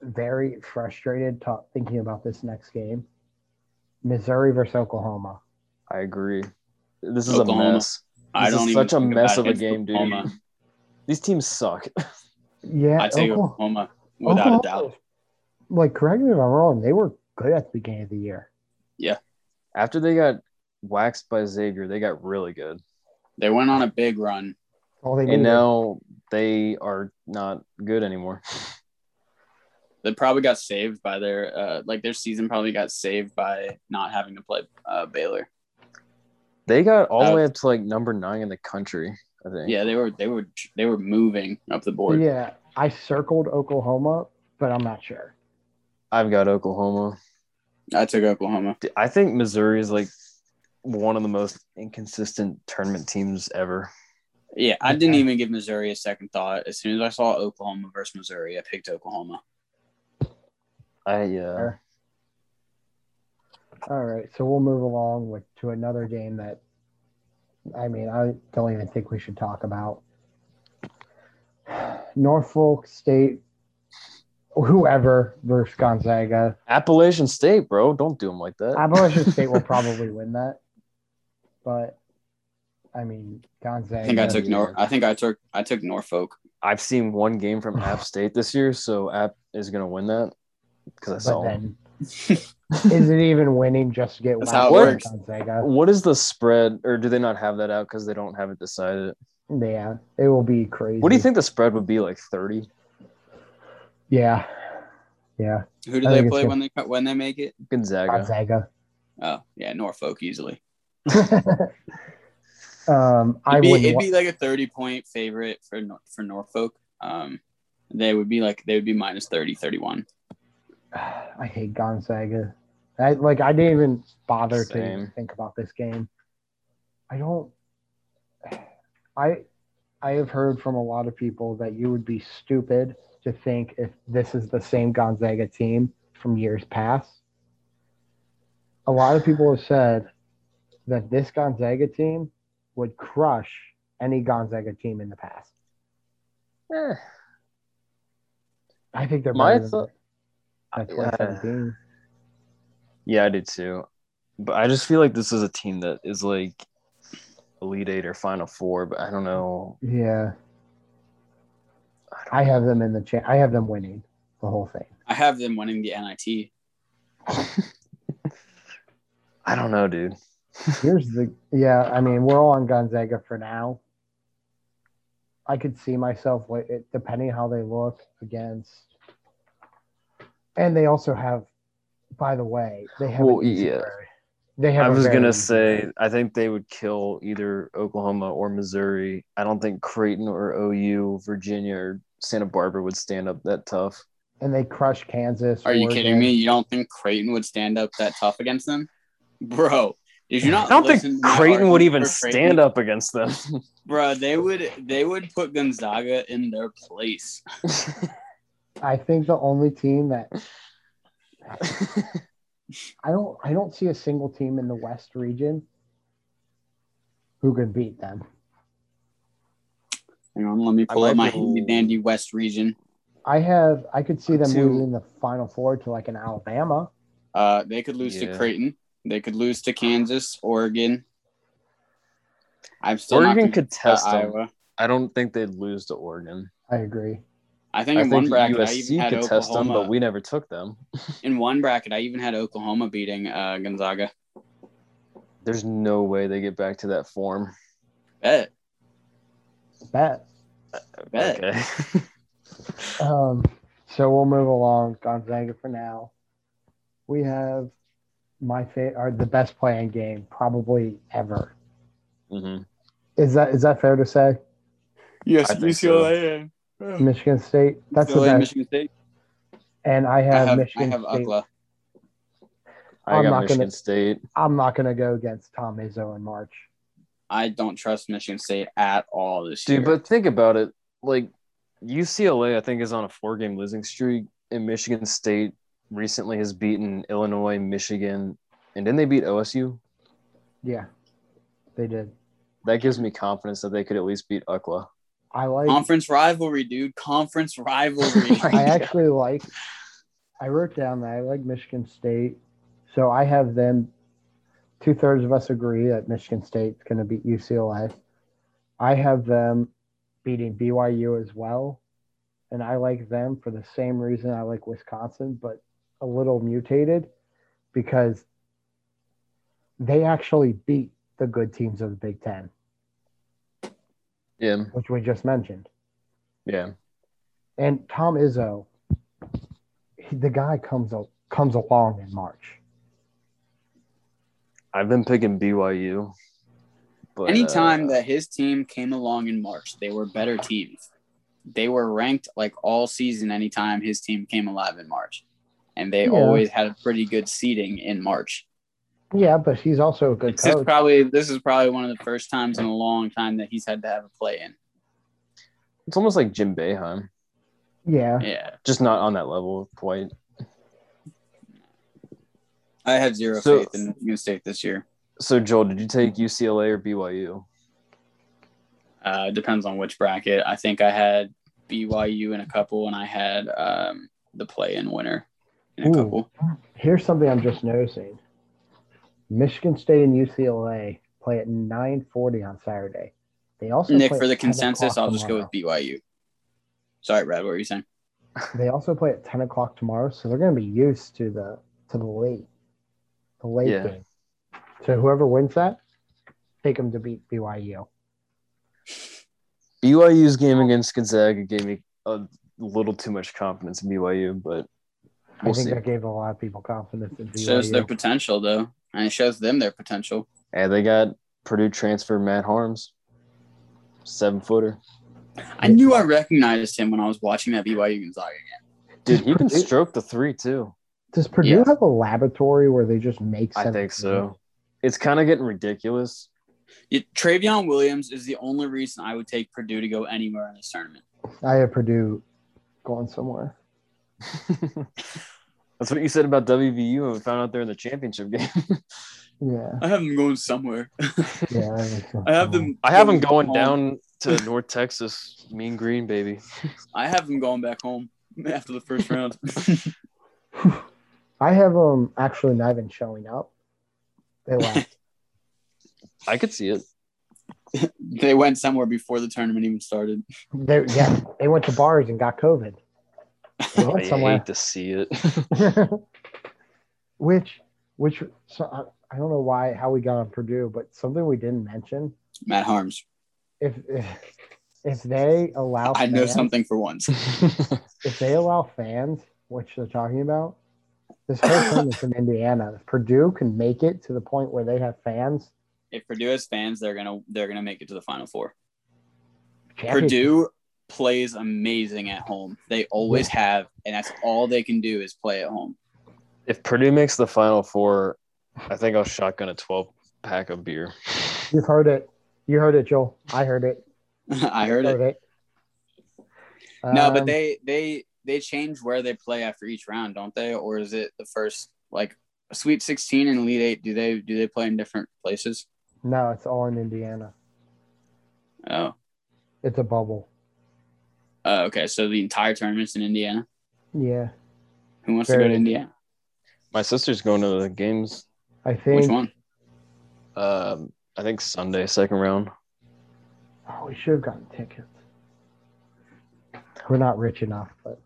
[SPEAKER 1] very frustrated ta- thinking about this next game, Missouri versus Oklahoma.
[SPEAKER 2] I agree. This is
[SPEAKER 3] Oklahoma.
[SPEAKER 2] a mess.
[SPEAKER 3] I
[SPEAKER 2] This
[SPEAKER 3] don't
[SPEAKER 2] is
[SPEAKER 3] even
[SPEAKER 2] such a
[SPEAKER 3] think
[SPEAKER 2] mess
[SPEAKER 3] about
[SPEAKER 2] of a
[SPEAKER 3] it.
[SPEAKER 2] game, dude.
[SPEAKER 3] Oklahoma.
[SPEAKER 2] These teams suck.
[SPEAKER 1] Yeah,
[SPEAKER 3] I take
[SPEAKER 1] Oklahoma-
[SPEAKER 3] Oklahoma without a
[SPEAKER 1] Oklahoma
[SPEAKER 3] doubt.
[SPEAKER 1] was- Like, correct me if I'm wrong. They were good at the beginning of the year.
[SPEAKER 2] After they got waxed by Xavier, they got really good.
[SPEAKER 3] They went on a big run.
[SPEAKER 1] All they
[SPEAKER 2] And
[SPEAKER 1] needed.
[SPEAKER 2] now they are not good anymore.
[SPEAKER 3] They probably got saved by their uh, like their season probably got saved by not having to play uh, Baylor.
[SPEAKER 2] They got all
[SPEAKER 3] Uh,
[SPEAKER 2] the way up to like number nine in the country, I think.
[SPEAKER 3] Yeah, they were they were they were moving up the board.
[SPEAKER 1] yeah, I circled Oklahoma, but I'm not sure.
[SPEAKER 2] I've got Oklahoma.
[SPEAKER 3] I took Oklahoma.
[SPEAKER 2] D- I think Missouri is like one of the most inconsistent tournament teams ever.
[SPEAKER 3] Yeah, I didn't
[SPEAKER 1] Okay.
[SPEAKER 3] even give Missouri a second thought. As soon as I saw Oklahoma versus Missouri, I picked Oklahoma.
[SPEAKER 2] I uh,
[SPEAKER 1] Fair. All right, so we'll move along with to another game that, I mean, I don't even think we should talk about. Norfolk State, whoever versus Gonzaga.
[SPEAKER 2] Appalachian State, bro. Don't do them like that.
[SPEAKER 1] Appalachian State will probably win that, but I mean, Gonzaga.
[SPEAKER 3] I think I took
[SPEAKER 2] yeah.
[SPEAKER 3] Nor. I think I took I took Norfolk.
[SPEAKER 2] I've seen one game from App State this year, so App is gonna win that because I
[SPEAKER 1] But
[SPEAKER 2] saw. them.
[SPEAKER 1] then, is it even winning just to get
[SPEAKER 3] That's
[SPEAKER 1] waxed
[SPEAKER 3] how it
[SPEAKER 1] by
[SPEAKER 2] works.
[SPEAKER 1] Gonzaga?
[SPEAKER 2] What is the spread, or do they not have that out because they don't have it decided?
[SPEAKER 1] Yeah, it will be crazy.
[SPEAKER 2] What do you think the spread would be like? Thirty?
[SPEAKER 1] Yeah. Yeah.
[SPEAKER 3] Who do
[SPEAKER 1] I think
[SPEAKER 3] they
[SPEAKER 1] it's
[SPEAKER 3] play
[SPEAKER 1] good.
[SPEAKER 3] when they co- when they make it?
[SPEAKER 2] Gonzaga.
[SPEAKER 1] Gonzaga.
[SPEAKER 3] Oh yeah, Norfolk easily.
[SPEAKER 1] um, I
[SPEAKER 3] It'd be,
[SPEAKER 1] wouldn't.
[SPEAKER 3] it'd
[SPEAKER 1] wa-
[SPEAKER 3] be like a thirty point favorite for Nor- for Norfolk. Um, they would be like they would be minus 30, 31.
[SPEAKER 1] I hate Gonzaga. I like. I didn't even bother
[SPEAKER 2] Same.
[SPEAKER 1] to think about this game. I don't. I, I have heard from a lot of people that you would be stupid to think if this is the same Gonzaga team from years past. A lot of people have said that this Gonzaga team would crush any Gonzaga team in the past.
[SPEAKER 2] Eh,
[SPEAKER 1] I think they're
[SPEAKER 2] My
[SPEAKER 1] better than
[SPEAKER 2] thought-
[SPEAKER 1] that
[SPEAKER 2] Yeah.
[SPEAKER 1] 2017.
[SPEAKER 2] Yeah, I did too. But I just feel like this is a team that is like Elite Eight or Final Four, but I don't know.
[SPEAKER 1] Yeah. I have them in the cha- I have them winning the whole thing.
[SPEAKER 3] I have them winning the NIT.
[SPEAKER 2] I don't know, dude.
[SPEAKER 1] Here's the yeah. I mean, we're all on Gonzaga for now. I could see myself like, it, depending how they look against, and they also have. By the way, they have. an
[SPEAKER 2] Well,
[SPEAKER 1] easy
[SPEAKER 2] yeah.
[SPEAKER 1] road. They have.
[SPEAKER 2] I
[SPEAKER 1] a
[SPEAKER 2] was
[SPEAKER 1] very
[SPEAKER 2] gonna
[SPEAKER 1] easy
[SPEAKER 2] say
[SPEAKER 1] road.
[SPEAKER 2] I think they would kill either Oklahoma or Missouri. I don't think Creighton or OU, Virginia or Santa Barbara would stand up that tough.
[SPEAKER 1] and they crush Kansas.
[SPEAKER 3] Are you
[SPEAKER 1] Oregon.
[SPEAKER 3] kidding me? You don't think Creighton would stand up that tough against them, bro? Did you
[SPEAKER 2] I
[SPEAKER 3] not?
[SPEAKER 2] don't
[SPEAKER 3] listen
[SPEAKER 2] think
[SPEAKER 3] to my
[SPEAKER 2] Creiton would
[SPEAKER 3] argument
[SPEAKER 2] even
[SPEAKER 3] for Creighton?
[SPEAKER 2] stand up against them.
[SPEAKER 3] bro. They would they would put Gonzaga in their place.
[SPEAKER 1] I think the only team that I don't I don't see a single team in the West region who can beat them.
[SPEAKER 3] Hang on, let me
[SPEAKER 2] I
[SPEAKER 3] pull up
[SPEAKER 2] might
[SPEAKER 3] my
[SPEAKER 2] be-
[SPEAKER 3] handy dandy West region.
[SPEAKER 1] I have I could see them
[SPEAKER 2] Two.
[SPEAKER 1] losing the final four to like an Alabama.
[SPEAKER 3] Uh, they could lose
[SPEAKER 2] Yeah.
[SPEAKER 3] to Creighton. They could lose to Kansas, Oregon. I'm still not
[SPEAKER 2] Oregon
[SPEAKER 3] convinced
[SPEAKER 2] could test
[SPEAKER 3] about
[SPEAKER 2] them.
[SPEAKER 3] Iowa.
[SPEAKER 2] I don't think they'd lose to Oregon.
[SPEAKER 1] I agree.
[SPEAKER 3] I think
[SPEAKER 2] I
[SPEAKER 3] in one
[SPEAKER 2] think
[SPEAKER 3] bracket I
[SPEAKER 2] USC
[SPEAKER 3] even had
[SPEAKER 2] could
[SPEAKER 3] Oklahoma.
[SPEAKER 2] test them, but we never took them.
[SPEAKER 3] In one bracket I even had Oklahoma beating uh, Gonzaga.
[SPEAKER 2] There's no way they get back to that form.
[SPEAKER 3] Bet
[SPEAKER 1] Bet.
[SPEAKER 3] bet.
[SPEAKER 2] Okay.
[SPEAKER 1] Um, so we'll move along. Gonzaga for now. We have my favorite or the best playing game probably ever.
[SPEAKER 2] Mhm.
[SPEAKER 1] Is that is that fair to say?
[SPEAKER 3] Yes,
[SPEAKER 2] I think so.
[SPEAKER 1] Michigan State. That's
[SPEAKER 3] Philly,
[SPEAKER 1] the best.
[SPEAKER 3] Michigan State.
[SPEAKER 1] and I
[SPEAKER 3] I
[SPEAKER 1] have,
[SPEAKER 3] have, I
[SPEAKER 1] Michigan
[SPEAKER 3] have
[SPEAKER 1] State.
[SPEAKER 3] UCLA.
[SPEAKER 2] I
[SPEAKER 1] I'm
[SPEAKER 2] got
[SPEAKER 1] not
[SPEAKER 2] Michigan
[SPEAKER 1] gonna-
[SPEAKER 2] State.
[SPEAKER 1] I'm not gonna go against Tom Izzo in March.
[SPEAKER 3] I don't trust Michigan State at all this
[SPEAKER 2] Dude,
[SPEAKER 3] year.
[SPEAKER 2] but think about it. Like UCLA, I think is on a four-game losing streak, and Michigan State recently has beaten Illinois, Michigan, and then they beat OSU.
[SPEAKER 1] Yeah, they did.
[SPEAKER 2] That gives me confidence that they could at least beat UCLA.
[SPEAKER 1] I like.
[SPEAKER 3] conference rivalry, dude. Conference rivalry.
[SPEAKER 2] Like-
[SPEAKER 1] I actually like. I wrote down that I like Michigan State, so I have them. Two thirds of us agree that Michigan State's going to beat UCLA. I have them beating BYU as well, and I like them for the same reason I like Wisconsin, but a little mutated because they actually beat the good teams of the Big Ten,
[SPEAKER 2] Yeah,
[SPEAKER 1] which we just mentioned.
[SPEAKER 2] yeah.
[SPEAKER 1] And Tom Izzo, he, the guy comes al- comes along in March.
[SPEAKER 2] I've been picking BYU. But,
[SPEAKER 3] Anytime
[SPEAKER 2] uh,
[SPEAKER 3] that his team came along in March, they were better teams. They were ranked like all season anytime his team came alive in March. And they
[SPEAKER 1] Yeah.
[SPEAKER 3] always had a pretty good seeding in March.
[SPEAKER 1] Yeah, but he's also a good
[SPEAKER 3] This is
[SPEAKER 1] coach.
[SPEAKER 3] probably this is probably one of the first times in a long time that he's had to have a play in.
[SPEAKER 2] it's almost like Jim Beheim,
[SPEAKER 1] yeah,
[SPEAKER 3] Yeah.
[SPEAKER 2] just not on that level quite.
[SPEAKER 3] I have zero
[SPEAKER 2] So-
[SPEAKER 3] faith in Michigan State this year.
[SPEAKER 2] So Joel, did you take UCLA or BYU?
[SPEAKER 3] Uh, depends on which bracket. I think I had BYU in a couple, and I had um, the play-in winner in a
[SPEAKER 1] Ooh.
[SPEAKER 3] couple.
[SPEAKER 1] here's something I'm just noticing: Michigan State and UCLA play at 9:40 on Saturday. They also
[SPEAKER 3] Nick,
[SPEAKER 1] play
[SPEAKER 3] for the
[SPEAKER 1] at 10
[SPEAKER 3] consensus,
[SPEAKER 1] o'clock
[SPEAKER 3] I'll just go with
[SPEAKER 1] tomorrow.
[SPEAKER 3] BYU. Sorry, Brad, what were you saying?
[SPEAKER 1] They also play at 10 o'clock tomorrow, so they're going to be used to the to the late, the late
[SPEAKER 2] Yeah.
[SPEAKER 1] game. So whoever wins that, take them to beat BYU.
[SPEAKER 2] BYU's game against Gonzaga gave me a a little too much confidence in BYU, but
[SPEAKER 1] I
[SPEAKER 2] we'll
[SPEAKER 1] think
[SPEAKER 2] see.
[SPEAKER 1] that gave a lot of people confidence in
[SPEAKER 3] Shows their
[SPEAKER 1] BYU.
[SPEAKER 3] potential though, and it shows them their potential.
[SPEAKER 2] And they got Purdue transfer Matt Harms, seven footer.
[SPEAKER 3] I knew I recognized him when I was watching that BYU Gonzaga game.
[SPEAKER 2] Dude, he can
[SPEAKER 1] Purdue-
[SPEAKER 2] stroke the three too.
[SPEAKER 1] Does Purdue
[SPEAKER 3] Yeah.
[SPEAKER 1] have a laboratory where they just make?
[SPEAKER 2] I think
[SPEAKER 1] 17?
[SPEAKER 2] so. It's kind of getting ridiculous.
[SPEAKER 3] Yeah, Travion Williams is the only reason I would take Purdue to go anywhere in this tournament.
[SPEAKER 1] I have Purdue going somewhere.
[SPEAKER 2] That's what you said about WVU and we found out they're in the championship game.
[SPEAKER 1] Yeah,
[SPEAKER 3] I have them going somewhere.
[SPEAKER 1] yeah. that makes sense.
[SPEAKER 3] I have them.
[SPEAKER 2] I have them going
[SPEAKER 3] home.
[SPEAKER 2] down to North Texas, mean green, baby.
[SPEAKER 3] I have them going back home after the first round.
[SPEAKER 1] I have um actually not even showing up. They left.
[SPEAKER 2] I could see it.
[SPEAKER 3] they went somewhere before the tournament even started.
[SPEAKER 1] they yeah they went to bars and got COVID. They
[SPEAKER 2] I
[SPEAKER 1] went somewhere.
[SPEAKER 2] hate to see it.
[SPEAKER 1] which which so I, I don't know why how we got on Purdue, but something we didn't mention
[SPEAKER 3] Matt Harms.
[SPEAKER 1] if if, if they allow
[SPEAKER 3] I know
[SPEAKER 1] fans-
[SPEAKER 3] something for once.
[SPEAKER 1] if they allow fans, which they're talking about, this whole thing is in Indiana. If Purdue can make it to the point where they have fans,
[SPEAKER 3] If Purdue has fans, they're gonna they're gonna make it to the final four.
[SPEAKER 1] champions-
[SPEAKER 3] Purdue plays amazing at home. They always have, and that's all they can do is play at home.
[SPEAKER 2] if Purdue makes the final four, I think I'll shotgun a 12 pack of beer.
[SPEAKER 1] You've heard it. You heard it, Joel. I heard it.
[SPEAKER 3] I heard Um, it. No,
[SPEAKER 1] Um,
[SPEAKER 3] but they they they change where they play after each round, don't they? Or is it the first like Sweet Sixteen and Elite Eight? Do they do they play in different places?
[SPEAKER 1] no, it's all in Indiana.
[SPEAKER 3] Oh,
[SPEAKER 1] It's a bubble.
[SPEAKER 3] oh okay. So the entire tournament's in Indiana.
[SPEAKER 1] Yeah,
[SPEAKER 3] Who wants to go
[SPEAKER 1] Very-
[SPEAKER 3] to Indiana?
[SPEAKER 2] My sister's going to the games.
[SPEAKER 1] I think.
[SPEAKER 3] Which one?
[SPEAKER 2] Um, I think Sunday, second round.
[SPEAKER 1] Oh, we should have gotten tickets. We're not rich enough, but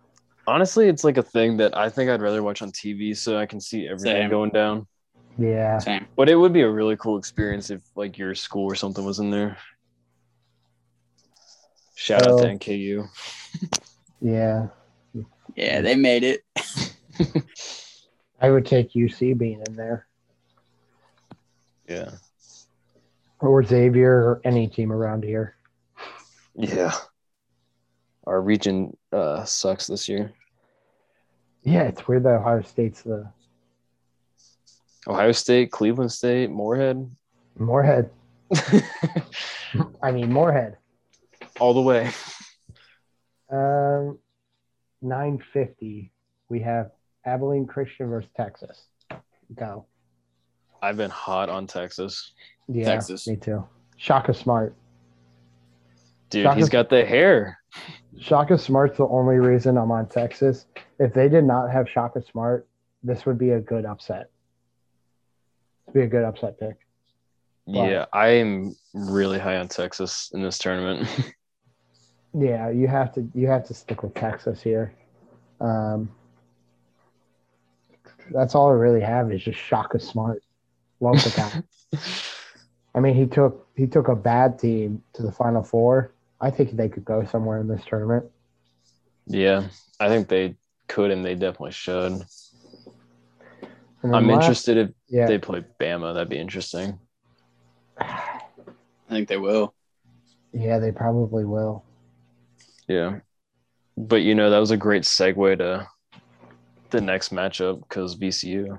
[SPEAKER 2] Honestly, it's like a thing that I think I'd rather watch on TV so I can see everything
[SPEAKER 3] Same.
[SPEAKER 2] going down.
[SPEAKER 1] yeah,
[SPEAKER 3] Same.
[SPEAKER 2] But it would be a really cool experience if like your school or something was in there. Shout out to
[SPEAKER 1] Oh.
[SPEAKER 2] NKU.
[SPEAKER 1] yeah.
[SPEAKER 3] Yeah, they made it.
[SPEAKER 1] I would take UC being in there
[SPEAKER 2] Yeah.
[SPEAKER 1] or Xavier or any team around here.
[SPEAKER 2] Yeah. Our region uh, sucks this year.
[SPEAKER 1] Yeah, it's weird that Ohio State's the
[SPEAKER 2] Ohio State, Cleveland State, Moorhead.
[SPEAKER 1] Moorhead. I mean Moorhead.
[SPEAKER 2] All the way.
[SPEAKER 1] Um, nine fifty. We have Abilene Christian versus Texas. Go.
[SPEAKER 2] I've been hot on Texas.
[SPEAKER 1] Yeah,
[SPEAKER 3] Texas.
[SPEAKER 1] Me too. Shaka Smart.
[SPEAKER 2] Dude,
[SPEAKER 1] Shaka-
[SPEAKER 2] he's got the hair.
[SPEAKER 1] Shaka Smart's the only reason I'm on Texas. If they did not have Shaka Smart, this would be a good upset. It'd be a good upset pick. Wow.
[SPEAKER 2] Yeah, I am really high on Texas in this tournament.
[SPEAKER 1] Yeah, you have to you have to stick with Texas here. Um, that's all I really have is just Shaka Smart. Love the guy. I mean, he took he took a bad team to the Final Four. I think they could go somewhere in this tournament.
[SPEAKER 2] yeah, I think they could and they definitely should.
[SPEAKER 1] And then
[SPEAKER 2] I'm
[SPEAKER 1] last-
[SPEAKER 2] interested if
[SPEAKER 1] Yeah,
[SPEAKER 2] they play Bama. That'd be interesting.
[SPEAKER 3] I think they will.
[SPEAKER 1] yeah, they probably will.
[SPEAKER 2] Yeah. But, you know, that was a great segue to the next matchup because VCU.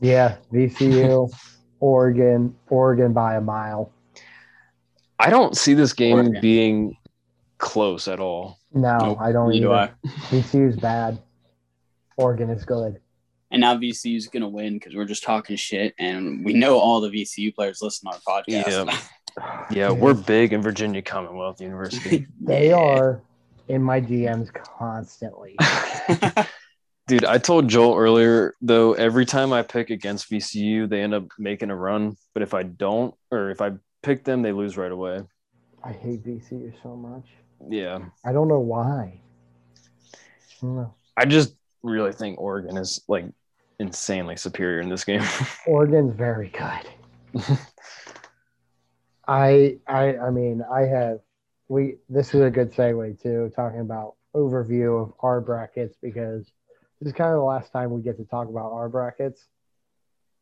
[SPEAKER 1] Yeah, VCU, Oregon, Oregon by a mile.
[SPEAKER 2] I don't see this game
[SPEAKER 3] Oregon.
[SPEAKER 2] being close at all.
[SPEAKER 1] No,
[SPEAKER 3] Nope,
[SPEAKER 1] I don't.
[SPEAKER 3] Neither do
[SPEAKER 1] either.
[SPEAKER 3] I.
[SPEAKER 1] VCU's bad. Oregon is good.
[SPEAKER 3] And now VCU is gonna win because we're just talking shit, and we know all the VCU players listen to our podcast.
[SPEAKER 2] Yeah. Yeah, we're big in Virginia Commonwealth University.
[SPEAKER 1] They are in my DMs constantly.
[SPEAKER 2] Dude, I told Joel earlier though, every time I pick against VCU, they end up making a run. But if I don't, or if I pick them, they lose right away.
[SPEAKER 1] I hate VCU so much.
[SPEAKER 2] Yeah.
[SPEAKER 1] I don't know why. I don't know.
[SPEAKER 2] I just really think Oregon is like insanely superior in this game.
[SPEAKER 1] Oregon's very good. I I I mean I have we this is a good segue to talking about overview of our brackets because this is kind of the last time we get to talk about our brackets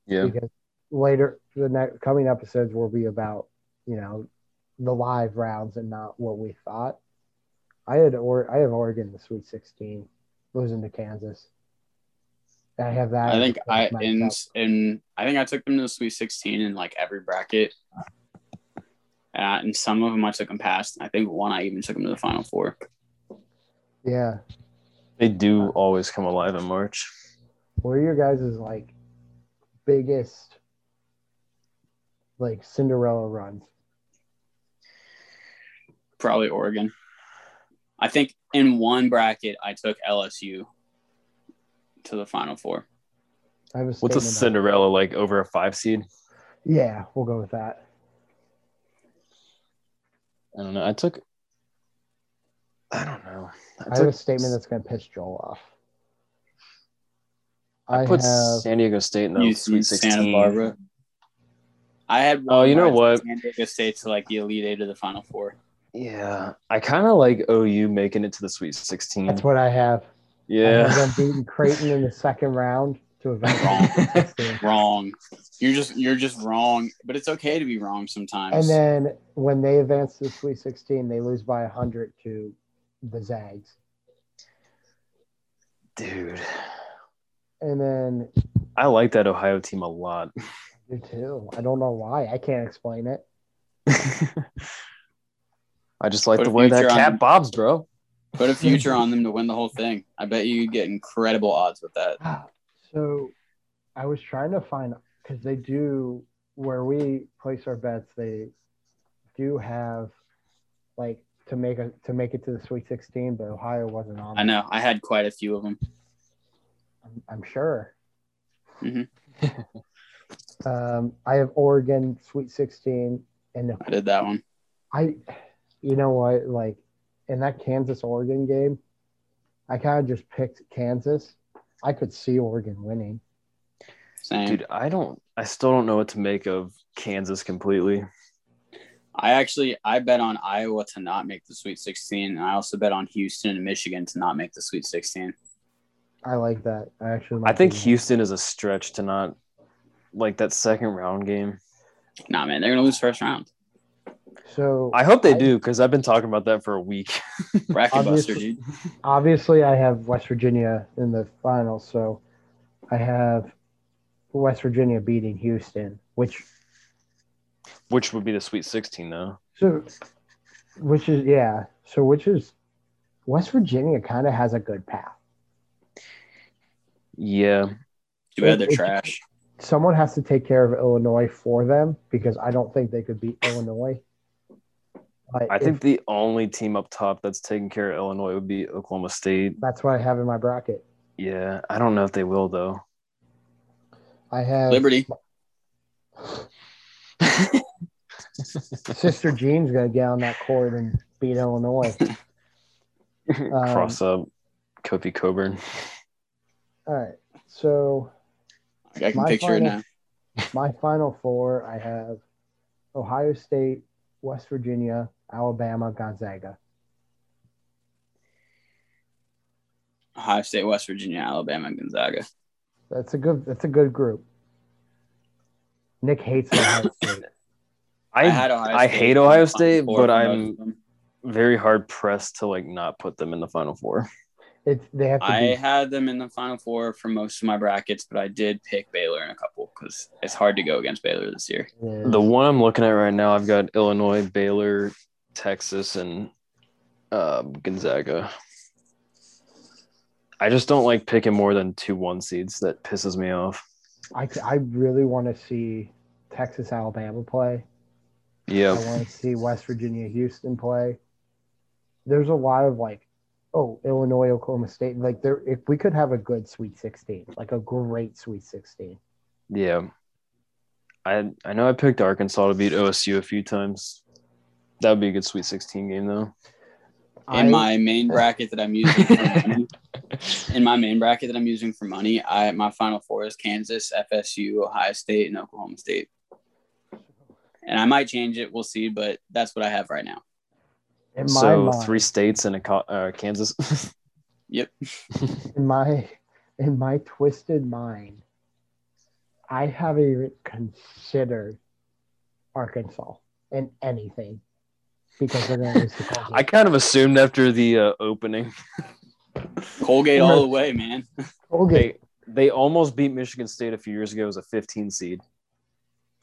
[SPEAKER 2] Yeah.
[SPEAKER 1] because later the next coming episodes will be about you know the live rounds and not what we thought. I had or I have Oregon in the Sweet 16, losing to Kansas. I have that.
[SPEAKER 3] I think I in
[SPEAKER 1] matchup.
[SPEAKER 3] in I think I took them to the Sweet 16 in like every bracket, uh, and some of them I took them past. I think one I even took them to the Final Four.
[SPEAKER 1] yeah.
[SPEAKER 2] They do always come alive in March.
[SPEAKER 1] What are your guys' like biggest like Cinderella runs?
[SPEAKER 3] Probably Oregon. I think in one bracket I took LSU to the Final Four.
[SPEAKER 1] I have a
[SPEAKER 2] What's a
[SPEAKER 1] statement
[SPEAKER 2] Cinderella like over a five seed?
[SPEAKER 1] on- Yeah, we'll go with that.
[SPEAKER 2] I don't know. I took. I don't know.
[SPEAKER 1] I have a statement that's going to piss Joel off. I,
[SPEAKER 2] I put
[SPEAKER 1] have
[SPEAKER 2] San Diego State in the
[SPEAKER 3] You see
[SPEAKER 2] Sweet Sixteen.
[SPEAKER 3] Santa Barbara. I had
[SPEAKER 2] Oh,
[SPEAKER 3] one
[SPEAKER 2] you
[SPEAKER 3] where
[SPEAKER 2] know
[SPEAKER 3] I took
[SPEAKER 2] what?
[SPEAKER 3] San Diego State to like the Elite Eight to the Final Four.
[SPEAKER 2] Yeah, I kind of like OU making it to the Sweet Sixteen.
[SPEAKER 1] that's what I have. I
[SPEAKER 2] yeah,
[SPEAKER 1] have them beating Creighton in the second round to
[SPEAKER 3] Wrong.
[SPEAKER 1] eventually beat the 16.
[SPEAKER 3] Wrong. You're just you're just wrong. But it's okay to be wrong sometimes.
[SPEAKER 1] And then when they advance to the Sweet 16, they lose by 100 to the Zags.
[SPEAKER 2] dude,
[SPEAKER 1] And then
[SPEAKER 2] I like that Ohio team a lot.
[SPEAKER 1] you too. I don't know why. I can't explain it.
[SPEAKER 2] I just like
[SPEAKER 3] Put
[SPEAKER 2] the
[SPEAKER 3] a
[SPEAKER 2] way that
[SPEAKER 3] future on
[SPEAKER 2] cat
[SPEAKER 3] them.
[SPEAKER 2] bobs, bro.
[SPEAKER 3] Put a future on them to win the whole thing. I bet you get incredible odds with that.
[SPEAKER 1] So I was trying to find because they do where we place our bets, they do have like to make a to make it to the Sweet 16, but Ohio wasn't on.
[SPEAKER 3] I
[SPEAKER 1] it.
[SPEAKER 3] know. I had quite a few of them.
[SPEAKER 1] I'm, I'm sure.
[SPEAKER 3] Mhm.
[SPEAKER 1] um, I have Oregon Sweet 16, and
[SPEAKER 3] I did that one.
[SPEAKER 1] I, you know what, like in that Kansas Oregon game, I kind of just picked Kansas. I could see Oregon winning.
[SPEAKER 3] Same.
[SPEAKER 2] Dude, I don't. I still don't know what to make of Kansas completely.
[SPEAKER 3] I actually I bet on Iowa to not make the Sweet 16, and I also bet on Houston and Michigan to not make the Sweet 16.
[SPEAKER 1] I like that. I actually,
[SPEAKER 2] I
[SPEAKER 1] like
[SPEAKER 2] think
[SPEAKER 1] that.
[SPEAKER 2] Houston is a stretch to not like that second round game.
[SPEAKER 3] Nah, man, they're gonna lose first round.
[SPEAKER 1] So
[SPEAKER 2] I hope they
[SPEAKER 1] I-
[SPEAKER 2] do because I've been talking about that for a week.
[SPEAKER 3] Bracket buster,
[SPEAKER 1] Obviously.
[SPEAKER 3] dude.
[SPEAKER 1] obviously, I have West Virginia in the final, so I have West Virginia beating Houston, which
[SPEAKER 2] Which would be the Sweet 16, though.
[SPEAKER 1] So, which is yeah. So which is West Virginia kind of has a good path.
[SPEAKER 2] Yeah.
[SPEAKER 3] Too bad they're trash.
[SPEAKER 1] Someone has to take care of Illinois for them because I don't think they could beat Illinois. But
[SPEAKER 2] I
[SPEAKER 1] if-
[SPEAKER 2] think the only team up top that's taking care of Illinois would be Oklahoma State.
[SPEAKER 1] that's what I have in my bracket.
[SPEAKER 2] Yeah. I don't know if they will, though.
[SPEAKER 1] I have
[SPEAKER 3] Liberty.
[SPEAKER 1] Sister Jean's gonna get on that court and beat Illinois. Um,
[SPEAKER 2] Cross up Kofi Coburn.
[SPEAKER 1] All right. So
[SPEAKER 3] I can
[SPEAKER 1] My
[SPEAKER 3] picture it
[SPEAKER 1] final-
[SPEAKER 3] now.
[SPEAKER 1] my final four, I have Ohio State, West Virginia, Alabama, Gonzaga.
[SPEAKER 3] Ohio State, West Virginia, Alabama, and Gonzaga.
[SPEAKER 1] That's a good. That's a good group. Nick hates Ohio State.
[SPEAKER 2] I,
[SPEAKER 3] had Ohio
[SPEAKER 2] I
[SPEAKER 3] State
[SPEAKER 2] hate
[SPEAKER 3] in the
[SPEAKER 2] Ohio
[SPEAKER 3] Final
[SPEAKER 2] State,
[SPEAKER 3] Four
[SPEAKER 2] but
[SPEAKER 3] for most
[SPEAKER 2] I'm-
[SPEAKER 3] of them.
[SPEAKER 2] Very hard pressed to like not put them in the final four.
[SPEAKER 1] It's they have to.
[SPEAKER 3] I
[SPEAKER 1] Be,
[SPEAKER 3] had them in the Final Four for most of my brackets, but I did pick Baylor in a couple because it's hard to go against Baylor this year.
[SPEAKER 2] The one I'm looking at right now, I've got Illinois, Baylor, Texas, and uh, Gonzaga. I just don't like picking more than two one seeds. That pisses me off.
[SPEAKER 1] I I really want to see Texas Alabama play. I
[SPEAKER 2] Yeah.
[SPEAKER 1] want to see West Virginia Houston play. There's a lot of like, oh Illinois Oklahoma State like there. If we could have a good Sweet 16, like a great Sweet 16.
[SPEAKER 2] Yeah. I I know I picked Arkansas to beat OSU a few times. That would be a good Sweet 16 game though.
[SPEAKER 1] I,
[SPEAKER 3] In my main bracket that I'm using for money, in my main bracket that I'm using for money, I my Final Four is Kansas, FSU, Ohio State, and Oklahoma State. And I might change it. We'll see, but that's what I have right now.
[SPEAKER 1] In my
[SPEAKER 2] so
[SPEAKER 1] mind,
[SPEAKER 2] three states and a co- uh, Kansas.
[SPEAKER 1] in my in my twisted mind, I haven't even considered Arkansas in anything because they're going to lose the Colgate.
[SPEAKER 2] I kind of assumed after the uh, opening
[SPEAKER 3] Colgate all the way, man.
[SPEAKER 1] Colgate.
[SPEAKER 2] they almost beat Michigan State a few years ago as a 15 seed.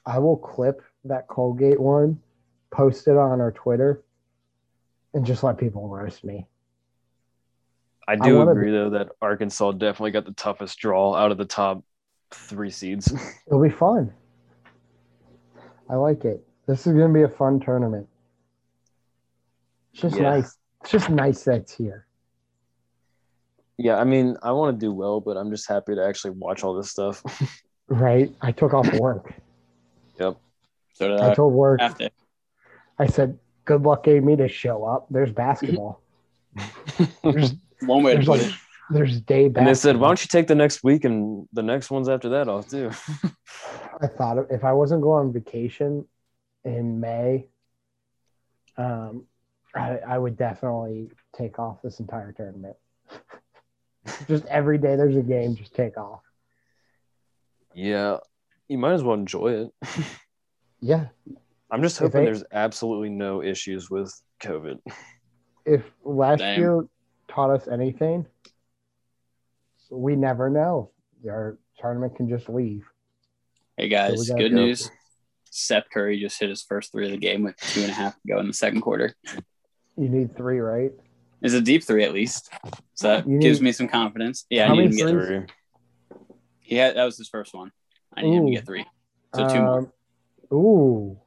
[SPEAKER 1] I will clip that Colgate one, post it on our Twitter, and just let people roast me.
[SPEAKER 2] I do
[SPEAKER 1] wanna
[SPEAKER 2] agree though that Arkansas definitely got the toughest draw out of the top three seeds.
[SPEAKER 1] It'll be fun. I like it. This is going to be a fun tournament. It's just
[SPEAKER 2] Yeah.
[SPEAKER 1] nice. It's just nice that's here.
[SPEAKER 2] yeah, I mean, I want to do well, but I'm just happy to actually watch all this stuff.
[SPEAKER 1] Right? I took off work.
[SPEAKER 2] yep.
[SPEAKER 3] So did
[SPEAKER 2] Uh,
[SPEAKER 1] I
[SPEAKER 3] I
[SPEAKER 1] told work,
[SPEAKER 3] have to.
[SPEAKER 1] I said, good luck getting me to show up. There's basketball.
[SPEAKER 3] One way to
[SPEAKER 1] There's like,
[SPEAKER 3] put it.
[SPEAKER 1] there's day basketball.
[SPEAKER 2] And they said, why don't you take the next week and the next ones after that off too?
[SPEAKER 1] I thought of- if I wasn't going on vacation in May, um, I, I would definitely take off this entire tournament. just every day there's a game, just take off.
[SPEAKER 2] yeah. You might as well enjoy it.
[SPEAKER 1] Yeah.
[SPEAKER 2] I'm just
[SPEAKER 1] If
[SPEAKER 2] hoping
[SPEAKER 1] they-
[SPEAKER 2] there's absolutely no issues with COVID.
[SPEAKER 1] If last
[SPEAKER 3] Same.
[SPEAKER 1] year taught us anything, we never know. Our tournament can just leave. So
[SPEAKER 3] Hey
[SPEAKER 1] we
[SPEAKER 3] guys,
[SPEAKER 1] gotta
[SPEAKER 3] good
[SPEAKER 1] go.
[SPEAKER 3] news. Seth Curry just hit his first three of the game with two and a half to go in the second quarter.
[SPEAKER 1] You need three, right?
[SPEAKER 3] It's a deep three at least. So that
[SPEAKER 1] You
[SPEAKER 3] gives
[SPEAKER 1] need-
[SPEAKER 3] me some confidence. Yeah,
[SPEAKER 1] How
[SPEAKER 3] I need him
[SPEAKER 1] many
[SPEAKER 3] to get
[SPEAKER 1] threes?
[SPEAKER 3] three. He had that was his first one. I need him to
[SPEAKER 1] Ooh.
[SPEAKER 3] get three. So two more.
[SPEAKER 1] Um, Ooh.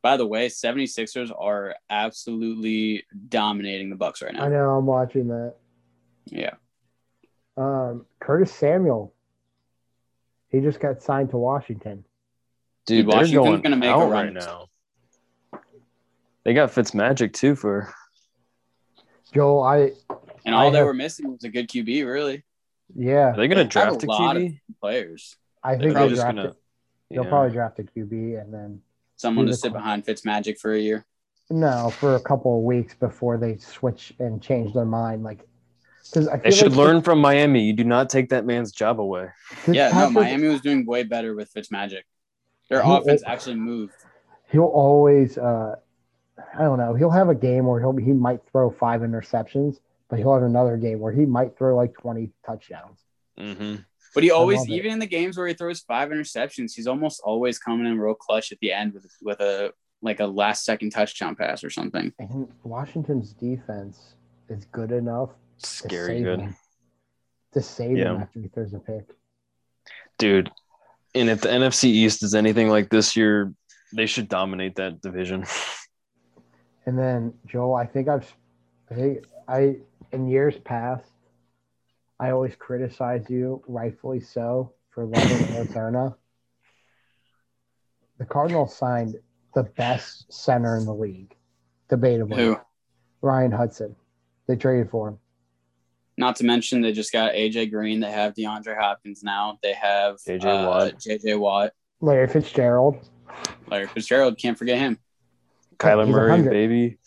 [SPEAKER 3] By the way, 76ers are absolutely dominating the Bucks right
[SPEAKER 1] I
[SPEAKER 3] now.
[SPEAKER 1] know I'm watching that.
[SPEAKER 3] Yeah.
[SPEAKER 1] Um, Curtis Samuel. He just got signed to Washington.
[SPEAKER 2] Dude,
[SPEAKER 3] Dude,
[SPEAKER 2] they're
[SPEAKER 3] Washington's
[SPEAKER 2] going
[SPEAKER 3] gonna make a
[SPEAKER 2] out
[SPEAKER 3] run.
[SPEAKER 2] right now. They got Fitzmagic too for
[SPEAKER 1] Joel, I
[SPEAKER 3] And all
[SPEAKER 1] I
[SPEAKER 3] they
[SPEAKER 1] have-
[SPEAKER 3] were missing was a good QB, really.
[SPEAKER 2] Are
[SPEAKER 1] yeah,
[SPEAKER 2] they
[SPEAKER 3] They
[SPEAKER 2] going
[SPEAKER 3] have
[SPEAKER 2] to
[SPEAKER 3] a
[SPEAKER 2] draft a
[SPEAKER 3] lot of
[SPEAKER 2] QB?
[SPEAKER 3] Players.
[SPEAKER 1] I
[SPEAKER 2] They're
[SPEAKER 1] think they
[SPEAKER 2] probably
[SPEAKER 1] drafted.
[SPEAKER 2] just gonna.
[SPEAKER 1] They'll
[SPEAKER 2] yeah.
[SPEAKER 1] probably draft a QB and then
[SPEAKER 3] Someone to
[SPEAKER 1] Who's a-
[SPEAKER 3] sit behind Fitzmagic for a year.
[SPEAKER 1] no for a couple of weeks before they switch and change their mind. Like, because I feel
[SPEAKER 2] They should
[SPEAKER 1] like
[SPEAKER 2] learn from Miami. You do not take that man's job away.
[SPEAKER 1] Fitz-
[SPEAKER 3] Yeah, no,
[SPEAKER 1] Fitzpatrick,
[SPEAKER 3] Miami was doing way better with Fitzmagic. Their
[SPEAKER 1] Who-
[SPEAKER 3] offense actually moved.
[SPEAKER 1] He'll always. uh I don't know. He'll have a game where he'll he might throw five interceptions, but he'll have another game where he might throw like twenty touchdowns.
[SPEAKER 2] Mm-hmm.
[SPEAKER 3] But he always,
[SPEAKER 1] love it.
[SPEAKER 3] even in the games where he throws five interceptions, he's almost always coming in real clutch at the end with with a like a last second touchdown pass or something.
[SPEAKER 1] And Washington's defense is good enough to
[SPEAKER 2] Scary
[SPEAKER 1] save
[SPEAKER 2] good.
[SPEAKER 1] him. To save him
[SPEAKER 2] Yeah.
[SPEAKER 1] after he throws a pick.
[SPEAKER 2] Dude, and if the NFC East is anything like this year, they should dominate that division.
[SPEAKER 1] And then Joel, I think I've, I think I in years past, I always criticized you, rightfully so, for loving Arizona. The Cardinals signed the best center in the league, debatably.
[SPEAKER 3] Who?
[SPEAKER 1] Ryan Hudson. They traded for him.
[SPEAKER 3] Not to mention they just got AJ Green. They have DeAndre Hopkins now. They have
[SPEAKER 2] JJ
[SPEAKER 3] uh,
[SPEAKER 2] Watt.
[SPEAKER 3] JJ Watt.
[SPEAKER 1] Larry Fitzgerald.
[SPEAKER 3] Larry Fitzgerald can't forget him.
[SPEAKER 2] Kyler
[SPEAKER 1] he's a
[SPEAKER 2] Murray,
[SPEAKER 1] hundred.
[SPEAKER 2] baby.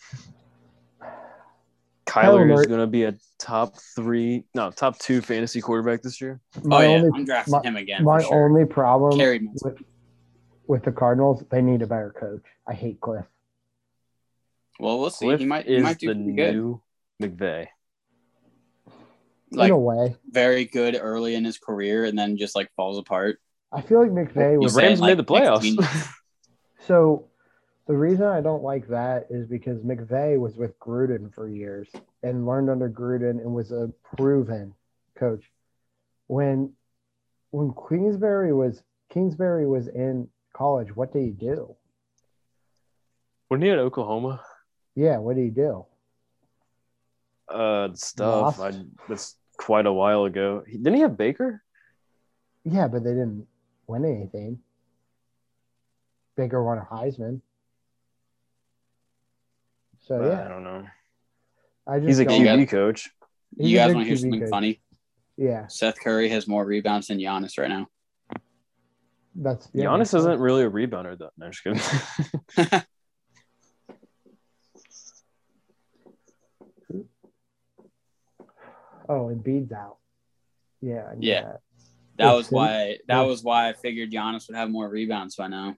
[SPEAKER 1] Kyler
[SPEAKER 2] Kyler
[SPEAKER 1] Murray-
[SPEAKER 2] is going to be a top three, no, top two fantasy quarterback this year.
[SPEAKER 1] My
[SPEAKER 3] oh yeah,
[SPEAKER 1] only
[SPEAKER 3] I'm drafting
[SPEAKER 1] my-
[SPEAKER 3] him again.
[SPEAKER 1] my
[SPEAKER 3] for sure.
[SPEAKER 1] only problem
[SPEAKER 3] Carried me.
[SPEAKER 1] with, with the Cardinals, they need a better coach. I hate Cliff.
[SPEAKER 3] Well, we'll see.
[SPEAKER 2] Cliff
[SPEAKER 3] he might he
[SPEAKER 2] is
[SPEAKER 3] might do
[SPEAKER 2] the
[SPEAKER 3] pretty good.
[SPEAKER 2] new McVay.
[SPEAKER 1] in
[SPEAKER 3] Like
[SPEAKER 1] a way.
[SPEAKER 3] very good early in his career, and then just like falls apart.
[SPEAKER 1] I feel like McVay
[SPEAKER 2] The
[SPEAKER 3] You
[SPEAKER 1] was
[SPEAKER 3] said,
[SPEAKER 2] Rams
[SPEAKER 3] like,
[SPEAKER 2] made the
[SPEAKER 3] next
[SPEAKER 2] playoffs.
[SPEAKER 3] week.
[SPEAKER 1] so. The reason I don't like that is because McVay was with Gruden for years and learned under Gruden and was a proven coach. When when Kingsbury was Kingsbury was in college, what did he do?
[SPEAKER 2] Wasn't he at Oklahoma?
[SPEAKER 1] Yeah, what did he do?
[SPEAKER 2] Uh, stuff.
[SPEAKER 1] Lost.
[SPEAKER 2] I, that's quite a while ago. He- Didn't he have Baker?
[SPEAKER 1] Yeah, but they didn't win anything. Baker won a Heisman. So
[SPEAKER 2] Uh, I
[SPEAKER 1] yeah,
[SPEAKER 2] don't know.
[SPEAKER 1] I just
[SPEAKER 2] He's a
[SPEAKER 1] don't-
[SPEAKER 3] You guys-
[SPEAKER 2] QB coach.
[SPEAKER 1] He's
[SPEAKER 3] You
[SPEAKER 1] a
[SPEAKER 3] guys
[SPEAKER 1] big
[SPEAKER 3] want to hear
[SPEAKER 1] QB
[SPEAKER 3] something
[SPEAKER 1] coach.
[SPEAKER 3] funny?
[SPEAKER 1] Yeah,
[SPEAKER 3] Seth Curry has more rebounds than Giannis right now.
[SPEAKER 1] that's yeah,
[SPEAKER 2] Giannis
[SPEAKER 1] that's fine.
[SPEAKER 2] isn't really a rebounder, though. No, I'm just kidding.
[SPEAKER 1] Oh, and Bede's out. Yeah. I knew
[SPEAKER 3] Yeah.
[SPEAKER 1] that.
[SPEAKER 3] That
[SPEAKER 1] Yeah,
[SPEAKER 3] was
[SPEAKER 1] see?
[SPEAKER 3] why. That
[SPEAKER 1] Yeah.
[SPEAKER 3] was why I figured Giannis would have more rebounds by now.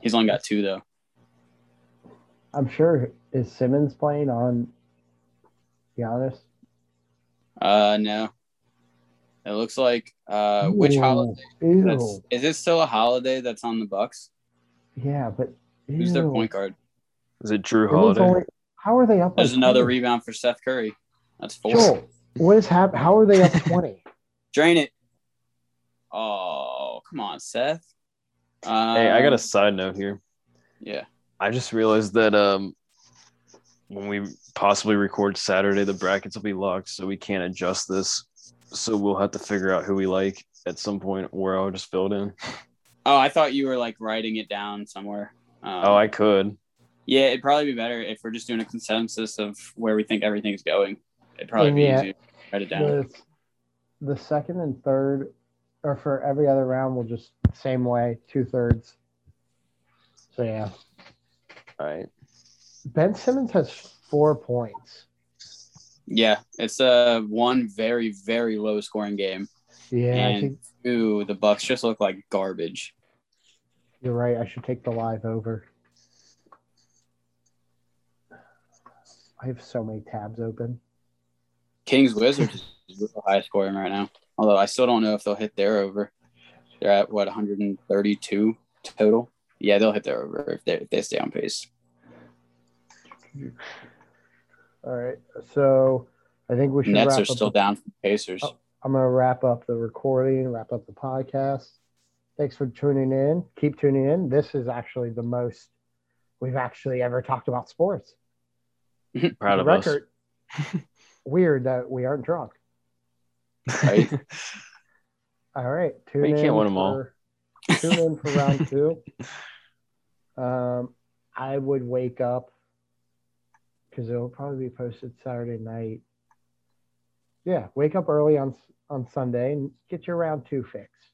[SPEAKER 3] He's only got two though.
[SPEAKER 1] I'm sure is Simmons playing on Giannis?
[SPEAKER 3] Uh, no. It looks like uh, which
[SPEAKER 1] Ew.
[SPEAKER 3] holiday?
[SPEAKER 1] Ew.
[SPEAKER 3] That's, is this still a holiday that's on the Bucks?
[SPEAKER 1] Yeah, but
[SPEAKER 3] Who's their
[SPEAKER 1] ew.
[SPEAKER 3] point guard?
[SPEAKER 2] Is it Drew
[SPEAKER 1] Simmons
[SPEAKER 2] Holiday?
[SPEAKER 1] only- how are they up?
[SPEAKER 3] There's
[SPEAKER 1] like
[SPEAKER 3] another
[SPEAKER 1] 20?
[SPEAKER 3] rebound for Seth Curry. That's four.
[SPEAKER 1] Joel, what is hap- How are they up twenty?
[SPEAKER 3] Drain it. Oh, come on, Seth. Um,
[SPEAKER 2] Hey, I got a side note here.
[SPEAKER 3] Yeah.
[SPEAKER 2] I just realized that um, when we possibly record Saturday, the brackets will be locked, so we can't adjust this. So we'll have to figure out who we like at some point, or I'll just fill it in.
[SPEAKER 3] Oh, I thought you were like writing it down somewhere. Um,
[SPEAKER 2] Oh, I could.
[SPEAKER 3] Yeah, it'd probably be better if we're just doing a consensus of where we think everything's going. It'd probably be
[SPEAKER 1] Yeah.
[SPEAKER 3] easier. to Write it down.
[SPEAKER 1] The, the second and third, or for every other round, we'll just same way, two thirds. So yeah,
[SPEAKER 2] All right.
[SPEAKER 1] Ben Simmons has four points.
[SPEAKER 3] Yeah, it's uh, one very very low scoring game.
[SPEAKER 1] Yeah, I
[SPEAKER 3] And-
[SPEAKER 1] think
[SPEAKER 3] Ooh, the Bucks just look like garbage.
[SPEAKER 1] you're right. I should take the live over. I have so many tabs open.
[SPEAKER 3] Kings Wizards is real high scoring right now. Although I still don't know if they'll hit their over. They're at what 132 total. Yeah, they'll hit their over if they if they stay on pace.
[SPEAKER 1] All right, so I think we should.
[SPEAKER 3] Nets
[SPEAKER 1] wrap
[SPEAKER 3] are
[SPEAKER 1] up
[SPEAKER 3] still
[SPEAKER 1] the-
[SPEAKER 3] down from the Pacers.
[SPEAKER 1] Oh. I'm gonna wrap up the recording, wrap up the podcast. Thanks for tuning in. Keep tuning in. This is actually the most we've actually ever talked about sports.
[SPEAKER 2] Proud
[SPEAKER 1] The
[SPEAKER 2] of
[SPEAKER 1] record. Weird that we aren't drunk.
[SPEAKER 2] us.
[SPEAKER 3] Right?
[SPEAKER 1] All right, tune
[SPEAKER 2] Well, you
[SPEAKER 1] in.
[SPEAKER 2] can't win 'em all.
[SPEAKER 1] for- Tune in for round two. Um, I would wake up because it'll probably be posted Saturday night. Yeah, wake up early on on Sunday and get your round two fixed.